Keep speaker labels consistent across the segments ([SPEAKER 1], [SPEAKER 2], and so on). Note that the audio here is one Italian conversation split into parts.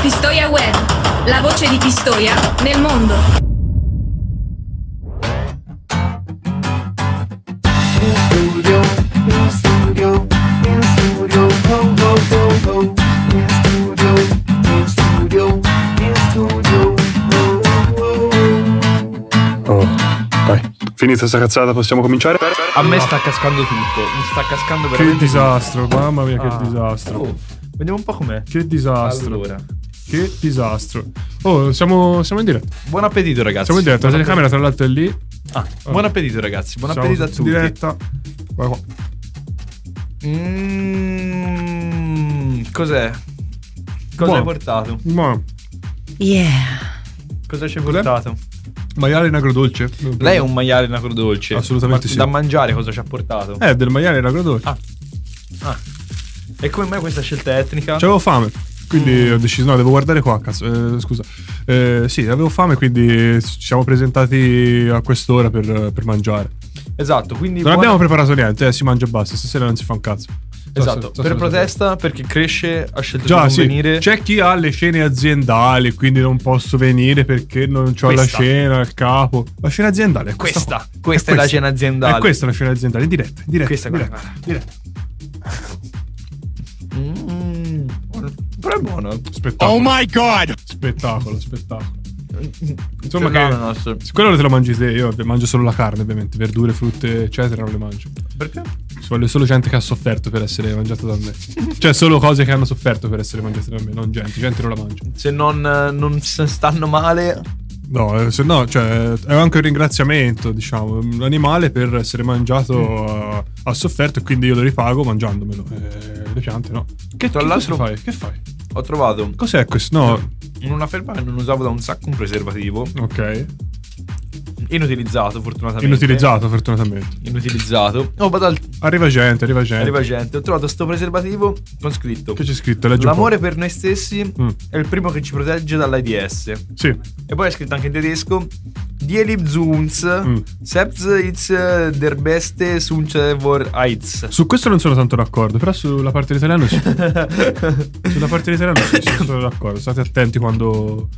[SPEAKER 1] Pistoia Web, la voce di Pistoia nel mondo.
[SPEAKER 2] In studio, in studio, in studio, go, go, go, go. In studio, in studio, in studio, oh, oh, oh.
[SPEAKER 3] Oh, vai. Finita sta cazzata, possiamo cominciare?
[SPEAKER 4] A me sta cascando tutto, mi sta cascando
[SPEAKER 5] Che
[SPEAKER 4] veramente
[SPEAKER 5] disastro, mamma mia che
[SPEAKER 4] Ah.
[SPEAKER 5] disastro.
[SPEAKER 4] Oh, vediamo un po' com'è.
[SPEAKER 5] Che disastro.
[SPEAKER 4] Allora,
[SPEAKER 5] Che disastro. Oh, siamo, siamo in diretta.
[SPEAKER 4] buon appetito ragazzi.
[SPEAKER 5] Siamo in diretta, la
[SPEAKER 4] Buon
[SPEAKER 5] telecamera tra l'altro è lì.
[SPEAKER 4] appetito. Ah, buon appetito ragazzi, buon
[SPEAKER 5] Siamo
[SPEAKER 4] appetito a
[SPEAKER 5] in
[SPEAKER 4] tutti.
[SPEAKER 5] diretta. Guarda qua.
[SPEAKER 4] Mm, cos'è? Cosa
[SPEAKER 5] Buono.
[SPEAKER 4] hai portato?
[SPEAKER 5] Ma
[SPEAKER 4] Cosa ci hai portato?
[SPEAKER 5] maiale in agrodolce?
[SPEAKER 4] Lei è un maiale nacrodolce.
[SPEAKER 5] Assolutamente
[SPEAKER 4] Ma
[SPEAKER 5] sì.
[SPEAKER 4] Da mangiare cosa ci ha portato?
[SPEAKER 5] Eh, del maiale in agrodolce.
[SPEAKER 4] Ah. Ah. E come mai questa scelta etnica?
[SPEAKER 5] C'avevo fame.
[SPEAKER 4] Mm.
[SPEAKER 5] Quindi ho deciso, no, devo guardare qua, cazzo, eh, scusa. Eh, sì, avevo fame, quindi ci siamo presentati a quest'ora per, per mangiare.
[SPEAKER 4] Esatto, quindi...
[SPEAKER 5] Non
[SPEAKER 4] buona-
[SPEAKER 5] abbiamo preparato niente, eh, si mangia e basta, stasera non si fa un cazzo. So
[SPEAKER 4] Esatto,
[SPEAKER 5] se- so se
[SPEAKER 4] per
[SPEAKER 5] lo sapete.
[SPEAKER 4] protesta, perché cresce, ha scelto di
[SPEAKER 5] Già,
[SPEAKER 4] non
[SPEAKER 5] sì.
[SPEAKER 4] venire.
[SPEAKER 5] C'è chi ha le scene aziendali, quindi non posso venire perché non ho
[SPEAKER 4] Questa.
[SPEAKER 5] la scena, il capo. La scena aziendale è questa.
[SPEAKER 4] Questa,
[SPEAKER 5] qua.
[SPEAKER 4] questa è la scena aziendale.
[SPEAKER 5] È questa la scena aziendale, in diretta, in diretta.
[SPEAKER 4] Questa è
[SPEAKER 5] in
[SPEAKER 4] quella.
[SPEAKER 5] diretta, diretta.
[SPEAKER 4] Mm, però è buono.
[SPEAKER 5] Spettacolo. Oh my god! Spettacolo, spettacolo. Insomma,
[SPEAKER 4] C'è
[SPEAKER 5] che-
[SPEAKER 4] l'ananas.
[SPEAKER 5] Quello te lo mangi te, io mangio solo la carne, ovviamente, verdure, frutte, eccetera, non le mangio.
[SPEAKER 4] Perché?
[SPEAKER 5] Ci Voglio solo gente che ha sofferto per essere mangiata da me. cioè, solo cose che hanno sofferto per essere mangiate da me, non gente, gente non la mangia.
[SPEAKER 4] Se non, eh, non s- stanno male,
[SPEAKER 5] No, eh, se no, cioè, è anche un ringraziamento, diciamo. L'animale per essere mangiato ha- ha sofferto e quindi io lo ripago mangiandomelo. Eh, le piante, no. Che,
[SPEAKER 4] Tra
[SPEAKER 5] che
[SPEAKER 4] l'altro-
[SPEAKER 5] cosa fai? Che fai?
[SPEAKER 4] ho trovato
[SPEAKER 5] Cos'è questo? No,
[SPEAKER 4] in una felpa che non usavo da un sacco un preservativo.
[SPEAKER 5] ok.
[SPEAKER 4] Inutilizzato, fortunatamente.
[SPEAKER 5] Inutilizzato, Eh. fortunatamente.
[SPEAKER 4] Inutilizzato. Oh, vado al-
[SPEAKER 5] Arriva gente, arriva gente.
[SPEAKER 4] arriva gente. Ho trovato sto preservativo con scritto:
[SPEAKER 5] Che c'è scritto? Leggi un po'.
[SPEAKER 4] L'amore per noi stessi
[SPEAKER 5] Mm.
[SPEAKER 4] è il primo che ci protegge dall'AIDS.
[SPEAKER 5] Sì.
[SPEAKER 4] E poi è scritto anche in tedesco: Die Liebe zu uns,
[SPEAKER 5] Mm.
[SPEAKER 4] selbst it's äh, der beste Sunch vor AIDS.
[SPEAKER 5] Su questo non sono tanto d'accordo, però sulla parte dell'italiano sì. Sulla parte dell'italiano sì, sì, sono d'accordo. State attenti quando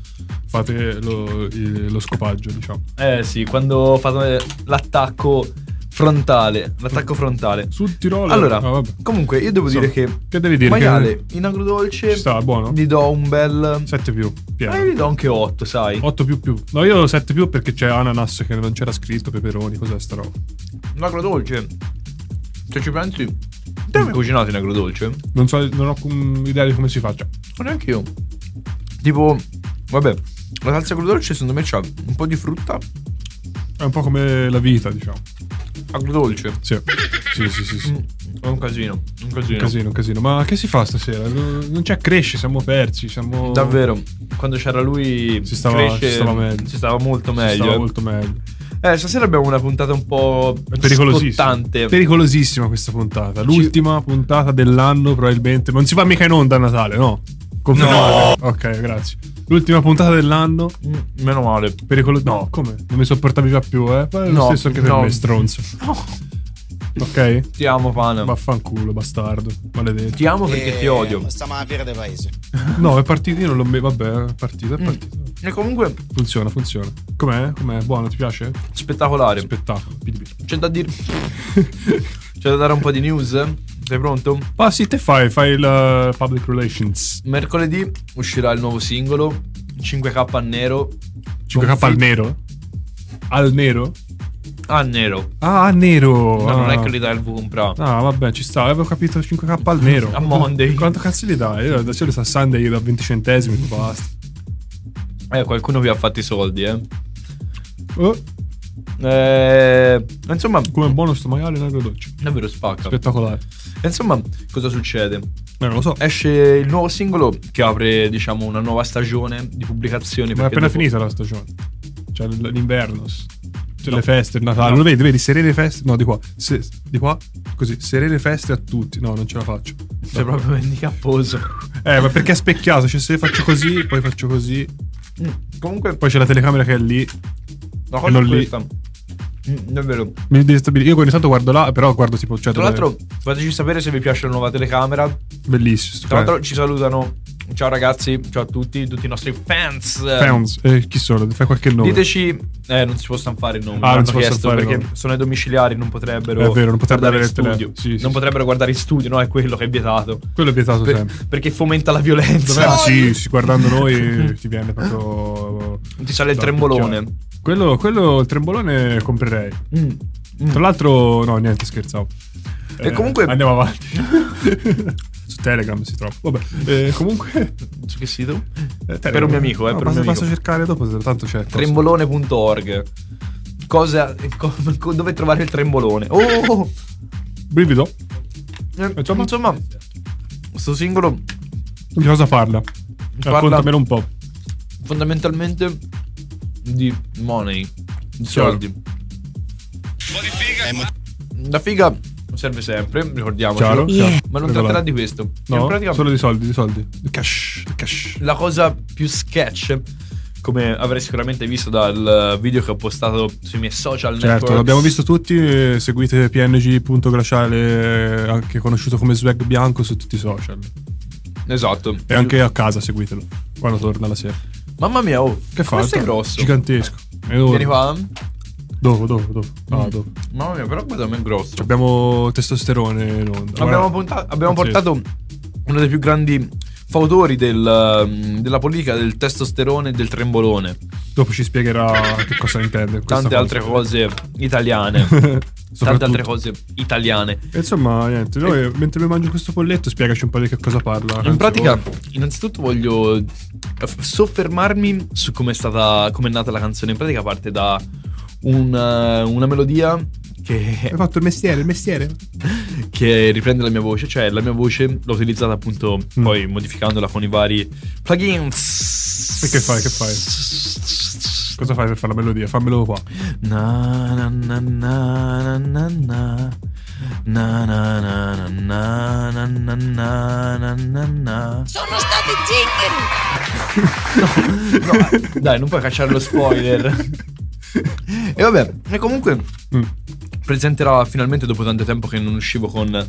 [SPEAKER 5] fate lo, il- lo scopaggio, diciamo.
[SPEAKER 4] Eh sì, quando fanno eh, l'attacco frontale. L'attacco frontale.
[SPEAKER 5] Sul Tirolo.
[SPEAKER 4] Allora,
[SPEAKER 5] ah, vabbè.
[SPEAKER 4] comunque, io devo
[SPEAKER 5] Insomma,
[SPEAKER 4] dire che.
[SPEAKER 5] che devi dire?
[SPEAKER 4] Maiale, in
[SPEAKER 5] Che
[SPEAKER 4] agrodolce.
[SPEAKER 5] ci sta, buono.
[SPEAKER 4] Gli do un bel.
[SPEAKER 5] 7 più,
[SPEAKER 4] Eh, io gli
[SPEAKER 5] pieno.
[SPEAKER 4] do anche 8, sai.
[SPEAKER 5] 8 più più. No, io 7 più perché c'è ananas che non c'era scritto, peperoni, cos'è sta roba?
[SPEAKER 4] Un agrodolce. Se ci pensi. Te hai mai cucinato in agrodolce?
[SPEAKER 5] Non so, non ho com- idea di come si cioè, faccia.
[SPEAKER 4] Ma neanche io. Tipo, vabbè, la salsa agrodolce secondo me c'ha un po' di frutta
[SPEAKER 5] È un po' come la vita, diciamo.
[SPEAKER 4] agrodolce.
[SPEAKER 5] Sì. Sì, sì, sì, sì.
[SPEAKER 4] Mm, È un casino, un casino.
[SPEAKER 5] Un casino, un casino. Ma che si fa stasera? Non non c'è cresce, siamo persi, siamo...
[SPEAKER 4] Davvero, quando c'era lui
[SPEAKER 5] Si stava-
[SPEAKER 4] cresce,
[SPEAKER 5] si stava meglio.
[SPEAKER 4] si stava molto
[SPEAKER 5] Si
[SPEAKER 4] meglio.
[SPEAKER 5] Stava molto meglio.
[SPEAKER 4] Eh, stasera abbiamo una puntata un po'
[SPEAKER 5] È pericolosissima.
[SPEAKER 4] scottante.
[SPEAKER 5] Pericolosissima questa puntata. L'ultima puntata dell'anno, probabilmente. Ma non si va mica in onda a Natale, no? Confermate. Ok, grazie. L'ultima puntata dell'anno.
[SPEAKER 4] Mm, Meno male.
[SPEAKER 5] Pericolo... No, come? Non mi sopportavi già più, eh? Poi è lo
[SPEAKER 4] No,
[SPEAKER 5] stesso anche per
[SPEAKER 4] no.
[SPEAKER 5] me, stronzo. Ok?
[SPEAKER 4] Ti amo, pana.
[SPEAKER 5] Vaffanculo, bastardo. Maledetto.
[SPEAKER 4] Ti amo perché ti odio.
[SPEAKER 6] Stiamo alla fiera dei paesi.
[SPEAKER 5] No, è partito, io non l'ho mai... Vabbè, è partito,
[SPEAKER 4] Mm.
[SPEAKER 5] è partito.
[SPEAKER 4] E comunque,
[SPEAKER 5] Funziona, funziona. Com'è? Com'è? Buono, ti piace?
[SPEAKER 4] spettacolare.
[SPEAKER 5] Spettacolo. Pidi, pidi.
[SPEAKER 4] C'è da dire. C'è da dare un po' di news? Sei pronto?
[SPEAKER 5] Ah sì, te fai, fai il eh, public relations.
[SPEAKER 4] Mercoledì uscirà il nuovo singolo 5K a nero.
[SPEAKER 5] 5k al nero? Al nero?
[SPEAKER 4] A nero.
[SPEAKER 5] Ah, a nero!
[SPEAKER 4] No, non
[SPEAKER 5] ah.
[SPEAKER 4] è che li dà il V compra.
[SPEAKER 5] Ah, vabbè, ci sta. Avevo capito 5k al nero.
[SPEAKER 4] A Monday.
[SPEAKER 5] Quanto cazzo li dai? Io da solito a Sunday gli do 20 centesimi, basta. Ah.
[SPEAKER 4] Eh, qualcuno vi ha fatto i soldi, eh.
[SPEAKER 5] Oh,
[SPEAKER 4] Eh, Insomma,
[SPEAKER 5] come buono sto maiale in agrodolce.
[SPEAKER 4] davvero spacca.
[SPEAKER 5] Spettacolare.
[SPEAKER 4] Insomma, cosa succede?
[SPEAKER 5] Eh, non lo so. È
[SPEAKER 4] Esce il nuovo singolo che apre, diciamo, una nuova stagione di pubblicazioni.
[SPEAKER 5] appena
[SPEAKER 4] perché dopo-
[SPEAKER 5] finita la stagione. Cioè, l- l'inverno. s- Cioè,
[SPEAKER 4] No.
[SPEAKER 5] le feste, il Natale.
[SPEAKER 4] No.
[SPEAKER 5] Lo vedi, vedi, serene feste. No, di qua. Se- di qua. Così, serene feste a tutti. No, non ce la faccio.
[SPEAKER 4] Sei proprio handicapposo.
[SPEAKER 5] Eh, ma perché è specchiato? Cioè, se faccio così, poi faccio così.
[SPEAKER 4] Mm, Comunque,
[SPEAKER 5] Poi c'è la telecamera che è lì.
[SPEAKER 4] la
[SPEAKER 5] e
[SPEAKER 4] cosa
[SPEAKER 5] non
[SPEAKER 4] è
[SPEAKER 5] lì.
[SPEAKER 4] questa. Mm, Davvero.
[SPEAKER 5] Mi destabilizzo. Io ogni tanto guardo là, però guardo tipo. Cioè, dove-
[SPEAKER 4] Tra l'altro, fateci sapere se vi piace la nuova telecamera.
[SPEAKER 5] Bellissimo.
[SPEAKER 4] Tra
[SPEAKER 5] stupendo.
[SPEAKER 4] l'altro ci salutano Ciao ragazzi, ciao a tutti, tutti i nostri fans.
[SPEAKER 5] Fans, eh, chi sono? Fai qualche nome.
[SPEAKER 4] Diteci, eh, non si possono fare i nomi.
[SPEAKER 5] Ah, non
[SPEAKER 4] l'hanno
[SPEAKER 5] si possono
[SPEAKER 4] chiesto
[SPEAKER 5] fare i
[SPEAKER 4] perché
[SPEAKER 5] nomi.
[SPEAKER 4] sono i domiciliari, non potrebbero.
[SPEAKER 5] È vero, non potrebbero
[SPEAKER 4] guardare
[SPEAKER 5] avere
[SPEAKER 4] in
[SPEAKER 5] il telefono.
[SPEAKER 4] studio.
[SPEAKER 5] Sì, sì,
[SPEAKER 4] non
[SPEAKER 5] sì.
[SPEAKER 4] potrebbero guardare in studio, no? È quello che è vietato.
[SPEAKER 5] Quello è vietato
[SPEAKER 4] Per-
[SPEAKER 5] sempre.
[SPEAKER 4] perché fomenta la violenza.
[SPEAKER 5] Dov'è? Sì, sì, guardando noi ti viene proprio.
[SPEAKER 4] Ti sale il
[SPEAKER 5] da
[SPEAKER 4] trembolone.
[SPEAKER 5] picchiare. Quello, quello, il trembolone comprerei.
[SPEAKER 4] Mm, mm.
[SPEAKER 5] Tra l'altro, no, niente, scherzavo. Eh,
[SPEAKER 4] E comunque-
[SPEAKER 5] Andiamo avanti. Su Telegram si trova. Vabbè, eh, comunque.
[SPEAKER 4] Su che sito?
[SPEAKER 5] eh,
[SPEAKER 4] Per un mio amico, eh,
[SPEAKER 5] No,
[SPEAKER 4] per
[SPEAKER 5] basta,
[SPEAKER 4] un mio
[SPEAKER 5] basta
[SPEAKER 4] amico.
[SPEAKER 5] cercare dopo, tanto c'è.
[SPEAKER 4] Trembolone.org. Cosa, co- co- dove trovare il trembolone? Oh, oh,
[SPEAKER 5] Brivido.
[SPEAKER 4] oh.
[SPEAKER 5] Facciamo?
[SPEAKER 4] Insomma, questo singolo
[SPEAKER 5] Di cosa parla?
[SPEAKER 4] Parla-
[SPEAKER 5] Raccontamelo un po'.
[SPEAKER 4] fondamentalmente di money, di soldi. La figa serve sempre,
[SPEAKER 5] Chiaro?
[SPEAKER 4] ricordiamocelo.
[SPEAKER 5] chiaro.
[SPEAKER 4] Ma non tratterà di questo.
[SPEAKER 5] No,
[SPEAKER 4] In pratica,
[SPEAKER 5] solo di soldi, di soldi. Di Cash, di cash.
[SPEAKER 4] la cosa più sketch, come avrei sicuramente visto dal eh, video che ho postato sui miei social networks,
[SPEAKER 5] Certo, l'abbiamo visto tutti, eh, seguite png.glaciale, eh, anche conosciuto come Swag Bianco su tutti i social.
[SPEAKER 4] Esatto.
[SPEAKER 5] E anche a casa seguitelo, quando torna la sera.
[SPEAKER 4] Mamma mia, oh,
[SPEAKER 5] Che fa?
[SPEAKER 4] Questo è grosso.
[SPEAKER 5] Gigantesco. Enorme.
[SPEAKER 4] Vieni qua.
[SPEAKER 5] Dopo, dopo, dopo. Ah,
[SPEAKER 4] Mm.
[SPEAKER 5] dopo.
[SPEAKER 4] Mamma mia, però guarda, ma è grosso.
[SPEAKER 5] Ci Abbiamo testosterone in onda. Guarda.
[SPEAKER 4] abbiamo, punta- abbiamo
[SPEAKER 5] Pazzesco.
[SPEAKER 4] portato uno dei più grandi fautori del, um, della politica del testosterone e del trembolone.
[SPEAKER 5] Dopo ci spiegherà che cosa intende. questa
[SPEAKER 4] Tante
[SPEAKER 5] cosa.
[SPEAKER 4] altre cose italiane. Tante
[SPEAKER 5] Soprattutto.
[SPEAKER 4] altre cose italiane.
[SPEAKER 5] E Insomma, niente, noi mentre mi mangio questo polletto spiegaci un po' di che cosa parla.
[SPEAKER 4] In
[SPEAKER 5] Anzi,
[SPEAKER 4] pratica,
[SPEAKER 5] voi.
[SPEAKER 4] innanzitutto voglio f- soffermarmi su come è stata, come è nata la canzone. In pratica parte da un, eh, una melodia che
[SPEAKER 5] Hai fatto il mestiere, il mestiere.
[SPEAKER 4] che riprende la mia voce, cioè la mia voce l'ho utilizzata appunto
[SPEAKER 5] Mm.
[SPEAKER 4] poi modificandola con i vari plugins.
[SPEAKER 5] E che fai, che fai? Cosa fai per fare la melodia? Fammelo qua.
[SPEAKER 4] Na na na na na na na. Na na na na na na na na na na.
[SPEAKER 6] Sono state zitti!
[SPEAKER 4] No, dai, non puoi cacciare lo spoiler. e vabbè, e comunque
[SPEAKER 5] Mm.
[SPEAKER 4] presenterò finalmente dopo tanto tempo che non uscivo con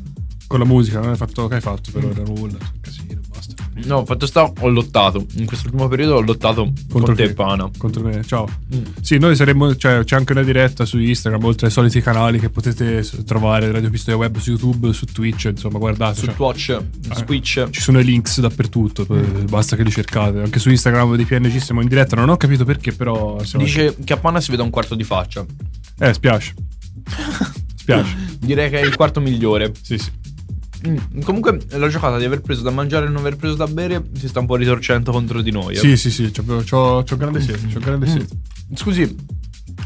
[SPEAKER 5] Con la musica, non hai fatto che hai fatto per ora nulla. cioè, Casino, basta.
[SPEAKER 4] No, fatto sta, ho lottato. In quest'ultimo periodo ho lottato con te,
[SPEAKER 5] chi?
[SPEAKER 4] pana.
[SPEAKER 5] Contro me, ciao.
[SPEAKER 4] Mm.
[SPEAKER 5] Sì, noi saremmo. Cioè, c'è anche una diretta su Instagram, oltre ai soliti canali che potete s- trovare Radio Pistoia Web su YouTube, su Twitch, insomma, guardate.
[SPEAKER 4] su
[SPEAKER 5] cioè,
[SPEAKER 4] Twitch, su
[SPEAKER 5] eh,
[SPEAKER 4] Twitch.
[SPEAKER 5] Ci sono i links dappertutto, p- basta che li cercate. Anche su Instagram di PNG siamo in diretta, non ho capito perché, però. siamo-
[SPEAKER 4] Dice che a Panna si vede un quarto di faccia.
[SPEAKER 5] Eh, spiace. spiace.
[SPEAKER 4] Direi che è il quarto migliore.
[SPEAKER 5] Sì, sì.
[SPEAKER 4] Mm, Comunque, la giocata di aver preso da mangiare e non aver preso da bere si sta un po' risorcendo contro di noi. eh.
[SPEAKER 5] Sì, sì, sì, c'ho, c'ho- c'ho grande sete, c'ho grande sete.
[SPEAKER 4] Scusi,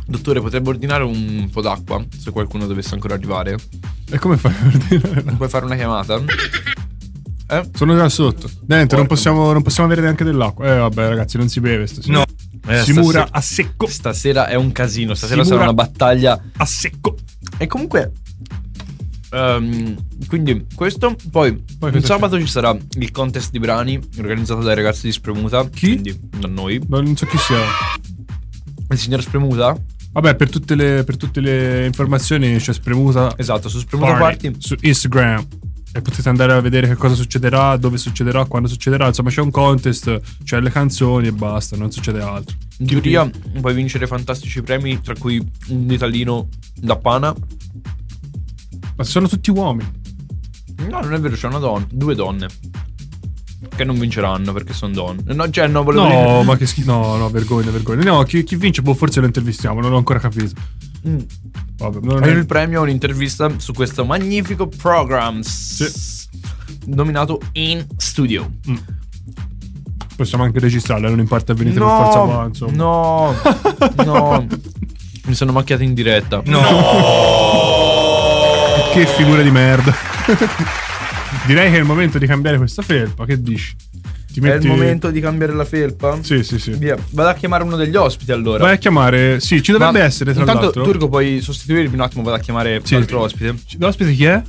[SPEAKER 4] dottore, potrebbe ordinare un po' d'acqua se qualcuno dovesse ancora arrivare?
[SPEAKER 5] E come fai a ordinare?
[SPEAKER 4] Puoi fare una chiamata? Eh?
[SPEAKER 5] Sono già sotto. Niente, non
[SPEAKER 4] Porca
[SPEAKER 5] possiamo, non possiamo avere neanche dell'acqua. Eh, vabbè, ragazzi, non si beve stasera.
[SPEAKER 4] No.
[SPEAKER 5] si
[SPEAKER 4] Eh,
[SPEAKER 5] mura
[SPEAKER 4] stase-
[SPEAKER 5] a secco.
[SPEAKER 4] Stasera è un casino, stasera
[SPEAKER 5] Si
[SPEAKER 4] sarà
[SPEAKER 5] mura-
[SPEAKER 4] una battaglia
[SPEAKER 5] A secco.
[SPEAKER 4] E comunque. ehm, quindi questo poi,
[SPEAKER 5] cosa
[SPEAKER 4] il
[SPEAKER 5] c'è?
[SPEAKER 4] sabato ci sarà il contest di brani organizzato dai ragazzi di Spremuta
[SPEAKER 5] Chi?
[SPEAKER 4] quindi da noi
[SPEAKER 5] Non so chi sia.
[SPEAKER 4] il signor Spremuta
[SPEAKER 5] Vabbè, per tutte le, per tutte le informazioni c'è Spremuta
[SPEAKER 4] esatto su Spremuta
[SPEAKER 5] Party
[SPEAKER 4] Party,
[SPEAKER 5] su Instagram. E potete andare a vedere che cosa succederà, dove succederà, quando succederà. Insomma, c'è un contest, c'è le canzoni e basta, non succede altro.
[SPEAKER 4] in teoria puoi vincere fantastici premi tra cui un italino da pana
[SPEAKER 5] Ma sono tutti uomini.
[SPEAKER 4] no non è vero c'è una donna due donne che non vinceranno perché sono donne no cioè no volevo
[SPEAKER 5] No,
[SPEAKER 4] dire
[SPEAKER 5] ma che schifo. No, no, vergogna, vergogna. No, chi, chi vince? Boh, forse lo intervistiamo, non l'ho ancora capito.
[SPEAKER 4] Mm.
[SPEAKER 5] Vabbè, non
[SPEAKER 4] E
[SPEAKER 5] è...
[SPEAKER 4] il premio è un'intervista su questo magnifico program nominato In Studio.
[SPEAKER 5] Possiamo anche registrarla, non in parte avvenite per forza qua, insomma.
[SPEAKER 4] no, no. Mi sono macchiato in diretta.
[SPEAKER 5] Che figura di merda. Direi che è il momento di cambiare questa felpa, che dici? Ti
[SPEAKER 4] È il momento di cambiare la felpa?
[SPEAKER 5] Sì, sì, sì.
[SPEAKER 4] Via, vado a chiamare uno degli ospiti allora.
[SPEAKER 5] Vai a chiamare... Sì, ci dovrebbe
[SPEAKER 4] Ma
[SPEAKER 5] essere, tra
[SPEAKER 4] Intanto,
[SPEAKER 5] l'altro.
[SPEAKER 4] Turco, puoi sostituirmi un attimo, vado a chiamare
[SPEAKER 5] Sì.
[SPEAKER 4] l'altro ospite.
[SPEAKER 5] Ci- L'ospite chi è?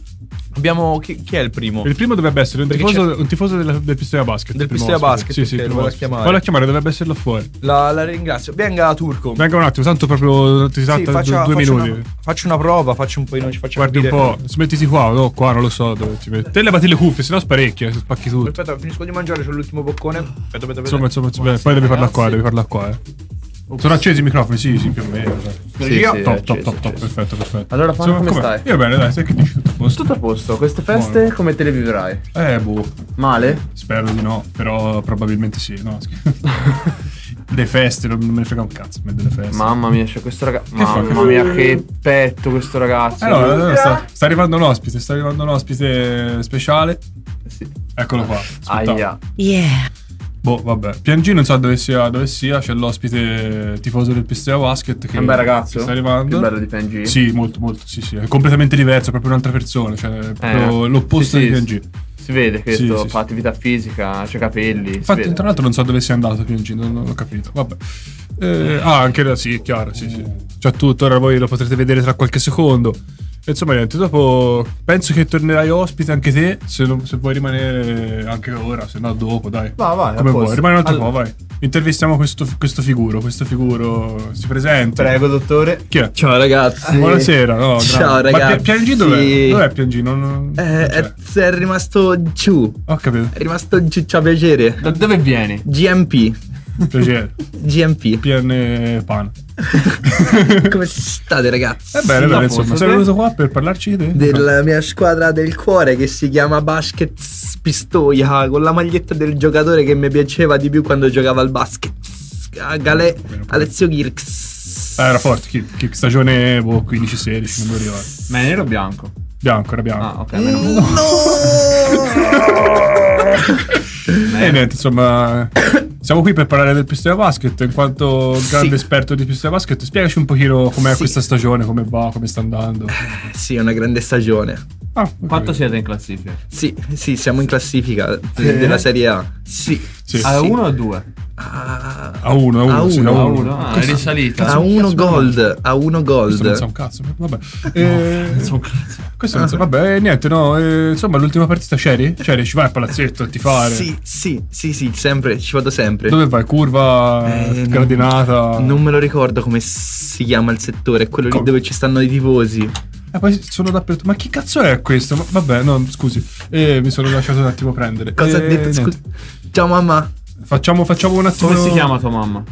[SPEAKER 4] Abbiamo. Chi, chi è il primo?
[SPEAKER 5] Il primo dovrebbe essere un
[SPEAKER 4] Perché
[SPEAKER 5] tifoso, un tifoso della- del Pistoia Basket.
[SPEAKER 4] Del
[SPEAKER 5] il primo
[SPEAKER 4] Pistoia
[SPEAKER 5] ospite.
[SPEAKER 4] Basket,
[SPEAKER 5] Sì, sì,
[SPEAKER 4] ok,
[SPEAKER 5] il primo
[SPEAKER 4] lo voglio
[SPEAKER 5] ospite.
[SPEAKER 4] chiamare.
[SPEAKER 5] Voglio chiamare, dovrebbe esserlo fuori.
[SPEAKER 4] La, la ringrazio. Venga Turco.
[SPEAKER 5] Venga un attimo, tanto proprio ti
[SPEAKER 4] Sì,
[SPEAKER 5] salta
[SPEAKER 4] faccia-
[SPEAKER 5] Esatto, due
[SPEAKER 4] faccia
[SPEAKER 5] minuti.
[SPEAKER 4] Una, faccio una prova, faccio un po' noi ci facciamo
[SPEAKER 5] Guardi un po', smettiti qua, no, qua non lo so dove ti metti. Te levati le cuffie, sennò sparecchia, spacchi tutto.
[SPEAKER 4] Aspetta, finisco di mangiare, c'ho l'ultimo boccone. Aspetta, aspetta, aspetta.
[SPEAKER 5] Insomma, insomma, insomma,
[SPEAKER 4] Buonasera,
[SPEAKER 5] poi devi parlare qua,
[SPEAKER 4] ragazzi.
[SPEAKER 5] devi parlare qua. eh. Sono accesi i microfoni, sì, sì, più o meno. dai.
[SPEAKER 7] Sì,
[SPEAKER 5] Io-
[SPEAKER 7] sì,
[SPEAKER 5] top,
[SPEAKER 7] è
[SPEAKER 5] top, top,
[SPEAKER 7] acceso,
[SPEAKER 5] top,
[SPEAKER 7] acceso.
[SPEAKER 5] perfetto, perfetto.
[SPEAKER 7] Allora, Paolo, come
[SPEAKER 5] com'è?
[SPEAKER 7] stai?
[SPEAKER 5] Io bene, dai, sai che dici tutto a posto?
[SPEAKER 7] Tutto a posto, queste feste
[SPEAKER 5] Buono.
[SPEAKER 7] come te le vivrai?
[SPEAKER 5] Eh, boh,
[SPEAKER 7] Male?
[SPEAKER 5] spero di no, però probabilmente sì, no? scherzo. Le feste, non me ne frega un cazzo, a me delle feste.
[SPEAKER 7] Mamma mia, c'è questo ragazzo.
[SPEAKER 5] fa?
[SPEAKER 7] Mamma mia, che petto questo ragazzo.
[SPEAKER 5] Allora, Eh, allora sta, sta arrivando un ospite, sta arrivando un ospite speciale.
[SPEAKER 7] Sì.
[SPEAKER 5] Eccolo qua. aspettavo.
[SPEAKER 7] Aia.
[SPEAKER 5] Boh, vabbè. Piangi non so dove sia, dove sia, c'è l'ospite tifoso del Pistoia Basket che,
[SPEAKER 7] È un bel ragazzo.
[SPEAKER 5] che sta arrivando.
[SPEAKER 7] Più bello di PNG.
[SPEAKER 5] Sì, molto, molto, sì, sì. È completamente diverso, è proprio un'altra persona, cioè è proprio
[SPEAKER 7] Eh,
[SPEAKER 5] l'opposto
[SPEAKER 7] sì,
[SPEAKER 5] di
[SPEAKER 7] sì,
[SPEAKER 5] Piangi.
[SPEAKER 7] Si vede che
[SPEAKER 5] Sì,
[SPEAKER 7] questo
[SPEAKER 5] sì,
[SPEAKER 7] fa
[SPEAKER 5] sì.
[SPEAKER 7] attività fisica, c'ha capelli. si
[SPEAKER 5] Infatti,
[SPEAKER 7] vede.
[SPEAKER 5] tra l'altro non so dove sia andato Piangi, non, non ho capito. Vabbè. Eh, ah, anche da sì, chiaro, sì, sì. C'è tutto, ora voi lo potrete vedere tra qualche secondo. E Insomma, niente, dopo penso che tornerai ospite anche te, se, non- se vuoi rimanere anche ora, se no dopo, dai.
[SPEAKER 7] Va, vai,
[SPEAKER 5] Come
[SPEAKER 7] a
[SPEAKER 5] vuoi,
[SPEAKER 7] posto.
[SPEAKER 5] rimani un altro
[SPEAKER 7] Allora,
[SPEAKER 5] po', vai. Intervistiamo questo, questo figuro, questo figuro si presenta.
[SPEAKER 7] Prego, dottore.
[SPEAKER 5] Chi è?
[SPEAKER 8] Ciao ragazzi.
[SPEAKER 5] Buonasera, no,
[SPEAKER 8] Ciao
[SPEAKER 5] grazie. Ma
[SPEAKER 8] ragazzi.
[SPEAKER 5] Pi- Piangi dov'è? Dov'è Piangi? Non- Non...
[SPEAKER 8] Eh,
[SPEAKER 5] non c'è.
[SPEAKER 8] è, è rimasto giù.
[SPEAKER 5] Ho capito.
[SPEAKER 8] È rimasto giù, ciao piacere.
[SPEAKER 7] Da dove vieni?
[SPEAKER 8] GMP.
[SPEAKER 5] Piacere.
[SPEAKER 8] GMP.
[SPEAKER 5] PN Pan.
[SPEAKER 8] Come state ragazzi?
[SPEAKER 5] È Eh, bene,
[SPEAKER 7] a
[SPEAKER 5] bene,
[SPEAKER 7] posto,
[SPEAKER 5] insomma.
[SPEAKER 7] te?
[SPEAKER 5] Sei venuto qua per parlarci di te?
[SPEAKER 8] Della mia squadra del cuore che si chiama Basket Pistoia con la maglietta del giocatore che mi piaceva di più quando giocava al basket. A Gale- Alessio Kirks.
[SPEAKER 5] Ah, era forte, chi, chi- stagione boh, 15-16, non mi ricordo.
[SPEAKER 7] Ma è nero o bianco?
[SPEAKER 5] Bianco, era bianco.
[SPEAKER 7] Ah, ok, meno
[SPEAKER 5] Uh.
[SPEAKER 7] male.
[SPEAKER 5] E niente, insomma, siamo qui per parlare del Pistoia Basket. In quanto grande esperto di Pistoia Basket, spiegaci un pochino com'è
[SPEAKER 8] Sì.
[SPEAKER 5] questa stagione, come va, come sta andando.
[SPEAKER 8] Sì, è una grande stagione.
[SPEAKER 5] Ah, ok.
[SPEAKER 7] Quanto siete in classifica?
[SPEAKER 5] Eh,
[SPEAKER 8] Sì, sì, siamo in classifica
[SPEAKER 7] Sì?
[SPEAKER 8] della Serie A. Sì.
[SPEAKER 5] Sì.
[SPEAKER 7] A uno o due?
[SPEAKER 8] Ah,
[SPEAKER 5] A uno, a uno,
[SPEAKER 8] A
[SPEAKER 5] sì,
[SPEAKER 8] uno.
[SPEAKER 5] a
[SPEAKER 7] A
[SPEAKER 5] uno.
[SPEAKER 7] uno? Ah, è
[SPEAKER 5] Questo-
[SPEAKER 7] risalita.
[SPEAKER 8] a uno gold, a uno
[SPEAKER 5] questo non sa
[SPEAKER 8] gold.
[SPEAKER 5] un cazzo, vabbè. Eh,
[SPEAKER 7] Sono cazzo.
[SPEAKER 5] questo non sa- vabbè, niente, no, eh, insomma, l'ultima partita c'eri? C'eri, ci vai al palazzetto a tifare.
[SPEAKER 8] Sì, sì, sì, sì, sempre, ci vado sempre.
[SPEAKER 5] Dove vai? Curva,
[SPEAKER 8] Eh, non-
[SPEAKER 5] gradinata.
[SPEAKER 8] Non me lo ricordo come si chiama il settore, è quello lì
[SPEAKER 5] Come?
[SPEAKER 8] dove ci stanno i tifosi.
[SPEAKER 5] E Eh, poi sono dappertutto. Ma chi cazzo è questo? Ma- vabbè, no, scusi. Eh, mi sono lasciato un attimo prendere.
[SPEAKER 8] Cosa
[SPEAKER 5] Eh,
[SPEAKER 8] ha detto?
[SPEAKER 5] niente.
[SPEAKER 8] Scusa. Ciao mamma.
[SPEAKER 5] Facciamo, facciamo un attimo.
[SPEAKER 7] Come si chiama tua mamma?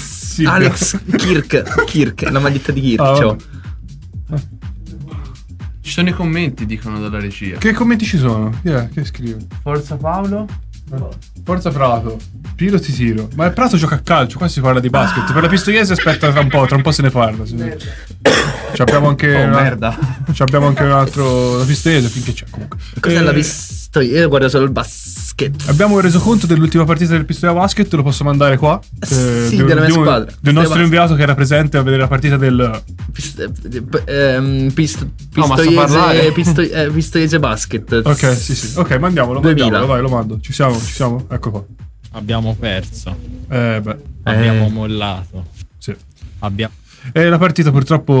[SPEAKER 5] Sì,
[SPEAKER 8] Alex Kirk, Kirk, la maglietta di Kirk.
[SPEAKER 5] Ah, vabbè.
[SPEAKER 8] ciao.
[SPEAKER 7] Ci sono i commenti, dicono dalla regia.
[SPEAKER 5] Che commenti ci sono? Chi è? Che scrive?
[SPEAKER 7] Forza Paolo?
[SPEAKER 5] Forza Prato. Piro ti tiro. Ma il Prato gioca a calcio, qua si parla di basket. Per la pistoiese aspetta tra un po', tra un po' se ne parla. sì. Ci abbiamo anche.
[SPEAKER 7] Oh,
[SPEAKER 5] una-
[SPEAKER 7] merda.
[SPEAKER 5] Ci abbiamo anche un altro. La pistoiese finché c'è comunque.
[SPEAKER 8] Cos'è
[SPEAKER 5] Eh,
[SPEAKER 8] la pistoia? Io guardo solo il basket.
[SPEAKER 5] Abbiamo reso conto dell'ultima partita del Pistoia Basket, lo posso mandare qua. eh,
[SPEAKER 8] Sì,
[SPEAKER 5] di-
[SPEAKER 8] della mia
[SPEAKER 5] di un- Del
[SPEAKER 8] squadra. Pistoia
[SPEAKER 5] nostro
[SPEAKER 8] Basket.
[SPEAKER 5] inviato che era presente a vedere la partita del.
[SPEAKER 8] Pist- eh, p- ehm, pist-
[SPEAKER 7] No, ma sa parlare.
[SPEAKER 8] pistoiese, pisto- eh, pistoiese basket.
[SPEAKER 5] Ok, sì, sì. Ok, mandiamolo,
[SPEAKER 8] 2000.
[SPEAKER 5] mandiamolo, vai, lo mando. Ci siamo, ci siamo. Ecco qua.
[SPEAKER 6] Abbiamo perso,
[SPEAKER 5] Eh, beh,
[SPEAKER 6] abbiamo mollato.
[SPEAKER 5] sì.
[SPEAKER 6] Abbia-
[SPEAKER 5] E la partita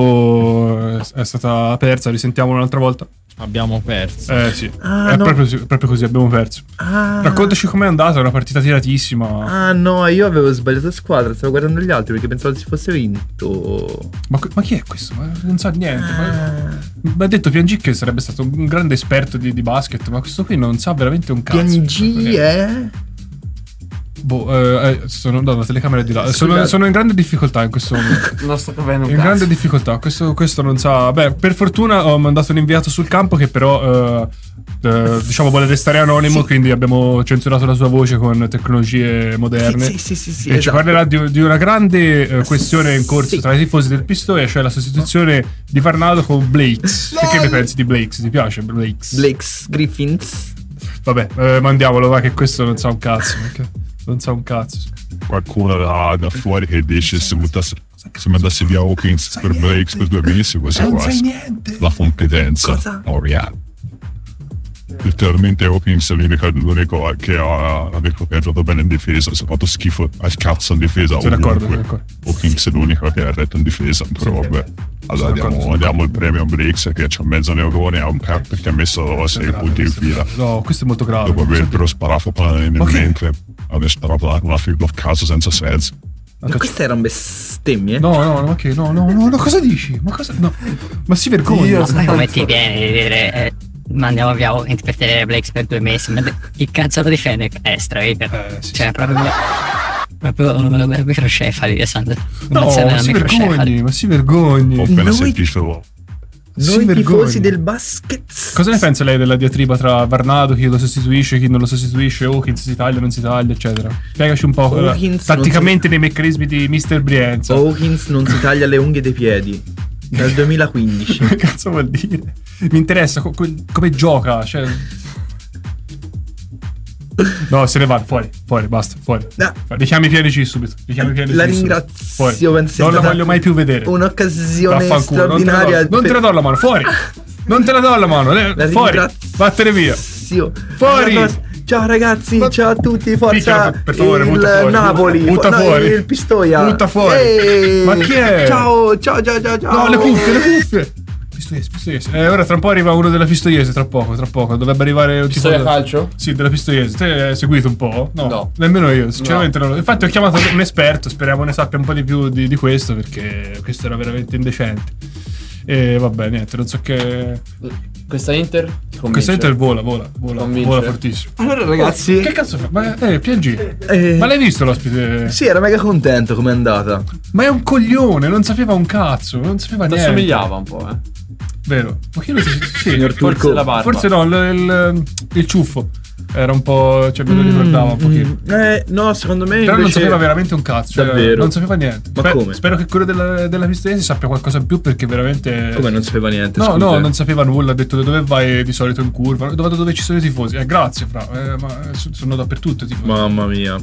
[SPEAKER 5] purtroppo eh, è stata persa, risentiamo un'altra volta.
[SPEAKER 6] abbiamo perso.
[SPEAKER 5] Eh sì,
[SPEAKER 8] Ah,
[SPEAKER 5] è
[SPEAKER 8] no.
[SPEAKER 5] proprio, sì- proprio così, abbiamo perso.
[SPEAKER 8] Ah.
[SPEAKER 5] Raccontaci com'è andata, è una partita tiratissima.
[SPEAKER 8] Ah no, io avevo sbagliato squadra, stavo guardando gli altri perché pensavo si fosse vinto.
[SPEAKER 5] Ma, que- ma chi è questo? Ma non sa niente.
[SPEAKER 8] Ah.
[SPEAKER 5] ma- Mi ha detto Piangi che sarebbe stato un grande esperto di, di basket, ma questo qui non sa veramente un cazzo.
[SPEAKER 8] PNG è...
[SPEAKER 5] Boh, eh, eh, sono andato alla telecamera di là. Sono,
[SPEAKER 8] Scusate.
[SPEAKER 5] sono in grande difficoltà in questo momento.
[SPEAKER 7] Non sto capendo un
[SPEAKER 5] In
[SPEAKER 7] cazzo.
[SPEAKER 5] grande difficoltà, questo, questo non sa. Beh, per fortuna ho mandato un inviato sul campo che però eh, eh, diciamo vuole restare anonimo,
[SPEAKER 8] Sì.
[SPEAKER 5] quindi abbiamo censurato la sua voce con tecnologie moderne.
[SPEAKER 8] Sì, sì, sì, sì, sì,
[SPEAKER 5] e ci
[SPEAKER 8] esatto.
[SPEAKER 5] parlerà di, di una grande eh, questione in corso
[SPEAKER 8] Sì.
[SPEAKER 5] tra i tifosi del Pistoia, cioè la sostituzione di Farnado con Blakes. Perché ne pensi di Blakes? Ti piace Blakes?
[SPEAKER 8] Blakes Griffins.
[SPEAKER 5] Vabbè, eh, mandiamolo, va che questo non sa un cazzo. perché Non sa un cazzo.
[SPEAKER 9] qualcuno da, da fuori che dice se, buttasse, se mandasse via Hawkins per Breaks per due mesi, questa qua la competenza
[SPEAKER 8] Cosa?
[SPEAKER 9] Oriale. Letteralmente Hawkins è l'unico, l'unico che ha, ha giocato bene in difesa, si è fatto schifo al cazzo in difesa.
[SPEAKER 5] Sono d'accordo,
[SPEAKER 9] ovunque.
[SPEAKER 5] sono d'accordo.
[SPEAKER 9] Hawkins è l'unico che ha retto in difesa, però vabbè. Allora diamo, diamo il premio a Brix che c'è mezzo neurone a un cap che ha messo 6 punti in fila.
[SPEAKER 5] No, questo è molto grave.
[SPEAKER 9] Dopo aver però sparato nel
[SPEAKER 5] Ok.
[SPEAKER 9] mentre, aver sparato la- una figura a caso senza senso.
[SPEAKER 8] Ma queste erano bestemmie?
[SPEAKER 5] No, no, no, ma che? No, no, no, no, cosa dici? Ma cosa? No. Ma si vergogna. Eh,
[SPEAKER 10] Ma come ti viene di dire eh, mandiamo via Hawkins per tenere Blakes per due mesi? Ma chi cazzo lo difende? È Strader.
[SPEAKER 5] Eh, sì,
[SPEAKER 10] Cioè, proprio. Proprio una microcefali, Alessandro.
[SPEAKER 5] No, ma si vergogni, ma si vergogni.
[SPEAKER 9] Ho appena
[SPEAKER 8] Noi-
[SPEAKER 9] sentito
[SPEAKER 5] si
[SPEAKER 8] Noi tifosi
[SPEAKER 5] vergogni.
[SPEAKER 8] del basket.
[SPEAKER 5] Cosa ne pensa lei della diatriba tra Varnado, chi lo sostituisce, chi non lo sostituisce, Hawkins si taglia, non si taglia, eccetera? Spiegaci un po' eh,
[SPEAKER 8] Hawkins non
[SPEAKER 5] tatticamente nei meccanismi di Mr. Brienza.
[SPEAKER 8] Hawkins non si taglia le unghie dei piedi. Dal 2015.
[SPEAKER 5] Che cazzo vuol dire? Mi interessa co- co- come gioca, cioè... No, se ne va, fuori, fuori, basta, fuori.
[SPEAKER 8] No.
[SPEAKER 5] Richiami PNC subito. Richiami PNC
[SPEAKER 8] La
[SPEAKER 5] subito. Fuori.
[SPEAKER 8] ringrazio, penso sia
[SPEAKER 5] Non la
[SPEAKER 8] stata
[SPEAKER 5] voglio mai più vedere.
[SPEAKER 8] Un'occasione
[SPEAKER 5] Vaffanculo, non te la do-
[SPEAKER 8] straordinaria.
[SPEAKER 5] Non te la do la mano, fuori! Non te la do la mano, eh,
[SPEAKER 8] La
[SPEAKER 5] fuori!
[SPEAKER 8] ringrazio.
[SPEAKER 5] Vattene via! Fuori!
[SPEAKER 8] Ciao ragazzi,
[SPEAKER 5] Ma-
[SPEAKER 8] ciao a tutti, forza
[SPEAKER 5] Picchialo, per favore,
[SPEAKER 8] il
[SPEAKER 5] butta fuori.
[SPEAKER 8] Napoli,
[SPEAKER 5] Butta
[SPEAKER 8] no,
[SPEAKER 5] fuori.
[SPEAKER 8] il Pistoia.
[SPEAKER 5] Butta fuori.
[SPEAKER 8] Ehi.
[SPEAKER 5] Ma chi è?
[SPEAKER 8] Ciao, ciao, ciao, ciao, ciao.
[SPEAKER 5] No, le cuffie, le cuffie! Pistoiese, pistoiese. Eh, ora tra un po' arriva uno della pistoiese, tra poco, tra poco. Dovrebbe arrivare un tipo...
[SPEAKER 4] Storia calcio?
[SPEAKER 5] Sì, della pistoiese. Te hai seguito un po'? No.
[SPEAKER 4] No.
[SPEAKER 5] Nemmeno io, sinceramente non lo... Infatti ho chiamato un esperto, speriamo ne sappia un po' di più di, di questo, perché questo era veramente indecente. E vabbè, niente, non so che...
[SPEAKER 4] Questa Inter?
[SPEAKER 5] Questo
[SPEAKER 4] Convince.
[SPEAKER 5] Inter vola, vola, vola,
[SPEAKER 4] Convince.
[SPEAKER 5] vola fortissimo.
[SPEAKER 8] Allora ragazzi,
[SPEAKER 5] Che cazzo fa? Ma, eh, PNG.
[SPEAKER 8] Ah, eh,
[SPEAKER 5] Ma l'hai visto l'ospite?
[SPEAKER 8] sì, era mega contento com'è andata.
[SPEAKER 5] Ma è un coglione, non sapeva un cazzo, non sapeva
[SPEAKER 4] Ti
[SPEAKER 5] niente.
[SPEAKER 4] assomigliava un po', eh.
[SPEAKER 5] Vero. Ma chi lo si- sì,
[SPEAKER 4] Forse la barba.
[SPEAKER 5] Forse no, il, il- il ciuffo era un po'. cioè me lo ricordava un pochino.
[SPEAKER 8] Mm, Eh, no, secondo me
[SPEAKER 5] Però non
[SPEAKER 8] invece-
[SPEAKER 5] sapeva veramente un cazzo. cioè,
[SPEAKER 8] Davvero?
[SPEAKER 5] Non sapeva niente.
[SPEAKER 8] Ma come?
[SPEAKER 5] Spero che quello della, della Pistoiese sappia qualcosa in più perché veramente.
[SPEAKER 8] Come non sapeva niente,
[SPEAKER 5] No,
[SPEAKER 8] scusa.
[SPEAKER 5] no, non sapeva nulla, ha detto da dove vai di solito in curva, dove, vado dove ci sono i tifosi. Eh, grazie, fra, eh, ma eh, so- sono dappertutto i tifosi.
[SPEAKER 8] Mamma mia.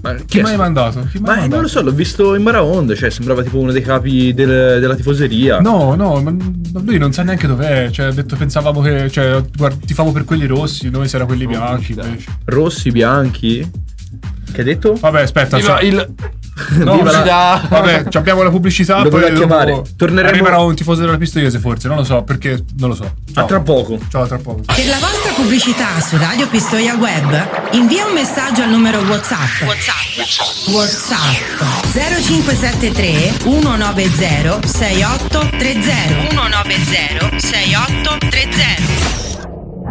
[SPEAKER 8] Ma
[SPEAKER 5] Chi mi hai
[SPEAKER 8] è-
[SPEAKER 5] mandato? Chi m'ha
[SPEAKER 8] Ma eh, non
[SPEAKER 5] mandato?
[SPEAKER 8] lo so, l'ho visto in Maraonda, cioè sembrava tipo uno dei capi del- della tifoseria.
[SPEAKER 5] No, no, ma ma lui non sa neanche dov'è. Cioè, ha detto pensavamo che. Cioè, guard- tifavo per quelli rossi, noi sarà quelli
[SPEAKER 8] Oh,
[SPEAKER 5] bianchi. invece.
[SPEAKER 8] Rossi, bianchi. Che hai detto?
[SPEAKER 5] Vabbè, aspetta.
[SPEAKER 4] Viva
[SPEAKER 5] cioè-
[SPEAKER 4] il...
[SPEAKER 5] no,
[SPEAKER 8] Viva la-
[SPEAKER 5] sì, Vabbè, ci abbiamo la pubblicità.
[SPEAKER 8] Lo
[SPEAKER 5] poi
[SPEAKER 8] voglio
[SPEAKER 5] dopo
[SPEAKER 8] chiamare. Torneremo-
[SPEAKER 5] Arriverà un tifoso della pistoiese, forse. Non lo so, perché. Non lo so. Ciao.
[SPEAKER 8] A tra poco.
[SPEAKER 5] Ciao, tra poco.
[SPEAKER 11] Per la vostra pubblicità su Radio Pistoia Web, invia un messaggio al numero WhatsApp. WhatsApp. WhatsApp 0573 190 6830. 190 6830.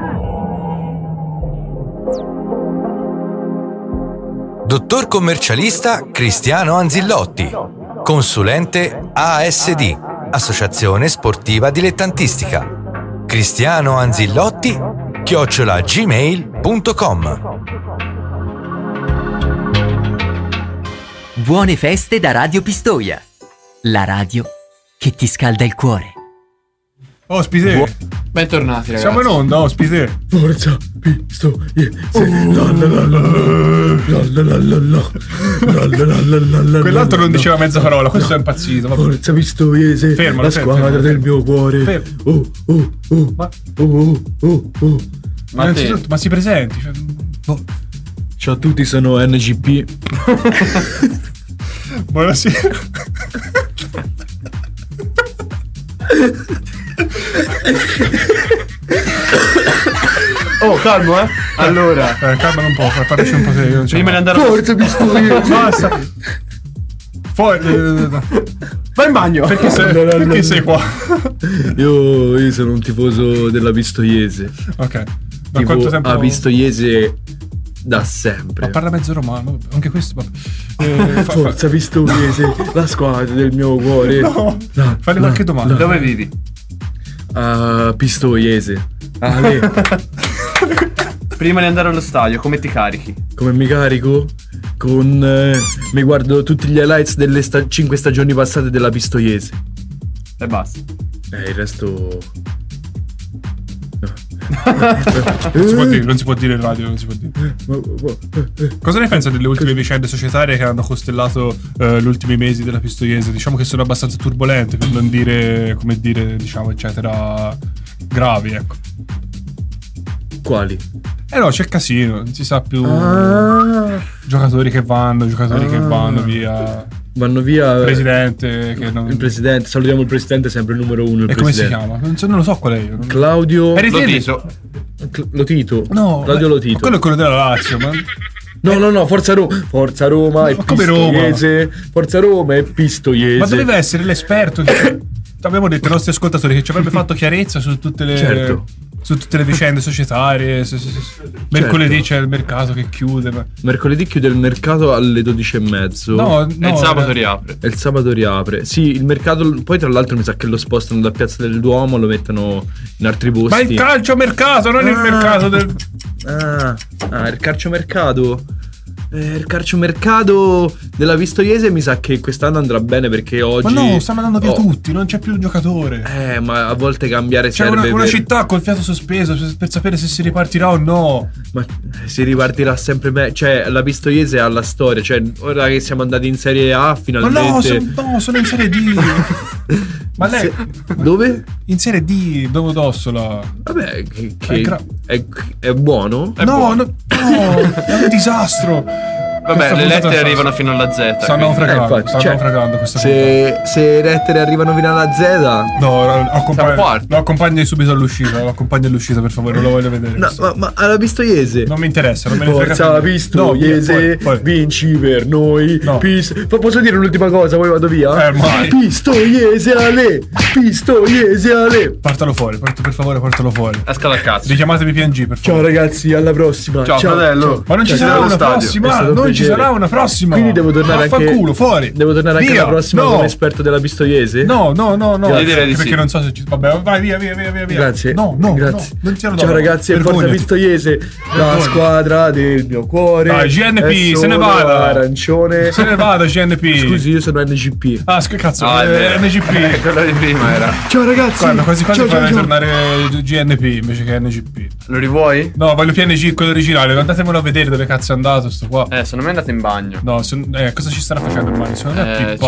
[SPEAKER 7] Dottor commercialista Cristiano Anzillotti, consulente ASD, Associazione Sportiva Dilettantistica. Cristiano Anzillotti, chiocciola gmail.com.
[SPEAKER 12] Buone feste da Radio Pistoia, la radio che ti scalda il cuore.
[SPEAKER 5] Ospite.
[SPEAKER 4] Bentornati, ragazzi.
[SPEAKER 5] Siamo in onda, ospite.
[SPEAKER 8] Forza, pisto, Quell'altro
[SPEAKER 5] Quell'altro non diceva mezza parola, questo è impazzito. Vabbè.
[SPEAKER 8] Forza Pistoiese,
[SPEAKER 5] Fermalo,
[SPEAKER 8] la
[SPEAKER 5] fermo, fermo,
[SPEAKER 8] squadra del
[SPEAKER 5] fermo.
[SPEAKER 8] mio cuore.
[SPEAKER 5] Fermo.
[SPEAKER 8] Oh, oh, oh,
[SPEAKER 5] Ma-
[SPEAKER 8] oh, oh,
[SPEAKER 5] Ma,
[SPEAKER 8] oh.
[SPEAKER 4] Ma te-
[SPEAKER 5] innanzitutto, ma si presenti. cioè, boh.
[SPEAKER 8] Ciao a tutti, sono NGP.
[SPEAKER 5] Buonasera.
[SPEAKER 4] Oh, calmo, eh. Allora,
[SPEAKER 5] Eh, calmalo un po', fa- parlaci un po' se io.
[SPEAKER 4] prima di andare...
[SPEAKER 8] Forza Pistoiese.
[SPEAKER 5] Basta. eh, Fuori.
[SPEAKER 4] Vai in bagno!
[SPEAKER 5] eh. Perché sei, perché sei qua?
[SPEAKER 8] Io, io sono un tifoso della Pistoiese.
[SPEAKER 5] Ok. Da
[SPEAKER 8] Tipo,
[SPEAKER 5] quanto tempo?
[SPEAKER 8] a Pistoiese da sempre.
[SPEAKER 5] Ma parla mezzo romano, vabbè, anche questo. Vabbè. Eh, fa- fa-
[SPEAKER 8] Forza Pistoiese, la squadra del mio cuore.
[SPEAKER 5] No.
[SPEAKER 8] No,
[SPEAKER 5] Falle
[SPEAKER 8] no,
[SPEAKER 5] qualche domanda.
[SPEAKER 4] Dove vivi?
[SPEAKER 8] Ah, Pistoiese. Ale,
[SPEAKER 4] Prima di andare allo stadio, come ti carichi?
[SPEAKER 8] come mi carico? Con eh, mi guardo tutti gli highlights delle 5 stagioni passate della Pistoiese.
[SPEAKER 4] E basta.
[SPEAKER 8] Eh, il resto
[SPEAKER 5] Non si
[SPEAKER 8] Eh.
[SPEAKER 5] può dire, non si può dire in radio, non si può dire. Cosa ne pensa delle ultime vicende societarie che hanno costellato eh, gli ultimi mesi della Pistoiese? Diciamo che sono abbastanza turbolente, per non dire, come dire, diciamo, eccetera, gravi, ecco.
[SPEAKER 8] quali?
[SPEAKER 5] Eh no, c'è casino, non si sa più
[SPEAKER 8] Ah,
[SPEAKER 5] giocatori che vanno, giocatori che
[SPEAKER 8] Ah.
[SPEAKER 5] vanno via.
[SPEAKER 4] Vanno via.
[SPEAKER 5] Presidente, che non-
[SPEAKER 4] Il presidente, salutiamo il presidente, sempre il numero uno. Il
[SPEAKER 5] E come si
[SPEAKER 4] presidente.
[SPEAKER 5] chiama? Non, so- non lo so qual è io. non-
[SPEAKER 4] Claudio.
[SPEAKER 5] È Lotito.
[SPEAKER 4] Cl- Lotito.
[SPEAKER 5] No,
[SPEAKER 4] Claudio
[SPEAKER 5] beh,
[SPEAKER 4] Lotito.
[SPEAKER 5] Quello è quello della Lazio, ma
[SPEAKER 4] No, no, no, Forza Roma. Forza Roma e
[SPEAKER 5] come
[SPEAKER 4] Pistoiese. Forza Roma e Pistoiese.
[SPEAKER 5] Ma doveva essere l'esperto. Che... Abbiamo detto ai nostri ascoltatori che ci avrebbe fatto chiarezza su tutte le,
[SPEAKER 4] Certo.
[SPEAKER 5] su tutte le vicende societarie. se- se- se- Mercoledì
[SPEAKER 4] Certo.
[SPEAKER 5] c'è il mercato che chiude. ma-
[SPEAKER 4] Mercoledì chiude il mercato alle 12.30.
[SPEAKER 5] No, E no, il sabato eh.
[SPEAKER 4] riapre. E il sabato riapre. Sì, il mercato. Poi, tra l'altro, mi sa che lo spostano da Piazza del Duomo, lo mettono in altri posti.
[SPEAKER 5] Ma il calcio mercato, non il
[SPEAKER 4] Ah.
[SPEAKER 5] mercato del.
[SPEAKER 4] Ah, ah, il calciomercato. Eh, il calciomercato della Pistoiese mi sa che quest'anno andrà bene perché oggi.
[SPEAKER 5] Ma no, stanno andando via
[SPEAKER 4] Oh,
[SPEAKER 5] tutti, non c'è più un giocatore.
[SPEAKER 4] Eh, ma a volte cambiare
[SPEAKER 5] C'è
[SPEAKER 4] serve
[SPEAKER 5] una, una
[SPEAKER 4] per-
[SPEAKER 5] città col fiato sospeso per- per sapere se si ripartirà o no.
[SPEAKER 4] Ma eh, si ripartirà sempre meglio. Cioè, la Pistoiese ha la storia. Cioè, ora che siamo andati in Serie A,
[SPEAKER 5] Ma
[SPEAKER 4] finalmente.
[SPEAKER 5] no, son- no, sono in Serie D. Ma lei.
[SPEAKER 4] Dove?
[SPEAKER 5] In Serie D, Domodossola.
[SPEAKER 4] Vabbè, che,
[SPEAKER 5] È
[SPEAKER 4] che-
[SPEAKER 5] gra-
[SPEAKER 4] è, è buono?
[SPEAKER 5] no, no, no, è un disastro.
[SPEAKER 7] Vabbè,
[SPEAKER 5] Questa
[SPEAKER 7] le
[SPEAKER 5] puntata
[SPEAKER 7] lettere
[SPEAKER 5] sta-
[SPEAKER 7] arrivano fino alla Z.
[SPEAKER 5] Stanno
[SPEAKER 7] quindi.
[SPEAKER 5] naufragando,
[SPEAKER 4] Eh, infatti,
[SPEAKER 5] stanno
[SPEAKER 4] cioè,
[SPEAKER 5] naufragando questa
[SPEAKER 4] Se, se i lettere arrivano fino alla Z.
[SPEAKER 5] No, lo accompagni,
[SPEAKER 4] Siamo quarti.
[SPEAKER 5] lo accompagni subito all'uscita. Lo accompagni all'uscita, per favore, non lo voglio vedere.
[SPEAKER 4] No, ma, ma alla Pistoiese.
[SPEAKER 5] Non mi interessa, non me ne frega.
[SPEAKER 4] Forza la
[SPEAKER 5] più.
[SPEAKER 4] Pistoiese,
[SPEAKER 5] No, poi- poi-
[SPEAKER 4] vinci per noi. Pis- po- posso dire un'ultima cosa, poi vado via?
[SPEAKER 5] Eh, vai.
[SPEAKER 4] Pistoiese Ale! Pistoiese Ale!
[SPEAKER 5] Portalo fuori, port- per favore, portalo fuori.
[SPEAKER 7] Esca dal cazzo.
[SPEAKER 5] Richiamatevi PNG, per favore.
[SPEAKER 4] Ciao ragazzi, alla prossima.
[SPEAKER 5] Ciao, fratello. Ma non ci sarà
[SPEAKER 4] sono allo
[SPEAKER 5] una
[SPEAKER 4] stadio.
[SPEAKER 5] prossima,
[SPEAKER 4] È stato un
[SPEAKER 5] non ci
[SPEAKER 4] piacere.
[SPEAKER 5] sarà una prossima.
[SPEAKER 4] Quindi devo tornare anche
[SPEAKER 5] Vaffanculo, fuori.
[SPEAKER 4] Devo tornare anche
[SPEAKER 5] Via.
[SPEAKER 4] la prossima
[SPEAKER 5] No.
[SPEAKER 4] come esperto della Pistoiese?
[SPEAKER 5] No, no, no, no.
[SPEAKER 4] Grazie.
[SPEAKER 5] Anche
[SPEAKER 4] Direi di
[SPEAKER 5] perché
[SPEAKER 4] sì.
[SPEAKER 5] non so se ci. Vabbè, vai via, via, via, via. via.
[SPEAKER 4] Grazie.
[SPEAKER 5] No, no,
[SPEAKER 4] Grazie.
[SPEAKER 5] no, non ti hanno
[SPEAKER 4] Ciao
[SPEAKER 5] dato.
[SPEAKER 4] ragazzi, e forza
[SPEAKER 5] Vergognati.
[SPEAKER 4] Pistoiese, la
[SPEAKER 5] Vergognati.
[SPEAKER 4] squadra del mio cuore.
[SPEAKER 5] Dai, GNP,
[SPEAKER 4] è
[SPEAKER 5] se ne
[SPEAKER 4] solo
[SPEAKER 5] vada.
[SPEAKER 4] Arancione.
[SPEAKER 5] Se ne vada, GNP.
[SPEAKER 4] Scusi, io sono NGP.
[SPEAKER 5] Ah, sc- cazzo,
[SPEAKER 4] Ah, è
[SPEAKER 5] eh,
[SPEAKER 4] vero.
[SPEAKER 5] NGP.
[SPEAKER 7] Quella di prima era.
[SPEAKER 4] Ciao ragazzi.
[SPEAKER 5] Guarda, quasi quasi
[SPEAKER 7] Ciao, ciao,
[SPEAKER 5] farei
[SPEAKER 7] ciao.
[SPEAKER 5] tornare G- GNP invece che NGP.
[SPEAKER 7] Lo rivuoi?
[SPEAKER 5] No, voglio PNG, quello originale. Andatemelo a vedere dove cazzo è andato sto qua.
[SPEAKER 7] Eh, secondo me è andato in bagno.
[SPEAKER 5] No, se- eh, cosa ci starà facendo ormai? Secondo me è
[SPEAKER 7] Eh,
[SPEAKER 5] pippato.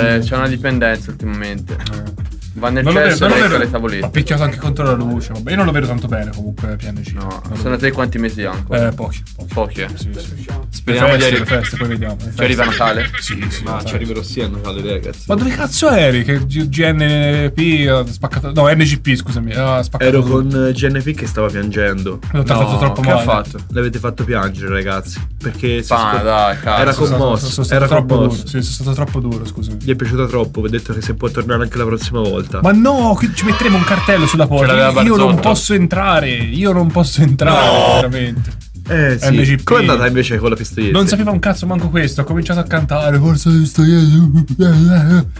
[SPEAKER 7] c'ha, eh, c'ha una dipendenza ultimamente. Va nel
[SPEAKER 5] Non lo vedo,
[SPEAKER 7] cesso e
[SPEAKER 5] non lo vedo.
[SPEAKER 7] legge Certo, ecco le tavolette.
[SPEAKER 5] Ha picchiato anche contro la luce. Vabbè, io non lo vedo tanto bene comunque PNG. No,
[SPEAKER 7] Sono te quanti mesi ha ancora?
[SPEAKER 5] Eh, pochi. Pochi,
[SPEAKER 7] eh.
[SPEAKER 5] Le
[SPEAKER 7] Speriamo di
[SPEAKER 5] feste,
[SPEAKER 7] arrivare.
[SPEAKER 5] le feste, poi vediamo, le
[SPEAKER 7] Ci
[SPEAKER 5] feste.
[SPEAKER 7] arriva Natale?
[SPEAKER 5] Sì, sì.
[SPEAKER 4] Ma ci arriverò sì a Natale, ragazzi.
[SPEAKER 5] Ma dove cazzo eri? Che G- GNP ha spaccato. No, NGP, scusami. Ha spaccato.
[SPEAKER 4] Ero
[SPEAKER 5] tutto.
[SPEAKER 4] con GNP che stava piangendo.
[SPEAKER 5] L'ho trattato troppo
[SPEAKER 4] che
[SPEAKER 5] male.
[SPEAKER 4] ha fatto? L'avete fatto piangere, ragazzi. Perché si
[SPEAKER 7] Ah,
[SPEAKER 4] scop-
[SPEAKER 7] dai, cazzo.
[SPEAKER 4] era
[SPEAKER 5] Sono stato-
[SPEAKER 4] commosso.
[SPEAKER 5] sono stato
[SPEAKER 4] era
[SPEAKER 5] troppo
[SPEAKER 4] commosso.
[SPEAKER 5] duro. Sì, sono stato troppo duro, scusami.
[SPEAKER 4] Gli è piaciuta troppo. Vi ho detto che se può tornare anche la prossima volta.
[SPEAKER 5] Ma no, qui ci metteremo un cartello sulla
[SPEAKER 4] Ce
[SPEAKER 5] porta.
[SPEAKER 4] l'aveva
[SPEAKER 5] Io non
[SPEAKER 4] Barzotto.
[SPEAKER 5] posso entrare. Io non posso entrare, veramente.
[SPEAKER 4] Eh, sì.
[SPEAKER 5] NGP.
[SPEAKER 4] Com'è andata invece con la pistoiese?
[SPEAKER 5] Non sapeva un cazzo manco questo. Ha cominciato a cantare. Forza di sto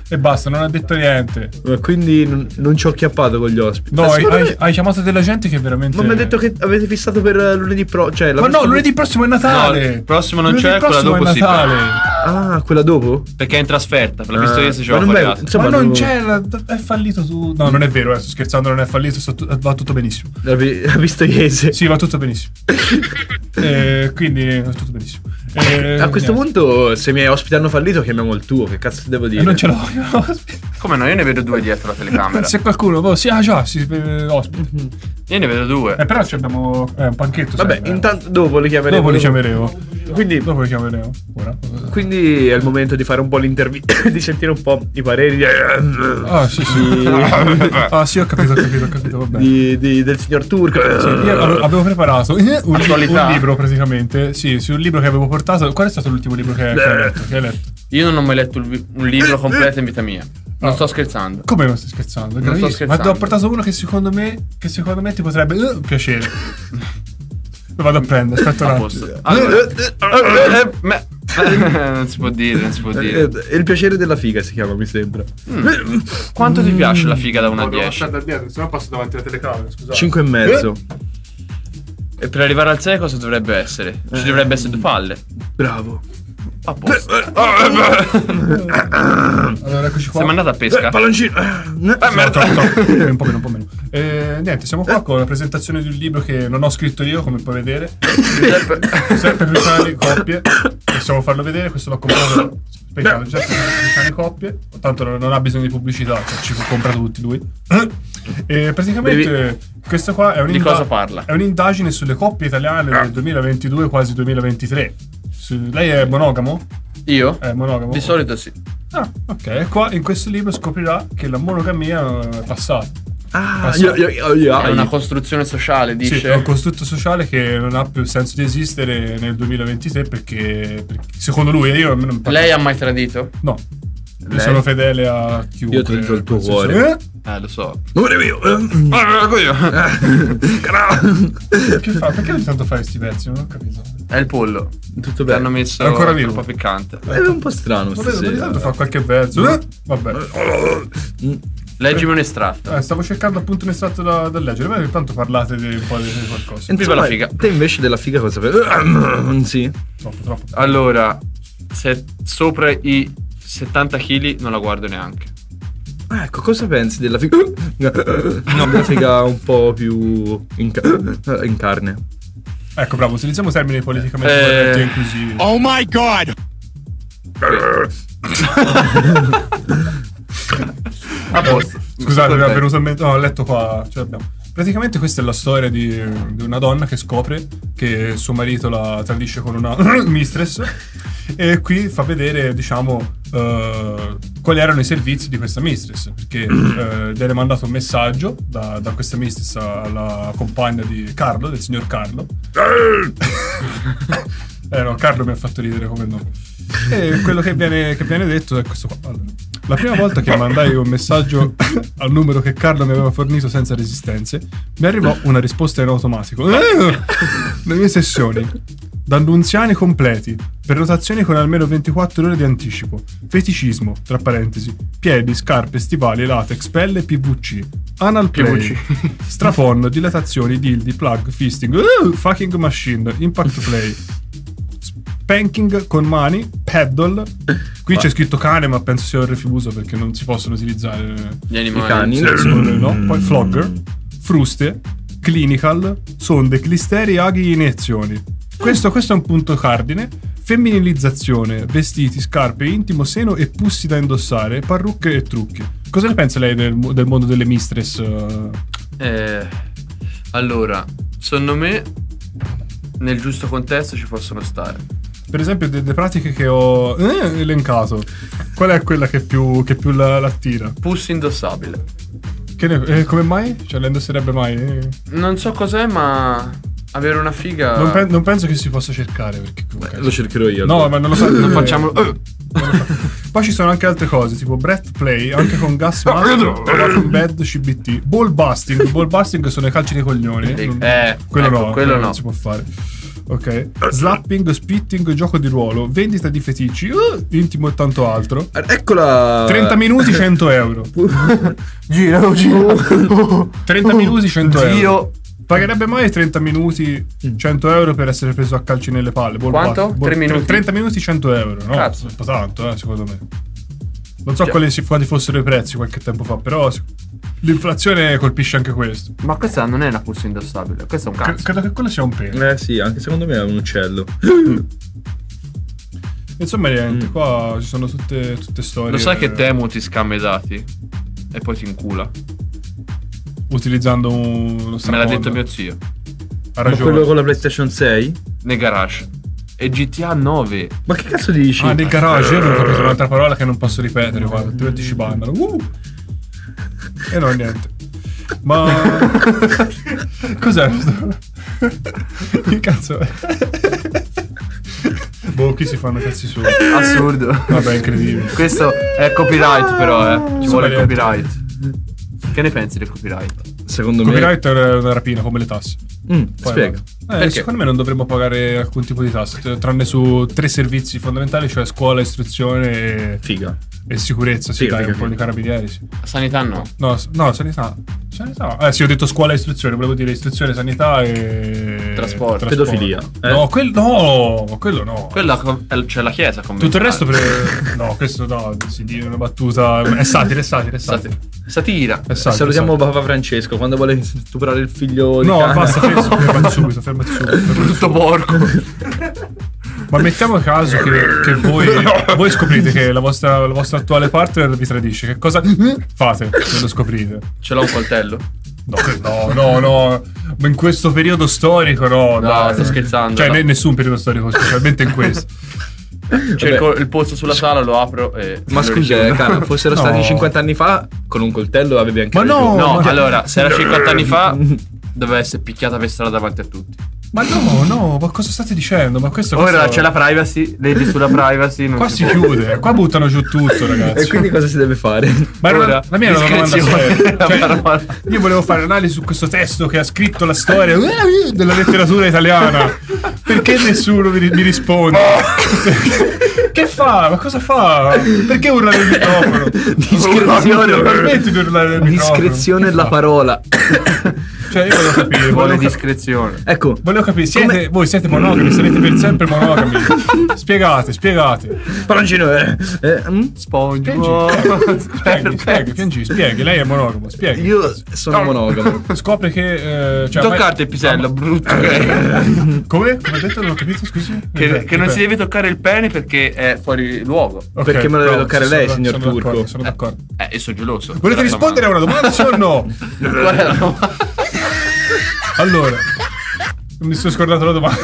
[SPEAKER 5] E basta, non ha detto niente.
[SPEAKER 4] Ma Quindi non, non ci ho chiappato con gli ospiti.
[SPEAKER 5] No,
[SPEAKER 4] Ma
[SPEAKER 5] hai,
[SPEAKER 4] secondo
[SPEAKER 5] hai-
[SPEAKER 4] me-
[SPEAKER 5] hai chiamato della gente che veramente.
[SPEAKER 4] Ma mi ha detto che avete fissato per eh, lunedì pro. Cioè, la
[SPEAKER 5] Ma no,
[SPEAKER 4] prossima-
[SPEAKER 5] lunedì prossimo è Natale.
[SPEAKER 7] No, il prossimo non
[SPEAKER 5] Lunedì
[SPEAKER 7] c'è, quella
[SPEAKER 5] prossimo
[SPEAKER 7] dopo
[SPEAKER 5] è
[SPEAKER 7] sì.
[SPEAKER 5] Natale.
[SPEAKER 4] Ah, quella dopo?
[SPEAKER 7] Perché è in trasferta. Per la
[SPEAKER 5] Ah,
[SPEAKER 7] pistoiese ci
[SPEAKER 5] ma
[SPEAKER 7] va
[SPEAKER 5] non
[SPEAKER 7] fuori.
[SPEAKER 5] è-
[SPEAKER 7] alto.
[SPEAKER 5] insomma, Ma non c'è, la- è fallito tu. No, non è vero, eh, sto scherzando, non è fallito, sto tu- va tutto benissimo.
[SPEAKER 4] La, pistoiese.
[SPEAKER 5] Sì, va tutto benissimo. Eh, quindi va tutto benissimo. Eh,
[SPEAKER 4] A questo
[SPEAKER 5] niente.
[SPEAKER 4] punto, se i miei ospiti hanno fallito, chiamiamo il tuo. Che cazzo devo dire?
[SPEAKER 5] Eh, non ce l'ho.
[SPEAKER 7] Come no? Io ne vedo due dietro la telecamera.
[SPEAKER 5] Se qualcuno, boh, sì, ah già, sì, eh, ospite.
[SPEAKER 7] Io ne vedo due.
[SPEAKER 5] Eh, però ci abbiamo eh, un panchetto.
[SPEAKER 4] Vabbè,
[SPEAKER 5] sempre.
[SPEAKER 4] intanto dopo li chiameremo.
[SPEAKER 5] Dopo li chiameremo.
[SPEAKER 4] Quindi,
[SPEAKER 5] dopo li chiameremo. Ora.
[SPEAKER 4] Quindi è il momento di fare un po' l'intervista, di sentire un po' i pareri. di-
[SPEAKER 5] Ah, sì, sì.
[SPEAKER 4] Di-
[SPEAKER 5] ah, sì, ho capito, ho capito, ho capito, va bene.
[SPEAKER 4] di- di- del signor Turco.
[SPEAKER 5] Sì, io avevo- avevo preparato eh, un, li-
[SPEAKER 7] Eh, Attualità.
[SPEAKER 5] un libro praticamente, sì, su un libro che avevo portato. Qual è stato l'ultimo libro che,
[SPEAKER 7] Eh.
[SPEAKER 5] che hai letto? Che hai letto?
[SPEAKER 7] Io non ho mai letto il vi- un libro completo in vita mia. Non
[SPEAKER 5] Ah.
[SPEAKER 7] sto scherzando.
[SPEAKER 5] Come non stai scherzando? È
[SPEAKER 7] Non sto
[SPEAKER 5] gravissimo.
[SPEAKER 7] scherzando.
[SPEAKER 5] Ma ti ho portato uno che secondo me, che secondo me ti potrebbe eh, piacere. Lo vado a prendere, aspetta
[SPEAKER 7] A
[SPEAKER 5] un
[SPEAKER 7] posto.
[SPEAKER 5] attimo.
[SPEAKER 7] Allora- Eh, ma- non si può dire, non si può dire.
[SPEAKER 4] È eh, il piacere della figa si chiama, mi sembra.
[SPEAKER 7] Mm. Quanto ti piace la figa da 1 a
[SPEAKER 5] No, devo
[SPEAKER 7] 10?
[SPEAKER 5] andare dietro, se no passo davanti alla telecamera, scusate.
[SPEAKER 4] 5 e mezzo.
[SPEAKER 7] E per arrivare al 6 cosa dovrebbe essere? Ci dovrebbe essere due palle.
[SPEAKER 4] Bravo.
[SPEAKER 7] A posto.
[SPEAKER 5] Allora, eccoci qua.
[SPEAKER 7] Siamo andati a pesca.
[SPEAKER 5] Eh,
[SPEAKER 4] palloncino.
[SPEAKER 5] Certo, No, troppo, troppo. un po' meno, un po' meno. Eh, niente, siamo qua con la presentazione di un libro che non ho scritto io, come puoi vedere. Giuseppe, Giuseppe Cruciani, coppie. Possiamo farlo vedere, questo l'ho comprato. Aspetta, Giuseppe Cruciani, certo, coppie. Tanto non non ha bisogno di pubblicità, cioè ci compra tutti lui. E praticamente
[SPEAKER 7] Devi-
[SPEAKER 5] questo qua è,
[SPEAKER 7] Di
[SPEAKER 5] un'inda-
[SPEAKER 7] cosa parla?
[SPEAKER 5] è
[SPEAKER 7] Ah.
[SPEAKER 5] un'indagine sulle coppie italiane del 2022 quasi 2023. Su- lei è monogamo?
[SPEAKER 7] Io?
[SPEAKER 5] Eh, monogamo.
[SPEAKER 7] Di solito sì.
[SPEAKER 5] Ah, ok. E qua in questo libro scoprirà che la monogamia è passata.
[SPEAKER 13] Ah,
[SPEAKER 5] Passata.
[SPEAKER 7] è una
[SPEAKER 4] ah,
[SPEAKER 7] costruzione sociale, dice.
[SPEAKER 5] Sì, è un costrutto sociale che non ha più senso di esistere nel 2023 perché, perché secondo lui io almeno mi pare-
[SPEAKER 7] Lei ha mai tradito?
[SPEAKER 5] No. Io
[SPEAKER 7] Lei?
[SPEAKER 5] sono fedele a chiunque.
[SPEAKER 7] Io tradito il tuo
[SPEAKER 5] qualsiasi-
[SPEAKER 7] cuore.
[SPEAKER 5] Eh?
[SPEAKER 7] Eh, lo so.
[SPEAKER 5] Amore mio!
[SPEAKER 4] Ah, ah.
[SPEAKER 5] Eh, che fa? Perché ogni tanto fai questi pezzi? Non ho capito.
[SPEAKER 7] È il pollo.
[SPEAKER 13] Tutto
[SPEAKER 7] bene. L'hanno messo
[SPEAKER 5] È ancora vivo.
[SPEAKER 7] troppo piccante.
[SPEAKER 13] È un po' strano
[SPEAKER 5] Vabbè, ogni
[SPEAKER 13] stasera.
[SPEAKER 5] tanto fa qualche verso. Eh? Vabbè.
[SPEAKER 4] Mm,
[SPEAKER 7] Leggimi un estratto.
[SPEAKER 5] Eh, stavo cercando appunto un estratto da, da leggere, ma intanto parlate di un po' di di qualcosa.
[SPEAKER 13] Insomma, Te invece della figa cosa
[SPEAKER 4] Ah, mm,
[SPEAKER 13] fai? sì.
[SPEAKER 5] Troppo, troppo.
[SPEAKER 7] Allora, se sopra i 70 kg non la guardo neanche.
[SPEAKER 13] Ah, Ecco, cosa pensi della figa? No, della figa un po' più in, ca- in carne.
[SPEAKER 5] Ecco, bravo, utilizziamo termini politicamente
[SPEAKER 13] Eh.
[SPEAKER 5] corretti e inclusivi.
[SPEAKER 13] Oh
[SPEAKER 5] my god!
[SPEAKER 7] A posto.
[SPEAKER 5] Scusate, mi
[SPEAKER 7] Perfetto.
[SPEAKER 5] è venuto in mente. No, ho letto qua. ce l'abbiamo. Praticamente questa è la storia di, di una donna che scopre che suo marito la tradisce con una mistress e qui fa vedere, diciamo, eh, quali erano i servizi di questa mistress, perché eh, viene mandato un messaggio da, da questa mistress alla compagna di Carlo, del signor Carlo. eh no, Carlo mi ha fatto ridere come nome. E quello che viene, che viene detto è questo qua. Allora, la prima volta che mandai un messaggio al numero che Carlo mi aveva fornito senza resistenze, mi arrivò una risposta in automatico. Eh! Le mie sessioni. Dall'unziani completi, prenotazioni con almeno 24 ore di anticipo, feticismo, tra parentesi, piedi, scarpe, stivali, latex, pelle, PVC, anal play, strapon, dilatazioni, dildi, plug, fisting, eh, fucking machine, impact play, Spanking con mani, paddle. Qui c'è scritto cane, ma penso sia un refuso perché non si possono utilizzare
[SPEAKER 7] Gli animali.
[SPEAKER 5] i cani.
[SPEAKER 7] Sì.
[SPEAKER 5] Secondo me no. Poi flogger, fruste, clinical, sonde, clisteri, aghi, iniezioni. Questo, questo è un punto cardine. Femminilizzazione, vestiti, scarpe, intimo, seno e pussi da indossare, parrucche e trucchi. Cosa ne pensa lei del, del mondo delle mistress? eh?
[SPEAKER 7] Eh, allora, secondo me nel giusto contesto ci possono stare.
[SPEAKER 5] Per esempio, de- delle pratiche che ho eh, elencato, qual è quella che più, che più la, la attira?
[SPEAKER 7] Puss indossabile.
[SPEAKER 5] Che ne- eh, come mai? Cioè, la indosserebbe mai? Eh,
[SPEAKER 7] Non so cos'è, ma avere una figa.
[SPEAKER 5] Non, pe- non penso che si possa cercare. Perché comunque- cioè,
[SPEAKER 13] Lo cercherò io.
[SPEAKER 5] No,
[SPEAKER 13] allora.
[SPEAKER 5] ma non lo so.
[SPEAKER 7] Non
[SPEAKER 5] eh,
[SPEAKER 7] facciamolo.
[SPEAKER 5] non lo fa- Poi ci sono anche altre cose, tipo breath play, anche con gas
[SPEAKER 7] Ah,
[SPEAKER 5] mask, con bed, CBT, ball busting. Ball busting sono i calci dei coglioni.
[SPEAKER 7] Eh,
[SPEAKER 5] non-
[SPEAKER 7] eh,
[SPEAKER 5] quello
[SPEAKER 7] ecco,
[SPEAKER 5] no,
[SPEAKER 7] quello
[SPEAKER 5] non
[SPEAKER 7] no.
[SPEAKER 5] si può fare. Ok, slapping, spitting, gioco di ruolo, vendita di fetici, uh, intimo e tanto altro.
[SPEAKER 7] Eh.
[SPEAKER 13] Eccola.
[SPEAKER 5] 30 minuti 100 euro. gira, gira. 30 minuti 100 euro.
[SPEAKER 7] Dio.
[SPEAKER 5] Pagherebbe mai 30 minuti 100 euro per essere preso a calci nelle palle? Boh,
[SPEAKER 7] Quanto?
[SPEAKER 5] boh,
[SPEAKER 7] Tre minuti?
[SPEAKER 5] 30 minuti 100 euro, no?
[SPEAKER 7] Cazzo. Cioè.
[SPEAKER 5] Un po' tanto, eh, secondo me. Non so
[SPEAKER 7] Già.
[SPEAKER 5] quali, si- quali fossero i prezzi qualche tempo fa, però sic- l'inflazione colpisce anche questo.
[SPEAKER 7] Ma questa non è una puss indossabile, questo è un
[SPEAKER 5] Cre-
[SPEAKER 7] cazzo.
[SPEAKER 5] credo che quello sia un pene.
[SPEAKER 13] Eh sì, anche secondo me è un uccello.
[SPEAKER 5] Insomma, niente, qua ci sono tutte, tutte storie.
[SPEAKER 7] Lo sai che Temu ti scambia i dati? E poi ti incula.
[SPEAKER 5] Utilizzando un- uno
[SPEAKER 7] Me l'ha
[SPEAKER 5] strapon.
[SPEAKER 7] detto mio zio.
[SPEAKER 5] Ha ragione.
[SPEAKER 13] quello con la PlayStation 6?
[SPEAKER 7] Nel garage. E GTA 9.
[SPEAKER 13] Ma che cazzo dici?
[SPEAKER 5] Ah, nel garage, io non ho capito un'altra parola che non posso ripetere, guarda, altrimenti ci bannano. Uh! E no, niente. Ma... Cos'è questo? che cazzo è? boh, qui si fanno cazzi su.
[SPEAKER 7] Assurdo.
[SPEAKER 5] Vabbè, incredibile.
[SPEAKER 7] Questo è copyright, però, eh. Ci vuole il
[SPEAKER 5] Sbagliato.
[SPEAKER 7] copyright. Che ne pensi del copyright?
[SPEAKER 13] Secondo
[SPEAKER 5] Copyright è una rapina, come le tasse.
[SPEAKER 13] Mm,
[SPEAKER 5] Poi
[SPEAKER 13] spiega.
[SPEAKER 5] va. Eh,
[SPEAKER 7] Perché?
[SPEAKER 5] secondo me non dovremmo pagare alcun tipo di tasse, t- tranne su tre servizi fondamentali, cioè scuola, istruzione e...
[SPEAKER 13] Figa.
[SPEAKER 5] E sicurezza, sì,
[SPEAKER 7] Figa,
[SPEAKER 5] dai,
[SPEAKER 7] figa,
[SPEAKER 5] un po'
[SPEAKER 7] figa.
[SPEAKER 5] di carabinieri, sì.
[SPEAKER 7] Sanità no.
[SPEAKER 5] No, s- no, sanità. Sanità. Eh sì, ho detto scuola e istruzione, volevo dire istruzione, sanità e...
[SPEAKER 7] Trasporto. Pedofilia, eh?
[SPEAKER 5] No, quel- no, quello no.
[SPEAKER 7] Quella co- è- c'è la chiesa con
[SPEAKER 5] Tutto il resto per... no, questo no, si dice una battuta... È satira, è satira, è satira.
[SPEAKER 7] Satira.
[SPEAKER 5] È satira,
[SPEAKER 13] Salutiamo Papa Francesco quando vuole stuprare il figlio di
[SPEAKER 5] No,
[SPEAKER 13] Cana.
[SPEAKER 5] basta, fermati fermati subito, fermati subito.
[SPEAKER 7] Tutto porco.
[SPEAKER 5] Ma mettiamo a caso che, che voi, voi scoprite che la vostra, la vostra attuale partner vi tradisce. Che cosa Mm? fate se lo scoprite?
[SPEAKER 7] Ce l'ho un coltello?
[SPEAKER 5] No, che- no, no, no. Ma in questo periodo storico, no.
[SPEAKER 7] No,
[SPEAKER 5] dai.
[SPEAKER 7] sto scherzando,
[SPEAKER 5] Cioè,
[SPEAKER 7] no.
[SPEAKER 5] ne- nessun periodo storico, specialmente in questo.
[SPEAKER 7] Cerco il pozzo sulla sala, lo apro e.
[SPEAKER 4] Ma
[SPEAKER 7] lo
[SPEAKER 4] scusa, eh.
[SPEAKER 13] eh,
[SPEAKER 7] ricevo.
[SPEAKER 4] cara, fossero stati 50 anni fa, con un coltello avevi anche
[SPEAKER 7] Ma no!
[SPEAKER 4] ragione.
[SPEAKER 7] No, allora, se era 50 anni fa, doveva essere picchiata per strada davanti a tutti.
[SPEAKER 5] Ma no, no, ma cosa state dicendo? Ma questo
[SPEAKER 7] Ora
[SPEAKER 5] questo-
[SPEAKER 7] c'è la privacy, leggi sulla privacy. Non
[SPEAKER 5] Qua si
[SPEAKER 7] può.
[SPEAKER 5] chiude, qua buttano giù tutto, ragazzi.
[SPEAKER 4] E quindi cosa si deve fare?
[SPEAKER 5] Ma era una- la mia era una domanda
[SPEAKER 7] discrezione.
[SPEAKER 5] seria. Cioè, io volevo fare analisi su questo testo che ha scritto la storia eh, della letteratura italiana. Perché nessuno mi, mi risponde?
[SPEAKER 7] Oh.
[SPEAKER 5] che fa? Ma cosa fa? Perché urla nel microfono?
[SPEAKER 4] Discrezione.
[SPEAKER 5] Non permetti di urlare nel microfono.
[SPEAKER 4] Discrezione
[SPEAKER 5] Che
[SPEAKER 4] della
[SPEAKER 5] fa?
[SPEAKER 4] parola.
[SPEAKER 5] Cioè, io volevo capire.
[SPEAKER 7] Vuole
[SPEAKER 5] Volevo, cap-
[SPEAKER 7] discrezione.
[SPEAKER 4] Ecco,
[SPEAKER 5] volevo capire, siete- voi siete monogami, sarete per sempre monogami. spiegate, spiegate.
[SPEAKER 4] Paroncino, eh, eh, mm?
[SPEAKER 5] Spieghi, spieghi, piangi, spieghi. Lei è monogamo, spieghi.
[SPEAKER 4] Io sono monogamo.
[SPEAKER 5] Scopre che. eh, cioè,
[SPEAKER 7] Toccate il pisello, brutto.
[SPEAKER 5] ormai- Come? Come ho detto, non ho capito, scusi. Eh,
[SPEAKER 7] che, che non si deve toccare il pene perché è fuori luogo.
[SPEAKER 5] Ok, Perché me lo deve no, toccare sono- lei, sono signor d'accordo, Turco?
[SPEAKER 7] Sono
[SPEAKER 5] d'accordo.
[SPEAKER 7] Eh, eh, io sono geloso.
[SPEAKER 5] Volete rispondere a una domanda sì o no?
[SPEAKER 7] Qual è la domanda?
[SPEAKER 5] Allora, mi sono scordato la domanda.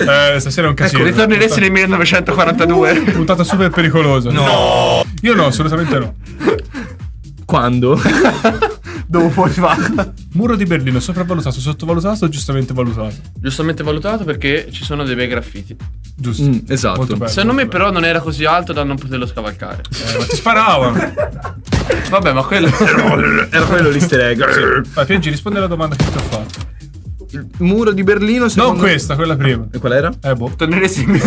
[SPEAKER 5] Eh, stasera è un casino.
[SPEAKER 7] Ecco, ritorneresti nel 1942.
[SPEAKER 5] puntata super pericolosa. No! Io no, assolutamente no.
[SPEAKER 4] Quando?
[SPEAKER 7] Dopo
[SPEAKER 5] Muro di Berlino, sopravvalutato, sottovalutato o giustamente valutato?
[SPEAKER 7] Giustamente valutato perché ci sono dei bei graffiti.
[SPEAKER 5] Giusto.
[SPEAKER 4] esatto.
[SPEAKER 5] Molto bello.
[SPEAKER 7] Secondo me però non era così alto da non poterlo scavalcare.
[SPEAKER 5] Eh, ma ti sparavano.
[SPEAKER 7] Vabbè, ma quello
[SPEAKER 4] era quello l'easter egg.
[SPEAKER 5] Sì. Vai, Piangi, rispondi alla domanda che ti ho fatto.
[SPEAKER 4] Il muro di Berlino.
[SPEAKER 5] Non questa, quella prima.
[SPEAKER 4] E qual era?
[SPEAKER 5] Eh, boh.
[SPEAKER 7] Torneresti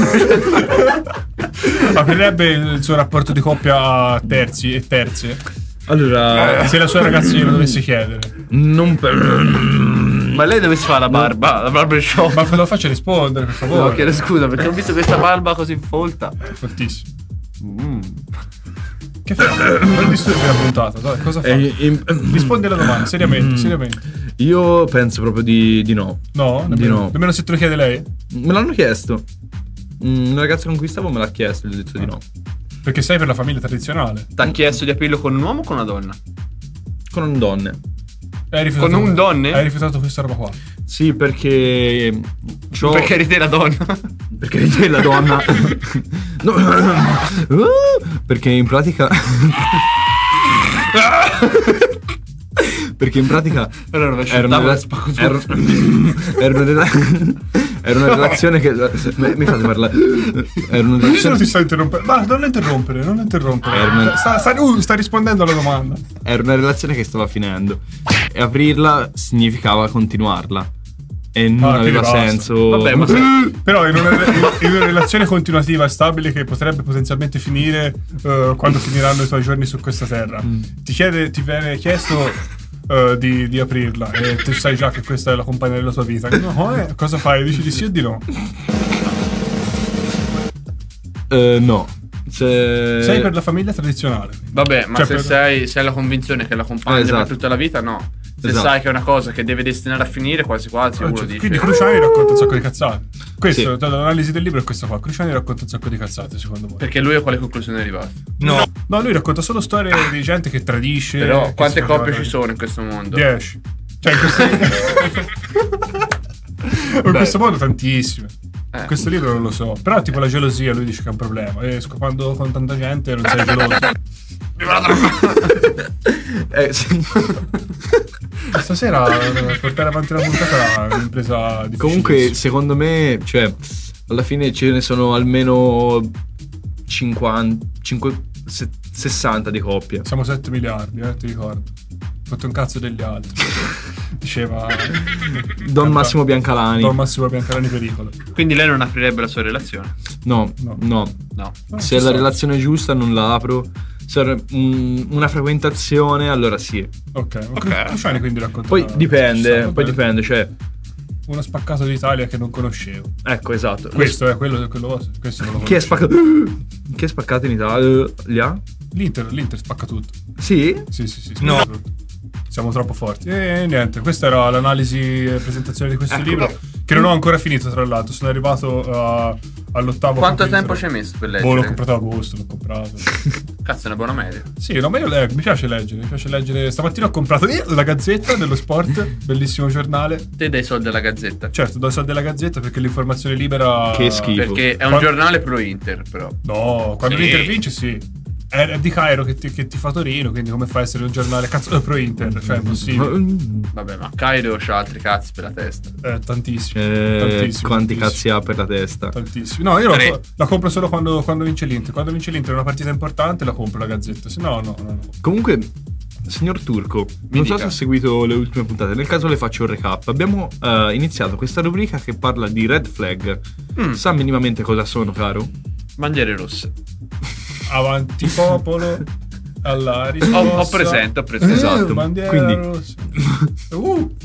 [SPEAKER 5] Aprirebbe il suo rapporto di coppia a terzi e terze.
[SPEAKER 4] Allora,
[SPEAKER 5] Eh, se la sua ragazzina lo dovesse chiedere.
[SPEAKER 4] Non
[SPEAKER 7] Ma lei dove si fa la barba? La barba in show.
[SPEAKER 5] Ma lo faccia rispondere, per favore.
[SPEAKER 7] No, chiedo scusa perché ho visto questa barba così folta.
[SPEAKER 5] Fortissimo.
[SPEAKER 4] Mm.
[SPEAKER 5] Che fa? Non disturbi la puntata. dai, Cosa fa?
[SPEAKER 4] Eh, in-
[SPEAKER 5] Rispondi alla domanda,
[SPEAKER 4] Mm.
[SPEAKER 5] seriamente, seriamente.
[SPEAKER 4] Io penso proprio di, di no.
[SPEAKER 5] No,
[SPEAKER 4] di
[SPEAKER 5] nemmeno,
[SPEAKER 4] no.
[SPEAKER 5] nemmeno se te lo chiede lei.
[SPEAKER 4] Me l'hanno chiesto. Mm, Una ragazza con cui stavo me l'ha chiesto, gli ho detto di no.
[SPEAKER 5] Perché sei per la famiglia tradizionale.
[SPEAKER 7] Ti ha chiesto di aprirlo con un uomo o con una donna?
[SPEAKER 4] Con un donne.
[SPEAKER 5] Hai rifiutato-
[SPEAKER 7] Con un donne?
[SPEAKER 5] Hai rifiutato questa roba qua.
[SPEAKER 4] Sì, perché. mm, c'ho-
[SPEAKER 7] Perché eri te la donna?
[SPEAKER 4] Perché eri te la donna. No. Uh, perché in pratica. perché in pratica.
[SPEAKER 7] Allora rovescio
[SPEAKER 4] Era
[SPEAKER 7] il
[SPEAKER 4] una,
[SPEAKER 7] tavolo
[SPEAKER 4] rela-
[SPEAKER 7] e spacco
[SPEAKER 4] era-
[SPEAKER 7] tutto.
[SPEAKER 4] era una rela- era una relazione che. Mi mi fate parlare. Era una
[SPEAKER 5] Io non
[SPEAKER 4] relazione.
[SPEAKER 5] ti sto interrompendo. Ma non lo interrompere, non lo interrompere.
[SPEAKER 4] Herman.
[SPEAKER 5] Sta, sta- uh, sta rispondendo alla domanda.
[SPEAKER 4] era una relazione che stava finendo e aprirla significava continuarla e non
[SPEAKER 5] Ah, quindi
[SPEAKER 4] aveva
[SPEAKER 5] basta.
[SPEAKER 4] senso
[SPEAKER 5] Vabbè, ma se- però in una, in una relazione continuativa e stabile che potrebbe potenzialmente finire eh, quando finiranno i tuoi giorni su questa terra,
[SPEAKER 7] Mm.
[SPEAKER 5] ti, chiede, ti viene chiesto eh, di, di aprirla e tu sai già che questa è la compagna della tua vita. No, eh, cosa fai? Dici di sì o di no?
[SPEAKER 4] Eh, no Se-
[SPEAKER 5] Sei per la famiglia tradizionale.
[SPEAKER 7] Vabbè, ma
[SPEAKER 5] Cioè,
[SPEAKER 7] se,
[SPEAKER 5] per-
[SPEAKER 7] sei, se hai la convinzione che la compagna
[SPEAKER 5] Eh, esatto.
[SPEAKER 7] per tutta la vita, no. Se
[SPEAKER 5] Esatto.
[SPEAKER 7] sai che è una cosa che deve destinare a finire, quasi quasi uno dice.
[SPEAKER 5] Ah, cioè, Quindi Cruciani racconta un sacco di cazzate. Questo,
[SPEAKER 7] Sì.
[SPEAKER 5] l'analisi del libro è questa qua. Cruciani racconta un sacco di cazzate, secondo voi.
[SPEAKER 7] Perché lui a quale conclusione è arrivato?
[SPEAKER 5] No. No, lui racconta solo storie di gente che tradisce.
[SPEAKER 7] Ah. Però
[SPEAKER 5] Eh, che
[SPEAKER 7] quante
[SPEAKER 5] si
[SPEAKER 7] coppie
[SPEAKER 5] ricorda-
[SPEAKER 7] ci sono in questo mondo?
[SPEAKER 5] 10. Cioè, in questo, in questo modo tantissime.
[SPEAKER 7] Eh.
[SPEAKER 5] Questo libro non lo so. Però, tipo, la gelosia, lui dice che è un problema. E scopando con tanta gente non sei geloso.
[SPEAKER 4] Eh, sì.
[SPEAKER 5] Stasera eh, portare avanti la puntata è un'impresa di
[SPEAKER 4] comunque secondo me cioè alla fine ce ne sono almeno 50 cinque- se- 60 di coppie
[SPEAKER 5] Siamo 7 miliardi, eh, ti ricordo. Fatto un cazzo degli altri. Diceva eh,
[SPEAKER 4] Don Massimo Biancalani
[SPEAKER 5] Don Massimo Biancalani pericolo.
[SPEAKER 7] Quindi lei non aprirebbe la sua relazione.
[SPEAKER 4] no no,
[SPEAKER 7] No.
[SPEAKER 4] se è la relazione giusta non la apro se è un- una frequentazione allora sì
[SPEAKER 5] Ok, ma Cru- Cruciani quindi racconta.
[SPEAKER 4] poi dipende
[SPEAKER 5] Vabbè.
[SPEAKER 4] poi dipende cioè
[SPEAKER 5] Uno spaccato d'Italia che non conoscevo.
[SPEAKER 4] Ecco, esatto.
[SPEAKER 5] Questo è quello, quello questo non lo
[SPEAKER 4] Chi
[SPEAKER 5] conoscevo.
[SPEAKER 4] è spaccato? Chi è spaccato in Italia? Li ha?
[SPEAKER 5] L'Inter, l'Inter spacca tutto.
[SPEAKER 4] Sì?
[SPEAKER 5] Sì, sì, sì. spacca tutto. Siamo troppo forti. E niente, questa era l'analisi e presentazione di questo
[SPEAKER 7] Ecco.
[SPEAKER 5] libro. Che non ho ancora finito, tra l'altro. Sono arrivato eh, all'ottavo.
[SPEAKER 7] Quanto
[SPEAKER 5] capitolo.
[SPEAKER 7] tempo ci hai messo per
[SPEAKER 5] Boh, l'ho
[SPEAKER 7] leggere?
[SPEAKER 5] comprato a agosto, l'ho comprato.
[SPEAKER 7] Cazzo, è una buona media.
[SPEAKER 5] Sì, no, ma io leggo, mi piace leggere, mi piace leggere. Stamattina ho comprato eh, la Gazzetta dello Sport, bellissimo giornale.
[SPEAKER 7] Te dai soldi alla Gazzetta.
[SPEAKER 5] Certo, do i soldi alla Gazzetta perché l'informazione libera...
[SPEAKER 7] Perché è un
[SPEAKER 5] Qua-
[SPEAKER 7] giornale pro Inter, però.
[SPEAKER 5] No, quando
[SPEAKER 7] Sì.
[SPEAKER 5] l'Inter vince sì. È è di Cairo che ti, che ti fa Torino, quindi come fa a essere un giornale cazzo eh, pro Inter? Cioè, è impossibile.
[SPEAKER 4] mm,
[SPEAKER 7] Vabbè, ma Cairo c'ha altri cazzi per la testa.
[SPEAKER 5] Eh, tantissimo.
[SPEAKER 14] Eh,
[SPEAKER 5] tantissimo.
[SPEAKER 14] quanti cazzi ha per la testa?
[SPEAKER 5] Tantissimo. No, io la,
[SPEAKER 14] Tre.
[SPEAKER 5] la compro solo quando, quando vince l'Inter. Quando vince l'Inter è una partita importante, la compro la Gazzetta. Se no, no, no. no.
[SPEAKER 4] Comunque, signor Turco, non so
[SPEAKER 5] dica.
[SPEAKER 4] se ha seguito le ultime puntate, nel caso le faccio un recap. Abbiamo eh, iniziato questa rubrica che parla di red flag.
[SPEAKER 5] Mm.
[SPEAKER 4] Sa minimamente cosa sono, caro?
[SPEAKER 7] Bandiere rosse.
[SPEAKER 5] Avanti popolo, alla risposta.
[SPEAKER 7] Ho- ho presente, ho presente.
[SPEAKER 5] Eh,
[SPEAKER 7] Esatto.
[SPEAKER 5] bandiera
[SPEAKER 4] Quindi-
[SPEAKER 5] rossa. Uh,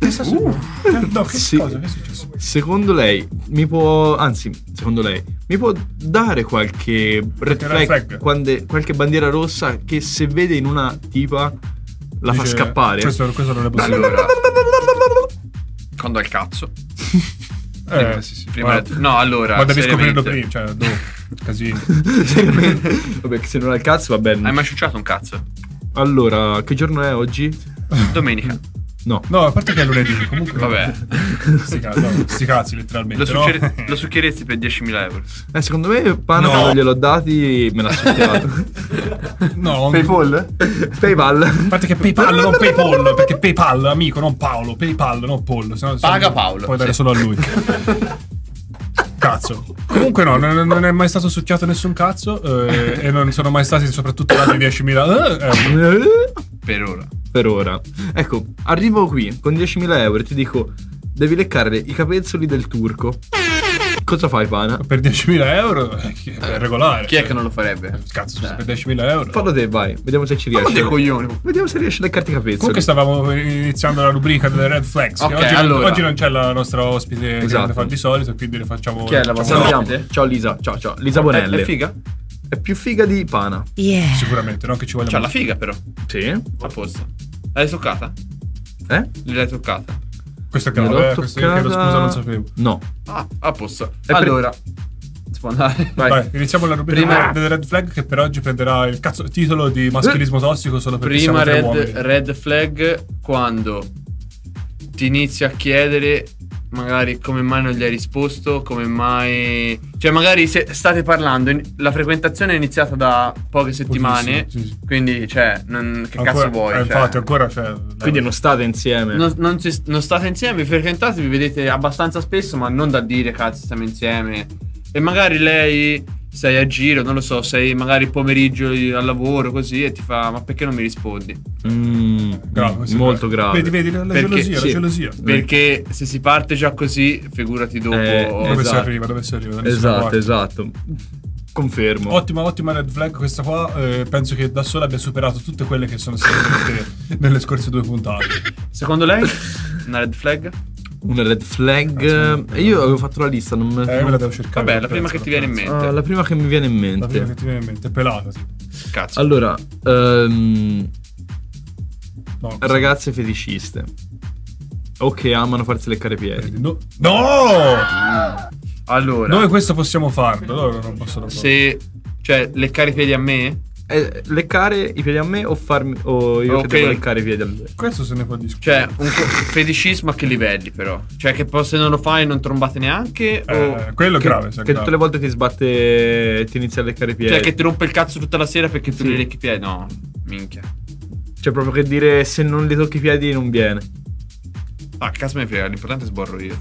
[SPEAKER 5] che sta su- Eh, No, che
[SPEAKER 4] Sì.
[SPEAKER 5] cosa? Che è successo?
[SPEAKER 4] Secondo lei mi può. Anzi, secondo lei, mi può dare qualche red
[SPEAKER 5] Qualche red
[SPEAKER 4] flag, quando- qualche bandiera rossa che se vede in una tipa la fa
[SPEAKER 5] Dice, "Cioè,
[SPEAKER 4] scappare?
[SPEAKER 5] Questo, questo non è possibile.
[SPEAKER 7] Allora. Quando è il cazzo.
[SPEAKER 5] Eh, sì, sì.
[SPEAKER 7] Prima-
[SPEAKER 5] Guarda-
[SPEAKER 7] no, allora,
[SPEAKER 5] Ma devi
[SPEAKER 7] seriamente.
[SPEAKER 5] scoprirlo prima, cioè, dopo. Casino.
[SPEAKER 4] Vabbè, che se non ha il cazzo va bene.
[SPEAKER 7] Hai mai ciucciato un cazzo?
[SPEAKER 4] Allora, che giorno è oggi?
[SPEAKER 7] Domenica.
[SPEAKER 4] No.
[SPEAKER 5] No, a parte che è lunedì, comunque.
[SPEAKER 7] Vabbè.
[SPEAKER 5] Sti cazzi, no, sti cazzi, letteralmente.
[SPEAKER 7] Lo,
[SPEAKER 5] no?
[SPEAKER 7] succhiere- lo succhieresti per 10.000 euro.
[SPEAKER 4] Eh, secondo me Pana
[SPEAKER 5] No.
[SPEAKER 4] quando gliel'ho dati me l'ha succhiato.
[SPEAKER 5] No.
[SPEAKER 4] Paypal? Paypal.
[SPEAKER 5] A parte che PayPal, non PayPal, perché PayPal, amico, non Paolo, PayPal, non Paul. sennò-
[SPEAKER 7] Paga
[SPEAKER 5] sennò
[SPEAKER 7] Paolo,
[SPEAKER 5] Puoi dare
[SPEAKER 7] sì.
[SPEAKER 5] solo a lui. Cazzo. Comunque no, non, non è mai stato succhiato nessun cazzo eh, e non sono mai stati soprattutto altri 10.000. eh, eh.
[SPEAKER 7] Per ora.
[SPEAKER 4] per ora. Ecco, arrivo qui con 10.000 euro e ti dico, devi leccare i capezzoli del turco. Cosa fai, pana?
[SPEAKER 5] eh, Per 10.000 euro eh, chi- è regolare. cioè.
[SPEAKER 7] Chi è che non lo farebbe?
[SPEAKER 5] Eh, Cazzo, per 10.000 euro.
[SPEAKER 4] Fallo te, vai. Vediamo se ci
[SPEAKER 7] Fammi
[SPEAKER 4] riesci.
[SPEAKER 7] dei coglioni.
[SPEAKER 4] Vediamo se riesci a leccarti i capezzoli.
[SPEAKER 5] Comunque stavamo iniziando la rubrica delle red flags. che
[SPEAKER 4] Ok,
[SPEAKER 5] oggi, non-
[SPEAKER 4] allora.
[SPEAKER 5] oggi non c'è la nostra ospite
[SPEAKER 4] Esatto.
[SPEAKER 5] che fa di solito, quindi le facciamo.
[SPEAKER 4] Chi è la vostra
[SPEAKER 5] facciamo-
[SPEAKER 4] ospite? Ciao Lisa, ciao ciao. Lisa Bonelli.
[SPEAKER 7] Eh,
[SPEAKER 5] È figa?
[SPEAKER 4] È più figa di pana. Eh?
[SPEAKER 11] Yeah.
[SPEAKER 5] Sicuramente, non che ci voglia
[SPEAKER 7] C'ha Cioè, la
[SPEAKER 5] molto.
[SPEAKER 7] figa, però.
[SPEAKER 4] Sì.
[SPEAKER 7] A posto. L'hai toccata?
[SPEAKER 4] Eh?
[SPEAKER 7] L'hai toccata?
[SPEAKER 5] Questo è
[SPEAKER 4] Me l'ho
[SPEAKER 5] grave, eh, questo io chiedo
[SPEAKER 4] toccata-
[SPEAKER 5] scusa, non sapevo.
[SPEAKER 4] No.
[SPEAKER 7] Ah, a posto.
[SPEAKER 5] È per-
[SPEAKER 7] allora. Si può andare.
[SPEAKER 5] Vai. iniziamo la rubrica
[SPEAKER 7] Prima-
[SPEAKER 5] delle red flag che per oggi prenderà il cazzo titolo
[SPEAKER 4] Eh.
[SPEAKER 5] di maschilismo tossico solo perché
[SPEAKER 7] Prima
[SPEAKER 5] siamo tre
[SPEAKER 7] red,
[SPEAKER 5] uomini.
[SPEAKER 7] red flag quando ti inizi a chiedere magari come mai non gli hai risposto, come mai... Cioè magari se state parlando, in- la frequentazione è iniziata da poche settimane,
[SPEAKER 5] Pochissimo, sì, sì.
[SPEAKER 7] quindi cioè non- che
[SPEAKER 5] Ancora-
[SPEAKER 7] cazzo vuoi?
[SPEAKER 5] eh,
[SPEAKER 7] cioè.
[SPEAKER 5] infatti, ancora c'è.
[SPEAKER 4] Quindi non state insieme.
[SPEAKER 7] non, non si- non state insieme, vi frequentate, vi vedete abbastanza spesso, ma non da dire cazzo stiamo insieme. E magari lei sei a giro, non lo so, sei magari pomeriggio al lavoro così e ti fa ma perché non mi rispondi?
[SPEAKER 4] Mm,
[SPEAKER 5] Grave, questo è
[SPEAKER 4] molto grave.
[SPEAKER 5] Vedi, vedi, la, la gelosia, la gelosia.
[SPEAKER 7] Perché se si parte già così, figurati dopo.
[SPEAKER 4] Eh,
[SPEAKER 7] oh,
[SPEAKER 5] Dove si
[SPEAKER 4] esatto.
[SPEAKER 5] arriva, dove si arriva? da nessuna
[SPEAKER 4] Esatto,
[SPEAKER 5] parte.
[SPEAKER 4] esatto. Confermo.
[SPEAKER 5] Ottima, ottima red flag questa qua. eh, penso che da sola abbia superato tutte quelle che sono state dette nelle scorse due puntate.
[SPEAKER 7] Secondo lei? Una red flag?
[SPEAKER 4] Una red flag. eh, Io avevo fatto la lista, non me
[SPEAKER 5] Ah, Eh, me la devo cercare.
[SPEAKER 7] Vabbè, la prima che ti viene in mente.
[SPEAKER 4] Ah, la prima che mi viene in
[SPEAKER 5] La prima che
[SPEAKER 4] mente.
[SPEAKER 5] ti viene in mente, pelata. sì.
[SPEAKER 7] Cazzo.
[SPEAKER 4] Allora, ehm,
[SPEAKER 5] No,
[SPEAKER 7] Eh,
[SPEAKER 4] ragazze feticiste. O che amano farsi leccare i piedi.
[SPEAKER 5] eh, No!
[SPEAKER 7] Mm,
[SPEAKER 5] no!
[SPEAKER 7] Allora,
[SPEAKER 5] Noi questo possiamo farlo, loro non possono farlo.
[SPEAKER 7] se. Cioè, leccare i piedi a me?
[SPEAKER 4] Eh, leccare i piedi a me o farmi. O io
[SPEAKER 7] Ok.
[SPEAKER 4] che devo leccare i piedi a lui.
[SPEAKER 5] Questo se ne può discutere.
[SPEAKER 7] Cioè, un co- feticismo a che livelli, però? Cioè, che poi se non lo fai non trombate neanche?
[SPEAKER 4] Eh,
[SPEAKER 7] o...
[SPEAKER 5] Eh, quello è
[SPEAKER 4] che,
[SPEAKER 5] grave, se
[SPEAKER 4] Che
[SPEAKER 5] è grave.
[SPEAKER 4] tutte le volte ti sbatte. Ti inizia a leccare i piedi.
[SPEAKER 7] Cioè, che ti rompe il cazzo tutta la sera perché tu gli lecchi i piedi? No, minchia.
[SPEAKER 4] Cioè, proprio che dire se non li tocchi i piedi non viene.
[SPEAKER 7] Ah, cazzo mi frega, l'importante è sborro io.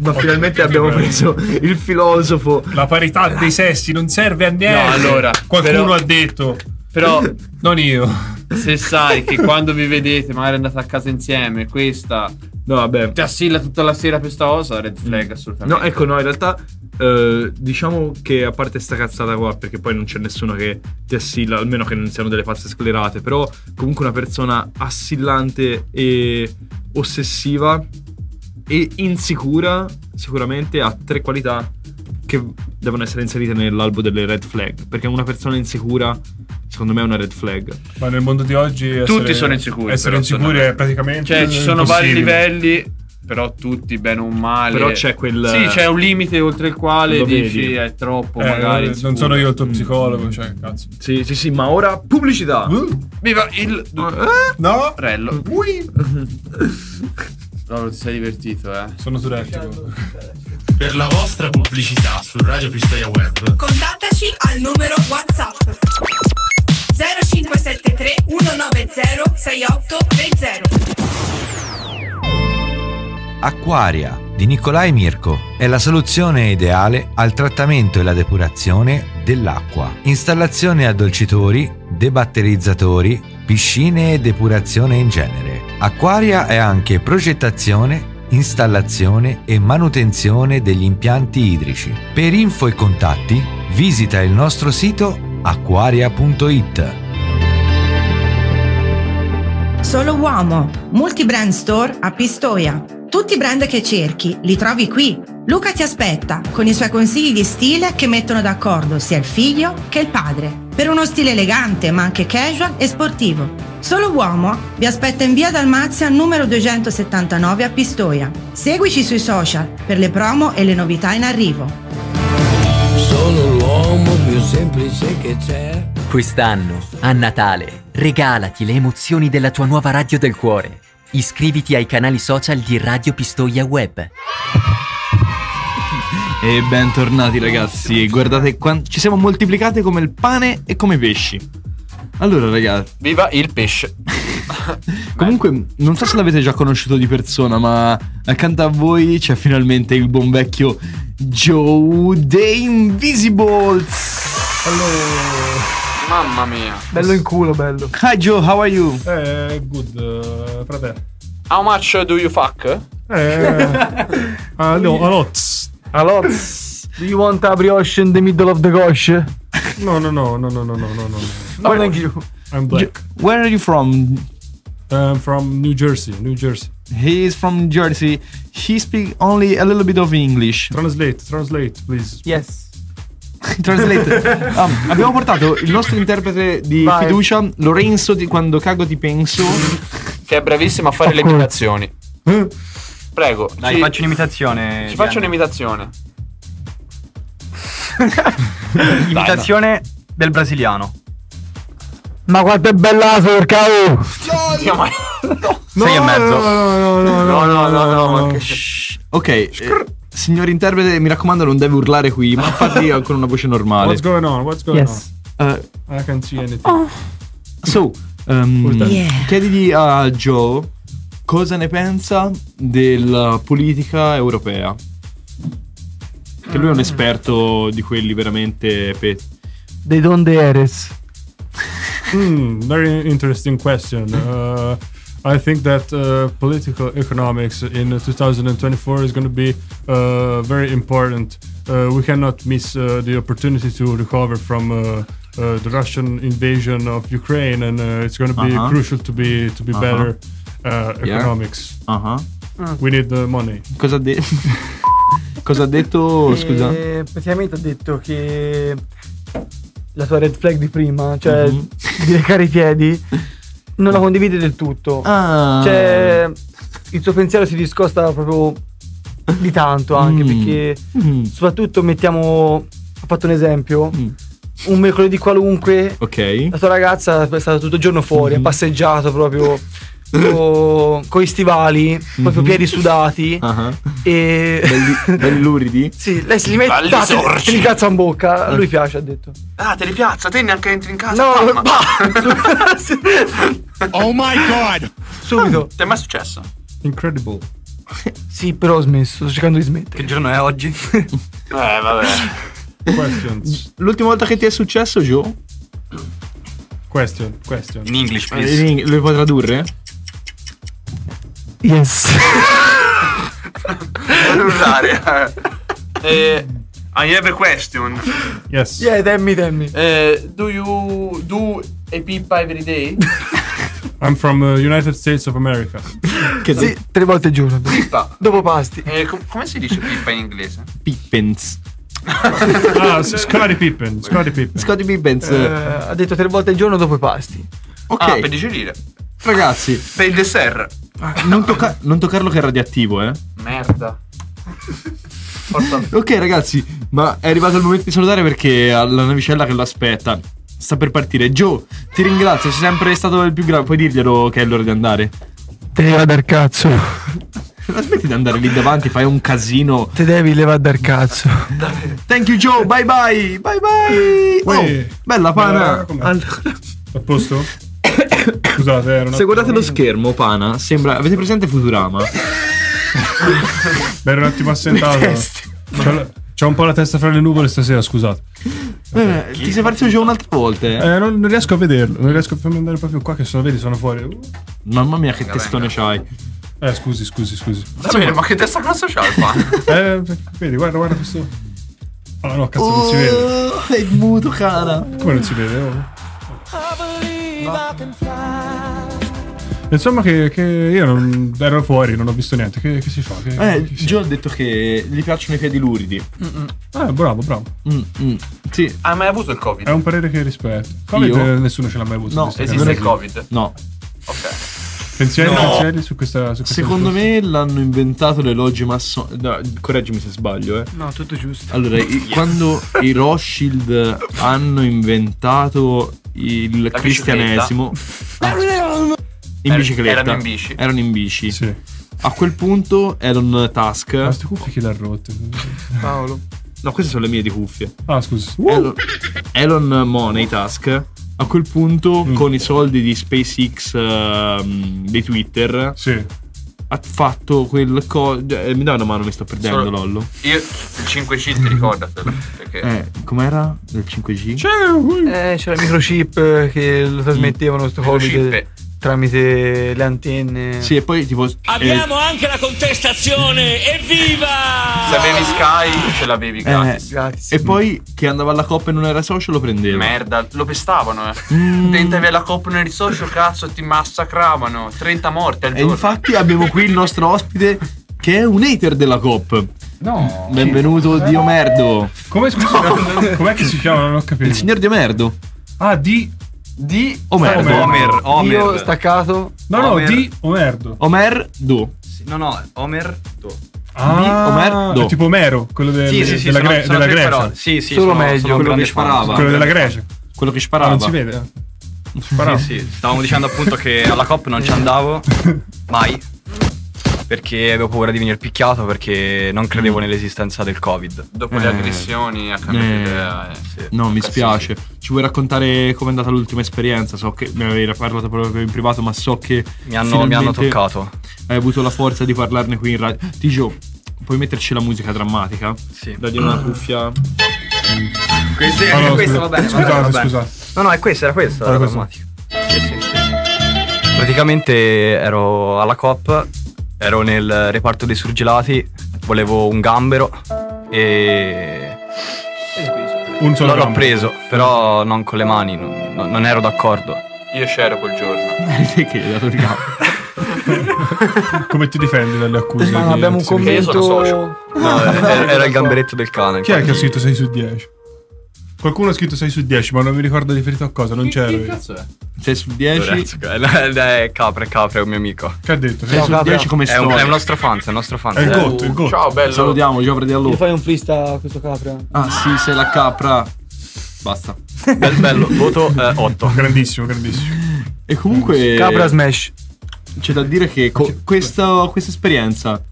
[SPEAKER 4] Ma finalmente abbiamo preso il filosofo.
[SPEAKER 5] La parità dei sessi non serve a niente.
[SPEAKER 7] No, allora,
[SPEAKER 5] qualcuno
[SPEAKER 7] però-
[SPEAKER 5] ha detto.
[SPEAKER 7] Però
[SPEAKER 5] Non io.
[SPEAKER 7] se sai che quando vi vedete, magari andate a casa insieme, questa
[SPEAKER 4] No, vabbè.
[SPEAKER 15] cioè,
[SPEAKER 7] ti assilla tutta la sera per questa cosa, red flag
[SPEAKER 4] No,
[SPEAKER 7] assolutamente.
[SPEAKER 4] ecco, no, in realtà eh, diciamo che a parte sta cazzata qua, perché poi non c'è nessuno che ti assilla, almeno che non siano delle pazze sclerate, però comunque una persona assillante e ossessiva e insicura sicuramente ha tre qualità che devono essere inserite nell'albo delle red flag, perché una persona insicura secondo me è una red flag.
[SPEAKER 5] Ma nel mondo di oggi.
[SPEAKER 7] Tutti
[SPEAKER 5] essere-
[SPEAKER 7] sono insicuri,
[SPEAKER 5] Essere
[SPEAKER 7] però,
[SPEAKER 5] insicuri
[SPEAKER 7] secondo me.
[SPEAKER 5] è praticamente.
[SPEAKER 7] Cioè, ci sono vari
[SPEAKER 5] impossibile.
[SPEAKER 7] livelli. però tutti bene o male.
[SPEAKER 15] Però c'è quel-
[SPEAKER 7] Sì, c'è un limite oltre il quale
[SPEAKER 15] Lo
[SPEAKER 7] dici
[SPEAKER 15] vedi.
[SPEAKER 7] è troppo,
[SPEAKER 15] Eh,
[SPEAKER 7] magari.
[SPEAKER 15] non
[SPEAKER 7] scusa.
[SPEAKER 5] sono io il tuo psicologo, cioè, cazzo.
[SPEAKER 15] Sì, sì, sì, ma ora pubblicità.
[SPEAKER 7] Viva il.
[SPEAKER 5] Ah. Uh,
[SPEAKER 4] Eh?
[SPEAKER 5] No?
[SPEAKER 7] Prello. Loro ti sei divertito, eh.
[SPEAKER 5] Sono turettico.
[SPEAKER 16] Per la vostra pubblicità su Radio Pistoia Web.
[SPEAKER 9] Contattaci al numero WhatsApp
[SPEAKER 1] 0573 190 6830.
[SPEAKER 11] Acquaria di Nicolai Mirko è la soluzione ideale al trattamento e la depurazione dell'acqua. Installazione addolcitori, debatterizzatori, piscine e depurazione in genere. Acquaria è anche progettazione, installazione e manutenzione degli impianti idrici. Per info e contatti visita il nostro sito acquaria.it.
[SPEAKER 9] Solo Uomo, multi-brand store a Pistoia. Tutti i brand che cerchi li trovi qui. Luca ti aspetta con i suoi consigli di stile che mettono d'accordo sia il figlio che il padre. Per uno stile elegante ma anche casual e sportivo. Solo Uomo vi aspetta in via Dalmazia numero 279 a Pistoia. Seguici sui social per le promo e le novità in arrivo.
[SPEAKER 16] Sono l'uomo più semplice che c'è.
[SPEAKER 17] Quest'anno, a Natale, regalati le emozioni della tua nuova radio del cuore. Iscriviti ai canali social di Radio Pistoia Web.
[SPEAKER 4] E bentornati ragazzi, guardate quan- ci siamo moltiplicati come il pane e come i pesci. Allora ragazzi,
[SPEAKER 7] Viva il pesce.
[SPEAKER 4] comunque non so se l'avete già conosciuto di persona, ma accanto a voi c'è finalmente il buon vecchio Joe The Invisibles.
[SPEAKER 7] Mamma mia.
[SPEAKER 4] Bello in culo, bello. Hi Joe, how are you?
[SPEAKER 5] Eh, good, eh, frate.
[SPEAKER 7] How much do you fuck?
[SPEAKER 5] Eh, allo, aloz.
[SPEAKER 4] Aloz. Do you want a brioche in the middle of the gosh?
[SPEAKER 5] No, no, no, no, no, no, no, no, no.
[SPEAKER 4] No, thank you.
[SPEAKER 5] I'm black.
[SPEAKER 4] Where are you from?
[SPEAKER 5] I'm from New Jersey, New Jersey.
[SPEAKER 4] He is from Jersey. He speaks only a little bit of English.
[SPEAKER 5] Translate, translate, please.
[SPEAKER 4] Yes. Translate. Um, abbiamo portato il nostro interprete di
[SPEAKER 7] Vai.
[SPEAKER 4] fiducia, Lorenzo, di quando cago ti penso.
[SPEAKER 7] Che è bravissimo a fare le imitazioni.
[SPEAKER 15] Eh?
[SPEAKER 7] Prego.
[SPEAKER 18] Dai,
[SPEAKER 7] ci-
[SPEAKER 18] faccio un'imitazione.
[SPEAKER 7] Ci
[SPEAKER 18] Diana.
[SPEAKER 7] faccio un'imitazione.
[SPEAKER 18] Imitazione del brasiliano.
[SPEAKER 8] Ma quanto è bellato perché
[SPEAKER 7] Dio, ma-
[SPEAKER 4] Sei e mezzo.
[SPEAKER 5] Oh, No, no,
[SPEAKER 4] no, no, no, ma che- Ok. eh, signor interprete, mi raccomando, non deve urlare qui, ma parli con una voce normale.
[SPEAKER 5] What's going on? What's going
[SPEAKER 4] Yes. uh, on?
[SPEAKER 5] I can't see anything.
[SPEAKER 4] So, um,
[SPEAKER 5] Urlare. Yeah.
[SPEAKER 4] chiedigli a Joe cosa ne pensa della politica europea. Che lui è
[SPEAKER 8] Ah.
[SPEAKER 4] un esperto di quelli veramente pe-
[SPEAKER 8] Dei donde eres?
[SPEAKER 5] Hmm, very interesting question.
[SPEAKER 4] Hmm.
[SPEAKER 5] Uh, I think that uh, political economics in 2024 is going to be uh, very important. Uh, we cannot miss uh, the opportunity to recover from uh, uh, the Russian invasion of Ukraine, and uh, it's going to be
[SPEAKER 4] Uh-huh.
[SPEAKER 5] crucial to be to be
[SPEAKER 4] Uh-huh.
[SPEAKER 5] better uh,
[SPEAKER 4] Yeah.
[SPEAKER 5] economics.
[SPEAKER 4] Uh-huh.
[SPEAKER 5] We need the money.
[SPEAKER 4] Cosa ha detto? Cosa ha detto? Oh, Scusa.
[SPEAKER 8] E praticamente ha detto che la sua red flag di prima, cioè
[SPEAKER 4] Mhm.
[SPEAKER 8] di leccare i piedi, non la condivide del tutto.
[SPEAKER 4] Ah.
[SPEAKER 8] Cioè, il suo pensiero si discosta proprio di tanto
[SPEAKER 4] Mm.
[SPEAKER 8] anche perché soprattutto mettiamo ho fatto un esempio un mercoledì qualunque
[SPEAKER 4] Mm. Ok.
[SPEAKER 8] la sua ragazza è stata tutto il giorno fuori ha passeggiato proprio co- con i stivali proprio piedi sudati
[SPEAKER 4] Ah.
[SPEAKER 8] e
[SPEAKER 4] Belli, belluridi.
[SPEAKER 8] sì, lei si li mette
[SPEAKER 7] Belli
[SPEAKER 8] ah, te-
[SPEAKER 7] sorci.
[SPEAKER 8] te li cazza in bocca a lui piace ha detto
[SPEAKER 7] Ah, te li piazza, te neanche entri in casa. No,
[SPEAKER 8] oh my god subito
[SPEAKER 7] Ti è mai successo?
[SPEAKER 5] Incredible.
[SPEAKER 8] sì però ho smesso sto cercando di smettere che giorno è oggi
[SPEAKER 7] Eh, vabbè.
[SPEAKER 4] L'ultima volta che ti è successo, Joe?
[SPEAKER 5] Question, question.
[SPEAKER 18] In English,
[SPEAKER 4] Eh, in- Lo puoi tradurre?
[SPEAKER 8] Yes.
[SPEAKER 7] non urlare. eh, I have a question.
[SPEAKER 5] Yes.
[SPEAKER 8] Yeah, dammi, dammi.
[SPEAKER 7] Eh, do you do a pipa every day?
[SPEAKER 5] I'm from uh, United States of America.
[SPEAKER 8] sì, tre volte giuro
[SPEAKER 7] Pippa.
[SPEAKER 8] dopo pasti
[SPEAKER 7] Eh, com- come si dice pipa in inglese?
[SPEAKER 4] Pippens.
[SPEAKER 5] ah, s- Scottie Pippen, Scottie Pippen.
[SPEAKER 4] Scottie Pippens.
[SPEAKER 8] Eh, ha detto tre volte al giorno dopo i pasti
[SPEAKER 4] Ok.
[SPEAKER 7] Ah, per Ah, digerire.
[SPEAKER 4] Ragazzi,
[SPEAKER 7] Per il dessert.
[SPEAKER 4] Non, tocca- non toccarlo che è radioattivo, eh.
[SPEAKER 7] Merda.
[SPEAKER 4] Ok, ragazzi, ma è arrivato il momento di salutare perché ha la navicella che lo aspetta. Sta per partire. Joe, ti ringrazio, sei sempre stato il più grande. Puoi dirglielo che è l'ora di andare.
[SPEAKER 8] Te ne va dal cazzo.
[SPEAKER 4] Ma smetti di andare lì davanti, fai un casino.
[SPEAKER 8] Te devi levare dal cazzo.
[SPEAKER 4] Thank you, Joe. Bye bye. Bye bye.
[SPEAKER 5] Uè.
[SPEAKER 4] Oh,
[SPEAKER 5] Bella,
[SPEAKER 4] bella pana.
[SPEAKER 5] Eh, com'è?
[SPEAKER 4] Allora,
[SPEAKER 5] A posto? Scusate, era una.
[SPEAKER 4] se guardate lo schermo, pana, sembra. Avete presente Futurama?
[SPEAKER 5] Beh, ero un attimo assentato.
[SPEAKER 4] Le teste.
[SPEAKER 5] C'ho, la- c'ho un po' la testa fra le nuvole stasera, scusate.
[SPEAKER 4] Eh, ti sei partito già un'altra volta.
[SPEAKER 5] Eh, non, non riesco a vederlo, non riesco a farmi andare proprio qua, che sono vedi, sono fuori. Uh.
[SPEAKER 4] Mamma mia, che testone c'hai.
[SPEAKER 5] Eh, scusi, scusi, scusi.
[SPEAKER 7] Va bene, ma che testa grossa c'ha il pane?
[SPEAKER 5] Eh, vedi, guarda, guarda questo. Ah, no, cazzo, non si vede.
[SPEAKER 4] Sei Oh, muto, cara.
[SPEAKER 5] Come non si vede? Oh. Insomma, che, che io non ero fuori, non ho visto niente. Che, che si fa? Che-
[SPEAKER 4] Eh, Joe ha detto che gli piacciono i piedi luridi.
[SPEAKER 5] Eh, bravo, bravo.
[SPEAKER 4] Sì.
[SPEAKER 7] Hai mai avuto il covid?
[SPEAKER 5] È un parere che rispetto. Covid
[SPEAKER 4] Io?
[SPEAKER 5] eh, nessuno ce l'ha mai avuto.
[SPEAKER 4] No,
[SPEAKER 5] questa
[SPEAKER 7] esiste
[SPEAKER 5] cosa.
[SPEAKER 7] il covid?
[SPEAKER 4] No.
[SPEAKER 5] Pensieri,
[SPEAKER 4] No.
[SPEAKER 5] pensieri su questa. Su questa
[SPEAKER 4] Secondo me l'hanno inventato le logge massone. No, correggimi se sbaglio, eh.
[SPEAKER 8] No, tutto giusto.
[SPEAKER 4] Allora, i- quando i Rothschild hanno inventato il cristianesimo Ah. in
[SPEAKER 7] Er-
[SPEAKER 4] bicicletta,
[SPEAKER 7] erano in bici.
[SPEAKER 4] erano in bici. A quel punto Elon Tusk. Ma queste
[SPEAKER 5] cuffie chi l'ha rotte?
[SPEAKER 4] Paolo. No, queste sono le mie di cuffie.
[SPEAKER 5] Ah, scusa.
[SPEAKER 4] Elon, Elon Money Tusk. A quel punto,
[SPEAKER 11] Mm.
[SPEAKER 4] con i soldi di SpaceX ehm, di Twitter, ha fatto quel co. eh, mi dai una mano, mi sto perdendo,
[SPEAKER 7] Solo-
[SPEAKER 4] Lollo.
[SPEAKER 7] Io il 5C ti ricordatelo. Perché
[SPEAKER 4] Eh, com'era? Del 5G?
[SPEAKER 11] Cioè,
[SPEAKER 8] Eh, c'era il microchip eh, che lo trasmettevano
[SPEAKER 11] Mm.
[SPEAKER 8] sto Covid tramite le antenne.
[SPEAKER 4] Sì, e poi tipo. eh,
[SPEAKER 8] Abbiamo
[SPEAKER 19] anche la contestazione, evviva!
[SPEAKER 7] se avevi Sky ce l'avevi
[SPEAKER 4] Eh,
[SPEAKER 7] gratis.
[SPEAKER 4] e poi che andava alla coppa e non era socio lo prendeva.
[SPEAKER 7] Merda, lo pestavano, eh.
[SPEAKER 4] Mm.
[SPEAKER 7] Tentavi la coppa nel socio, cazzo, ti massacravano. 30 morti al
[SPEAKER 4] E
[SPEAKER 7] giorno.
[SPEAKER 4] infatti abbiamo qui il nostro ospite che è un hater della COP.
[SPEAKER 5] No.
[SPEAKER 4] Benvenuto Dio Merdo.
[SPEAKER 5] Come scusa? Com'è che si chiama? Non ho capito.
[SPEAKER 4] Il signor Dio Merdo.
[SPEAKER 5] Ah, di.
[SPEAKER 7] Di
[SPEAKER 4] Omer.
[SPEAKER 11] Omer. Omer.
[SPEAKER 8] Io staccato.
[SPEAKER 5] No, no,
[SPEAKER 11] Omer.
[SPEAKER 5] di Omerdo.
[SPEAKER 4] Omer Do.
[SPEAKER 11] No, no, Omer. Do.
[SPEAKER 5] Ah,
[SPEAKER 4] Omerdo.
[SPEAKER 5] è tipo Omero, quello del-
[SPEAKER 11] Sì, sì, sì,
[SPEAKER 5] della,
[SPEAKER 11] sono-
[SPEAKER 5] Gre-
[SPEAKER 11] sono
[SPEAKER 5] della
[SPEAKER 11] tre
[SPEAKER 5] Grecia.
[SPEAKER 11] parole. Sì, sì,
[SPEAKER 5] Solo
[SPEAKER 11] sono-
[SPEAKER 5] meglio,
[SPEAKER 11] sono
[SPEAKER 5] quello
[SPEAKER 11] un grande
[SPEAKER 5] che sparava.
[SPEAKER 11] fan.
[SPEAKER 5] Quello della
[SPEAKER 11] Grande
[SPEAKER 5] Grecia.
[SPEAKER 4] Quello che
[SPEAKER 5] sparava. non si vede. eh. Sparava.
[SPEAKER 11] Sì, sì, stavamo dicendo appunto che alla COP non ci andavo mai perché avevo paura di venire picchiato perché non credevo
[SPEAKER 4] Mm.
[SPEAKER 11] nell'esistenza del Covid.
[SPEAKER 7] Dopo le aggressioni ha cambiato
[SPEAKER 4] eh,
[SPEAKER 7] idea. eh, sì.
[SPEAKER 4] No, mi
[SPEAKER 7] Cazzo,
[SPEAKER 4] spiace. Ci vuoi raccontare com'è andata l'ultima esperienza? So che me ne avevi parlato proprio in privato, ma so che.
[SPEAKER 11] Mi hanno- mi hanno
[SPEAKER 4] finalmente
[SPEAKER 11] toccato.
[SPEAKER 4] Hai avuto la forza di parlarne qui in radio. Tigio, puoi metterci la musica drammatica? Sì. Dagli una cuffia.
[SPEAKER 11] Questo,
[SPEAKER 4] Ah, no,
[SPEAKER 11] questo
[SPEAKER 4] scusa-
[SPEAKER 11] va bene. va
[SPEAKER 4] scusate,
[SPEAKER 11] bene, va bene.
[SPEAKER 4] scusate.
[SPEAKER 11] No, no, è questa, era questa.
[SPEAKER 4] Era
[SPEAKER 11] Era
[SPEAKER 4] questa.
[SPEAKER 11] drammatica. Praticamente ero alla COP, ero nel reparto dei surgelati, volevo un gambero e...
[SPEAKER 5] Un solo
[SPEAKER 11] L'ho
[SPEAKER 5] gambero.
[SPEAKER 11] preso, però non con le mani, non, non- non ero d'accordo.
[SPEAKER 7] Io c'ero quel giorno.
[SPEAKER 4] Eh, che hai dato il gambero?
[SPEAKER 5] Come ti difendi dalle accuse?
[SPEAKER 8] Ma
[SPEAKER 5] di-
[SPEAKER 8] abbiamo un
[SPEAKER 5] sì.
[SPEAKER 8] commento.
[SPEAKER 11] No, era, era il gamberetto del cane.
[SPEAKER 5] Chi è che ha
[SPEAKER 11] infatti.
[SPEAKER 5] scritto 6 su 10? Qualcuno ha scritto 6 su 10, ma non mi ricordo riferito a cosa, non c'ero. io.
[SPEAKER 4] 6 su 10.
[SPEAKER 11] Lorenzo, eh, eh, Capra, Capra, è un mio amico.
[SPEAKER 5] Che ha detto?
[SPEAKER 11] Sei
[SPEAKER 5] Sei
[SPEAKER 11] su
[SPEAKER 5] su
[SPEAKER 11] 10
[SPEAKER 5] 10 come
[SPEAKER 11] è un,
[SPEAKER 5] storia.
[SPEAKER 11] è un nostro fan, è un nostro fan.
[SPEAKER 5] È
[SPEAKER 7] Eh,
[SPEAKER 5] il gotto, il gotto. Ciao, bello.
[SPEAKER 4] Salutiamo, Giovre di
[SPEAKER 8] Gli
[SPEAKER 4] Allo.
[SPEAKER 8] fai un freestyle a questo capra?
[SPEAKER 4] Ah, sì, sei la capra. Basta.
[SPEAKER 11] Bel bello, voto eh, 8.
[SPEAKER 5] Grandissimo, grandissimo.
[SPEAKER 4] E comunque.
[SPEAKER 8] Capra smash.
[SPEAKER 4] C'è da dire che co- questa, questa esperienza